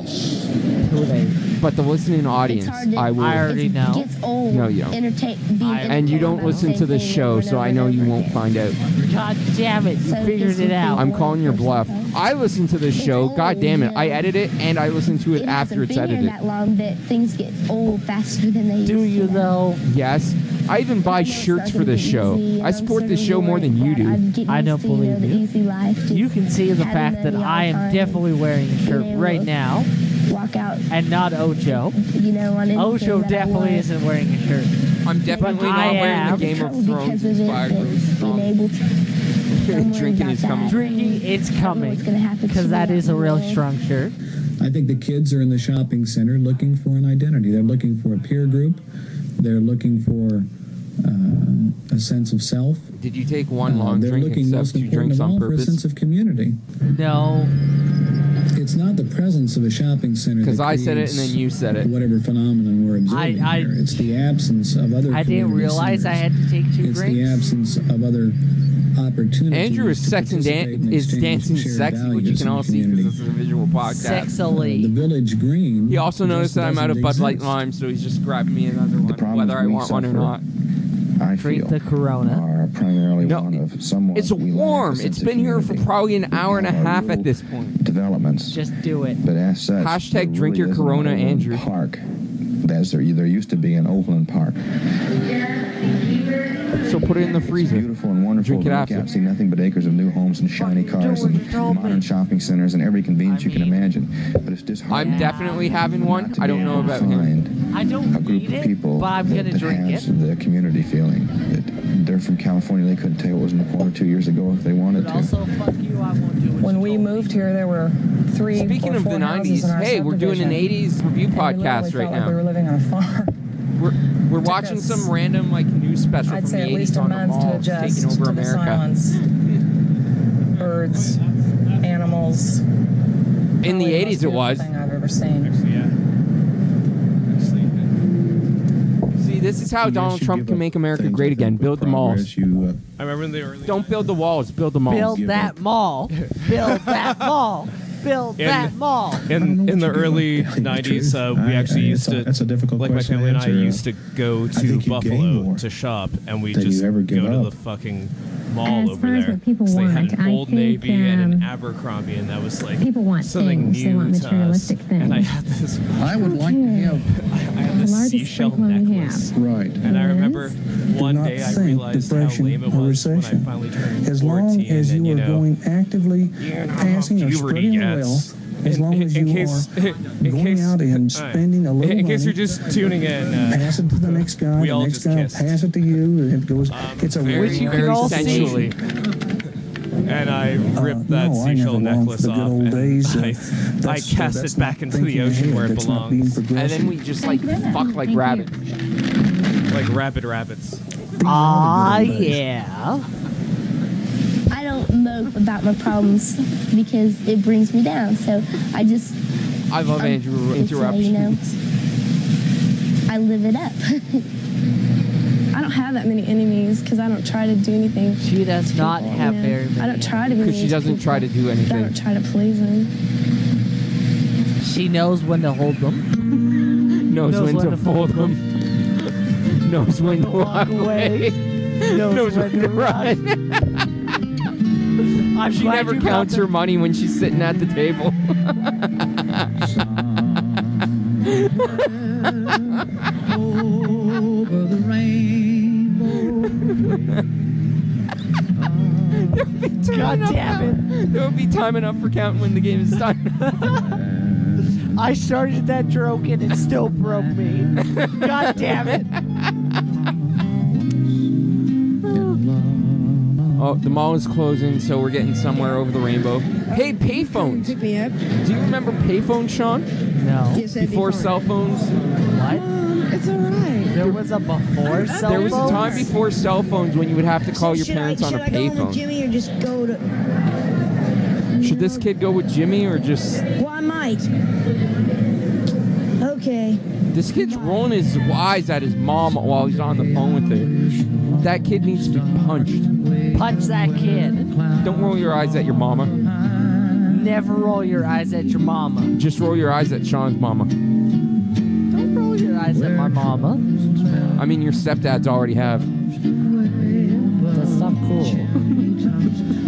Speaker 1: but the listening audience. I will.
Speaker 2: I already know.
Speaker 4: Gets old.
Speaker 1: No, you don't.
Speaker 4: Entertain, being
Speaker 1: And you don't listen to this show, so I know you won't find out.
Speaker 2: God damn it! You figured it out.
Speaker 1: I'm calling your bluff. I listen to this show. God damn it! I edit it and I listen to it after
Speaker 4: hasn't been
Speaker 1: it's edited.
Speaker 4: here that long that things get old faster than they
Speaker 2: do. You though?
Speaker 1: Yes. I even buy shirts for this show. I support this show more than you do.
Speaker 2: I don't believe you. You can see the fact that I am definitely wearing a shirt right now,
Speaker 4: walk out.
Speaker 2: and not Ojo.
Speaker 4: You know, on
Speaker 2: Ojo definitely isn't wearing a shirt.
Speaker 1: I'm definitely not
Speaker 2: I
Speaker 1: wearing
Speaker 2: am.
Speaker 1: the Game of Thrones inspired roof. Drinking is coming.
Speaker 2: Drinking, it's coming. Because that is a real strong shirt.
Speaker 15: I think the kids are in the shopping center looking for an identity. They're looking for a peer group. They're looking for uh, a sense of self.
Speaker 1: Did you take one
Speaker 15: Uh,
Speaker 1: long
Speaker 15: they're
Speaker 1: drink
Speaker 15: looking
Speaker 1: and
Speaker 15: most
Speaker 1: substitute
Speaker 15: important
Speaker 1: drinks
Speaker 15: of all
Speaker 1: on
Speaker 15: for a
Speaker 1: purpose?
Speaker 15: sense of community.
Speaker 2: No.
Speaker 15: It's not the presence of a shopping center. that
Speaker 1: 'Cause I said it and
Speaker 15: creates
Speaker 1: then you said it.
Speaker 15: Whatever phenomenon we're observing
Speaker 2: I-
Speaker 15: here, it's the absence of other.
Speaker 2: I didn't
Speaker 15: community
Speaker 2: realize I
Speaker 15: centers.
Speaker 2: had to take two
Speaker 15: It's
Speaker 2: drinks.
Speaker 15: the absence of other opportunities.
Speaker 1: Andrew is
Speaker 15: to
Speaker 1: sex and dan-
Speaker 15: participate in
Speaker 1: is
Speaker 15: exchange of
Speaker 1: dancing
Speaker 15: shared
Speaker 1: sexy, which you
Speaker 15: values
Speaker 1: can
Speaker 15: in
Speaker 1: all
Speaker 15: the
Speaker 1: see because
Speaker 15: community.
Speaker 1: this is a visual podcast.
Speaker 2: Sexily.
Speaker 15: The village green.
Speaker 1: He also
Speaker 15: just
Speaker 1: noticed that I'm out of Bud
Speaker 15: doesn't
Speaker 1: Light
Speaker 15: exist.
Speaker 1: Lime, so he's just grabbing me another one,
Speaker 12: problem
Speaker 1: whether
Speaker 12: is
Speaker 1: I
Speaker 12: we
Speaker 1: want one or
Speaker 12: suffer
Speaker 1: not.
Speaker 12: I feel
Speaker 2: The Corona.
Speaker 12: are primarily one of someone.
Speaker 1: It's
Speaker 12: we lack a
Speaker 1: warm.
Speaker 12: sense
Speaker 1: It's
Speaker 12: of
Speaker 1: been here for
Speaker 12: community.
Speaker 1: probably an hour and a
Speaker 12: Our
Speaker 1: half
Speaker 12: little
Speaker 1: at this point.
Speaker 12: Developments,
Speaker 2: Just do it.
Speaker 12: but as such,
Speaker 1: Hashtag
Speaker 12: there
Speaker 1: drink
Speaker 12: really
Speaker 1: your
Speaker 12: isn't
Speaker 1: Corona,
Speaker 12: an Overland
Speaker 1: Andrew.
Speaker 12: Park. That's there. There used to be an Overland Park.
Speaker 1: So put it in the freezer.
Speaker 12: Beautiful and wonderful.
Speaker 1: Drink it
Speaker 12: to look
Speaker 1: after.
Speaker 12: out, see nothing but acres of new homes and shiny cars and modern shopping centers and every convenience you can imagine. But it's just hard.
Speaker 1: I'm definitely having one. I don't know about
Speaker 12: find
Speaker 1: him.
Speaker 2: I don't need it,
Speaker 12: people
Speaker 2: but I'm
Speaker 12: that,
Speaker 2: gonna
Speaker 12: that
Speaker 2: drink
Speaker 12: has
Speaker 2: it.
Speaker 12: the community feeling that they're from California. They couldn't tell you what was in the corner two years ago if they wanted
Speaker 2: But
Speaker 12: to.
Speaker 2: also, fuck you, I won't do it.
Speaker 22: When we moved here, there were three.
Speaker 1: Speaking
Speaker 22: or
Speaker 1: of the
Speaker 22: four houses in
Speaker 1: 90s,
Speaker 22: our
Speaker 1: hey, we're doing an
Speaker 22: subdivision.
Speaker 1: 80s review
Speaker 22: And we literally
Speaker 1: podcast
Speaker 22: felt
Speaker 1: right
Speaker 22: like We were
Speaker 1: now.
Speaker 22: living on a farm.
Speaker 1: We're, we're watching
Speaker 22: us-
Speaker 1: some random like news special
Speaker 22: I'd
Speaker 1: from the
Speaker 22: say at least
Speaker 1: 80s
Speaker 22: a
Speaker 1: on the
Speaker 22: month to
Speaker 1: mall
Speaker 22: adjust
Speaker 1: taking
Speaker 22: to
Speaker 1: over
Speaker 22: the
Speaker 1: America.
Speaker 22: silence. Birds, animals.
Speaker 1: In the 80s, it was.
Speaker 22: Thing I've ever seen.
Speaker 1: See, this is how Donald
Speaker 12: should
Speaker 1: Trump
Speaker 12: give
Speaker 1: can
Speaker 12: up
Speaker 1: make America
Speaker 12: things,
Speaker 1: great
Speaker 12: I
Speaker 1: again.
Speaker 12: think,
Speaker 1: Build the
Speaker 12: with
Speaker 1: malls.
Speaker 12: progress. You, uh,
Speaker 11: I remember in the early.
Speaker 1: Don't build the walls. Build the malls.
Speaker 2: Build that mall. Build that mall. Build
Speaker 11: And-
Speaker 2: that mall.
Speaker 11: In, in the early 90s, uh, we actually used to,
Speaker 15: that's a difficult
Speaker 11: like my
Speaker 15: question to
Speaker 11: family and I
Speaker 15: answer. uh,
Speaker 11: used to go to
Speaker 15: think you gain
Speaker 11: Buffalo
Speaker 15: more
Speaker 11: to shop, and we
Speaker 15: than you
Speaker 11: just
Speaker 15: ever
Speaker 11: go
Speaker 15: give
Speaker 11: to the
Speaker 15: up.
Speaker 11: fucking mall
Speaker 4: As
Speaker 11: over
Speaker 4: far as
Speaker 11: there.
Speaker 4: what people
Speaker 11: 'Cause they
Speaker 4: want,
Speaker 11: had an
Speaker 4: I
Speaker 11: Old
Speaker 4: think,
Speaker 11: Navy and an
Speaker 4: um,
Speaker 11: Abercrombie, and that was like
Speaker 4: people want
Speaker 11: something
Speaker 4: things. They
Speaker 11: new
Speaker 4: want
Speaker 11: to us.
Speaker 4: materialistic things.
Speaker 11: And I had this,
Speaker 4: I would like to have
Speaker 11: I had this seashell necklace.
Speaker 4: Right.
Speaker 11: And I remember one
Speaker 15: not
Speaker 11: day I
Speaker 15: think
Speaker 11: realized how
Speaker 15: depression
Speaker 11: lame it was when I finally turned
Speaker 15: As long
Speaker 11: 14
Speaker 15: as
Speaker 11: and,
Speaker 15: you
Speaker 11: you
Speaker 15: are
Speaker 11: know,
Speaker 15: going actively passing or
Speaker 11: puberty
Speaker 15: spreading the
Speaker 11: yet.
Speaker 15: wealth, as long as
Speaker 11: in
Speaker 15: you
Speaker 11: case-
Speaker 15: are going out and
Speaker 11: All right.
Speaker 15: spending a
Speaker 11: In-
Speaker 15: little
Speaker 11: in case
Speaker 15: money,
Speaker 11: you're just tuning in, uh,
Speaker 15: pass it to the next guy.
Speaker 11: we
Speaker 15: the
Speaker 11: all
Speaker 15: next
Speaker 11: just
Speaker 15: guy
Speaker 11: kissed.
Speaker 15: will pass it to you. and It goes. it's a
Speaker 11: very,
Speaker 15: win-win
Speaker 11: very
Speaker 15: situation.
Speaker 11: sensually. And I ripped that
Speaker 15: Uh, no, I
Speaker 11: seashell
Speaker 15: never longed for
Speaker 11: necklace
Speaker 15: the good
Speaker 11: off,
Speaker 15: old
Speaker 11: and
Speaker 15: days, uh,
Speaker 11: I, I
Speaker 15: that's-
Speaker 11: cast
Speaker 15: that's
Speaker 11: it back into the ocean where it
Speaker 15: that's not being
Speaker 11: belongs,
Speaker 1: And then we just like fuck like rabbits.
Speaker 11: like rabid rabbits.
Speaker 2: Ah, yeah.
Speaker 4: I don't mope about my problems because it brings me down. So I just,
Speaker 1: I love
Speaker 4: Um,
Speaker 20: Um,
Speaker 1: Andrew
Speaker 4: it's like, you
Speaker 1: interruptions.
Speaker 4: know, I live it up.
Speaker 20: I don't have that many enemies because I don't try to do anything.
Speaker 2: She does not
Speaker 20: You
Speaker 2: have
Speaker 20: know,
Speaker 2: very many.
Speaker 20: I don't try to be
Speaker 1: Because she
Speaker 20: mean
Speaker 1: doesn't
Speaker 20: people.
Speaker 1: try to do
Speaker 20: I
Speaker 1: anything.
Speaker 20: don't try to please them.
Speaker 2: She knows when to hold them.
Speaker 1: Knows when to fold them. Knows when to walk away. Knows when to run.
Speaker 2: I'm
Speaker 1: She
Speaker 2: glad
Speaker 1: never
Speaker 2: you got
Speaker 1: counts
Speaker 2: the-
Speaker 1: her money when she's sitting at the table.
Speaker 23: Over the rainbow.
Speaker 1: God
Speaker 2: damn
Speaker 1: it. There will be time enough for counting when the game is done.
Speaker 2: I started that joke and it still broke me. God damn it.
Speaker 1: Oh, the mall is closing, so we're getting somewhere over the rainbow. Hey, payphones! Pick me up. Do you remember payphones, Sean?
Speaker 2: No.
Speaker 1: Yes, before cell phones.
Speaker 2: What?
Speaker 4: It's all right.
Speaker 2: There was a before cell
Speaker 1: There was a time
Speaker 2: phones?
Speaker 1: before cell phones when you would have to call your
Speaker 5: Should
Speaker 1: parents
Speaker 5: I,
Speaker 1: on a
Speaker 5: should I go on
Speaker 1: payphone.
Speaker 5: with Jimmy or just go to?
Speaker 1: Should this kid go with Jimmy or just?
Speaker 5: Well, I might. Okay.
Speaker 1: This kid's rolling his eyes at his mom while he's on the phone with her. That kid needs to be punched.
Speaker 2: Punch that kid.
Speaker 1: Don't roll your eyes at your mama.
Speaker 2: Never roll your eyes at your mama.
Speaker 1: Just roll your eyes at Sean's mama.
Speaker 2: Don't roll your eyes at my mama.
Speaker 1: I mean, your stepdads already have.
Speaker 2: That's not cool.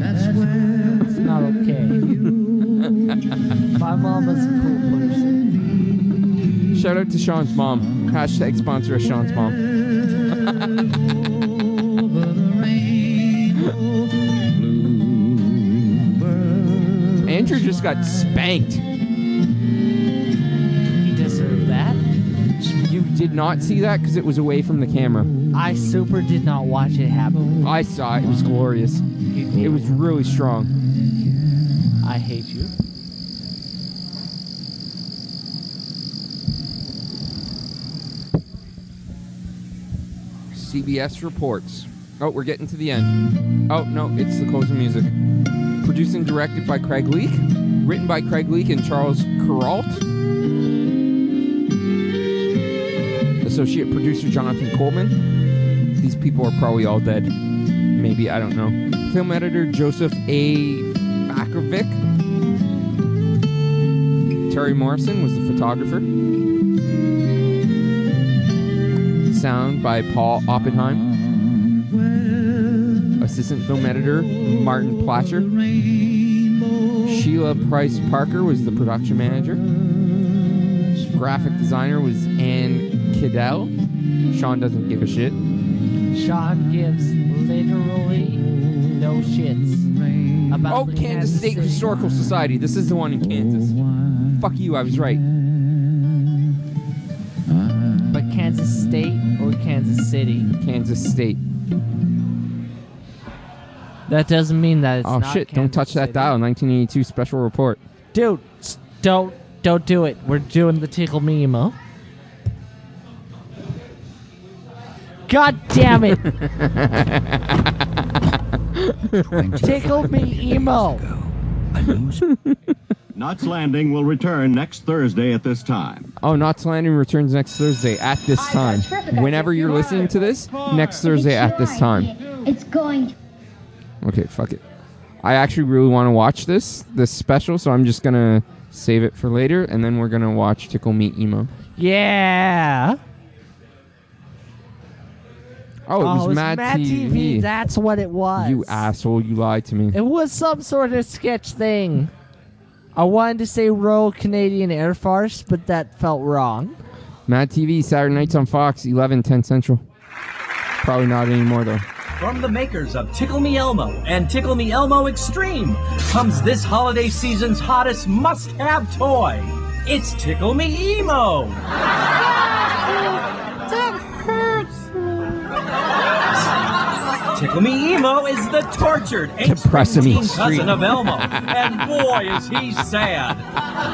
Speaker 2: That's not okay. My mama's a cool person.
Speaker 1: Shout out to Sean's mom. Hashtag sponsor of Sean's mom. Andrew just got spanked.
Speaker 2: He deserved that.
Speaker 1: You did not see that because it was away from the camera.
Speaker 2: I super did not watch it happen.
Speaker 1: I saw it. It was glorious. It was really strong.
Speaker 2: I hate you.
Speaker 1: CBS reports. Oh, we're getting to the end. Oh, no, it's the closing music. Produced and directed by Craig Leake. Written by Craig Leake and Charles Kuralt. Associate producer Jonathan Coleman. These people are probably all dead. Maybe, I don't know. Film editor Joseph A. Bakovic. Terry Morrison was the photographer. Sound by Paul Oppenheim. Assistant film editor Martin Platcher. Sheila Price Parker was the production manager. Graphic designer was Ann Kiddell. Sean doesn't give a shit.
Speaker 2: Sean gives literally no shits about
Speaker 1: Oh,
Speaker 2: the
Speaker 1: Kansas State Historical Society. This is the one in Kansas. Fuck you, I was right.
Speaker 2: But Kansas State or Kansas City?
Speaker 1: Kansas State.
Speaker 2: That doesn't mean that it's
Speaker 1: oh
Speaker 2: not
Speaker 1: shit, don't touch that dial. 1982 special report.
Speaker 2: Dude, s- don't don't do it. We're doing the tickle me emo. God damn it! tickle me emo.
Speaker 24: Knots Landing will return next Thursday at this time.
Speaker 1: Oh, Knots Landing returns next Thursday at this time. Whenever you're listening to this, next Thursday at this time.
Speaker 20: It's going.
Speaker 1: Okay, fuck it. I actually really want to watch this this special, so I'm just gonna save it for later, and then we're gonna watch Tickle Me Emo.
Speaker 2: Yeah.
Speaker 1: Oh, it was Mad, TV.
Speaker 2: That's what it was.
Speaker 1: you asshole! You lied to me.
Speaker 2: It was some sort of sketch thing. I wanted to say Royal Canadian Air Force, but that felt wrong.
Speaker 1: Mad TV Saturday nights on Fox, 11, 10 Central. Probably not anymore though.
Speaker 25: From the makers of Tickle Me Elmo and Tickle Me Elmo Extreme comes this holiday season's hottest must have toy. It's Tickle Me Emo. Tickle Me Emo is the tortured
Speaker 1: Depressing
Speaker 25: ancient cousin
Speaker 1: Extreme.
Speaker 25: of Elmo. And boy, is he sad.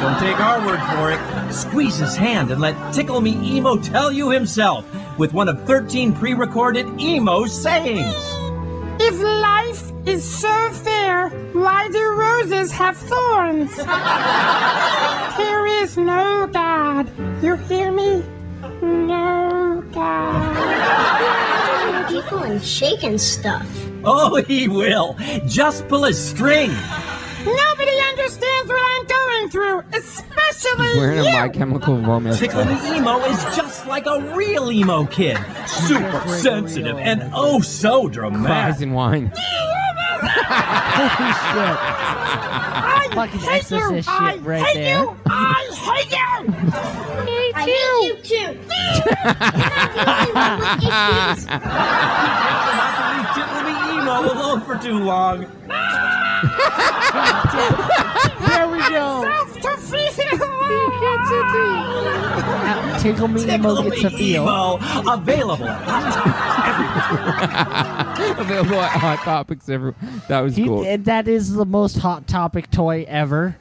Speaker 25: Don't take our word for it. Squeeze his hand and let Tickle Me Emo tell you himself with one of 13 pre recorded emo sayings.
Speaker 26: If life is so fair, why do roses have thorns? There is no God. You hear me? No God. People and shaking stuff.
Speaker 25: Oh, he will. Just pull a string.
Speaker 26: Nobody understands what I'm going through, especially
Speaker 1: He's wearing a
Speaker 26: you.
Speaker 1: My Chemical Romance.
Speaker 25: Tickle Me Emo is just like a real emo kid. Super sensitive and oh so
Speaker 1: Cries
Speaker 25: dramatic.
Speaker 1: and wine.
Speaker 26: I
Speaker 2: Fucking
Speaker 26: hate you.
Speaker 2: exorcist shit
Speaker 26: I
Speaker 2: right
Speaker 26: hate
Speaker 2: there.
Speaker 26: you. I hate you.
Speaker 20: I hate you too.
Speaker 25: Tickle Me Emo alone for too long.
Speaker 26: there we go.
Speaker 2: Tickle Me Emo gets a feel.
Speaker 25: Emo, available.
Speaker 1: Available at Hot Topics everywhere. That was
Speaker 2: He-
Speaker 1: cool.
Speaker 2: uh, that is the most Hot Topic toy ever.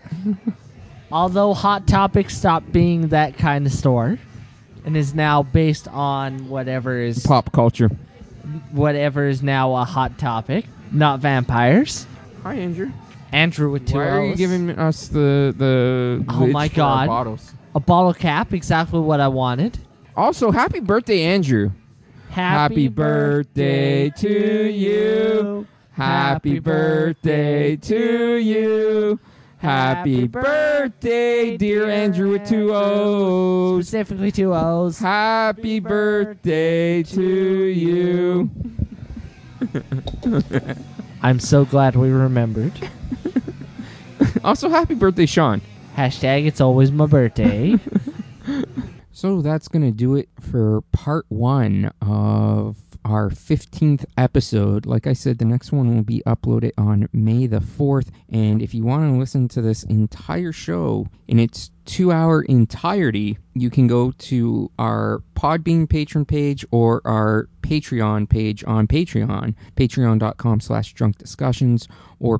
Speaker 2: Although Hot Topic stopped being that kind of store and is now based on whatever is
Speaker 1: Pop culture.
Speaker 2: whatever is now a hot topic, not vampires.
Speaker 1: Hi, Andrew.
Speaker 2: Andrew with two
Speaker 1: Why are you
Speaker 2: L's.
Speaker 1: giving us the the?
Speaker 2: Oh my
Speaker 1: lids for our
Speaker 2: god.
Speaker 1: Bottles?
Speaker 2: A bottle cap, exactly what I wanted.
Speaker 1: Also, happy birthday, Andrew. Happy birthday to you. Happy birthday to you. Happy birthday, dear Andrew with two O's.
Speaker 2: Specifically two O's.
Speaker 1: Happy birthday to you.
Speaker 2: I'm so glad we remembered.
Speaker 1: also, happy birthday, Sean.
Speaker 2: Hashtag it's always my birthday.
Speaker 1: So that's going to do it for part one of our 15th episode. Like I said, the next one will be uploaded on May the 4th. And if you want to listen to this entire show in its two hour entirety, you can go to our Podbean patron page or our Patreon page on Patreon, patreon.com slash drunk discussions or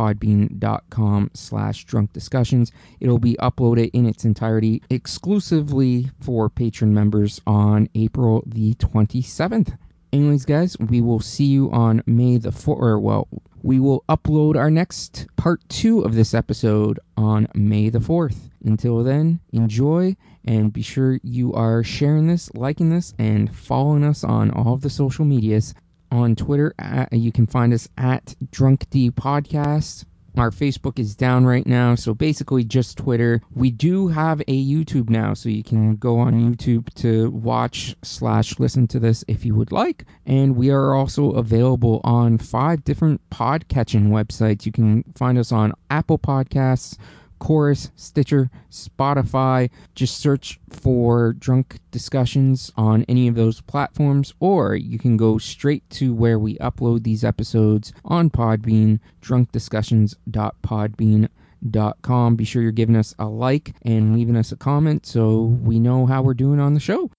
Speaker 1: patron.podbean.com slash drunk discussions. It'll be uploaded in its entirety exclusively for patron members on April the 27th. Anyways, guys, we will see you on May the 4th. Or, well, we will upload our next part two of this episode on May the 4th. Until then, enjoy and be sure you are sharing this, liking this, and following us on all of the social medias. On Twitter, at, you can find us at Drunk D Podcast. Our Facebook is down right now, so basically just Twitter. We do have a YouTube now, so you can go on YouTube to watch slash listen to this if you would like. And we are also available on five different podcatching websites. You can find us on Apple Podcasts, Chorus, Stitcher, Spotify. Just search for Drunk Discussions on any of those platforms, or you can go straight to where we upload these episodes on Podbean, drunkdiscussions.podbean.com. Be sure you're giving us a like and leaving us a comment so we know how we're doing on the show.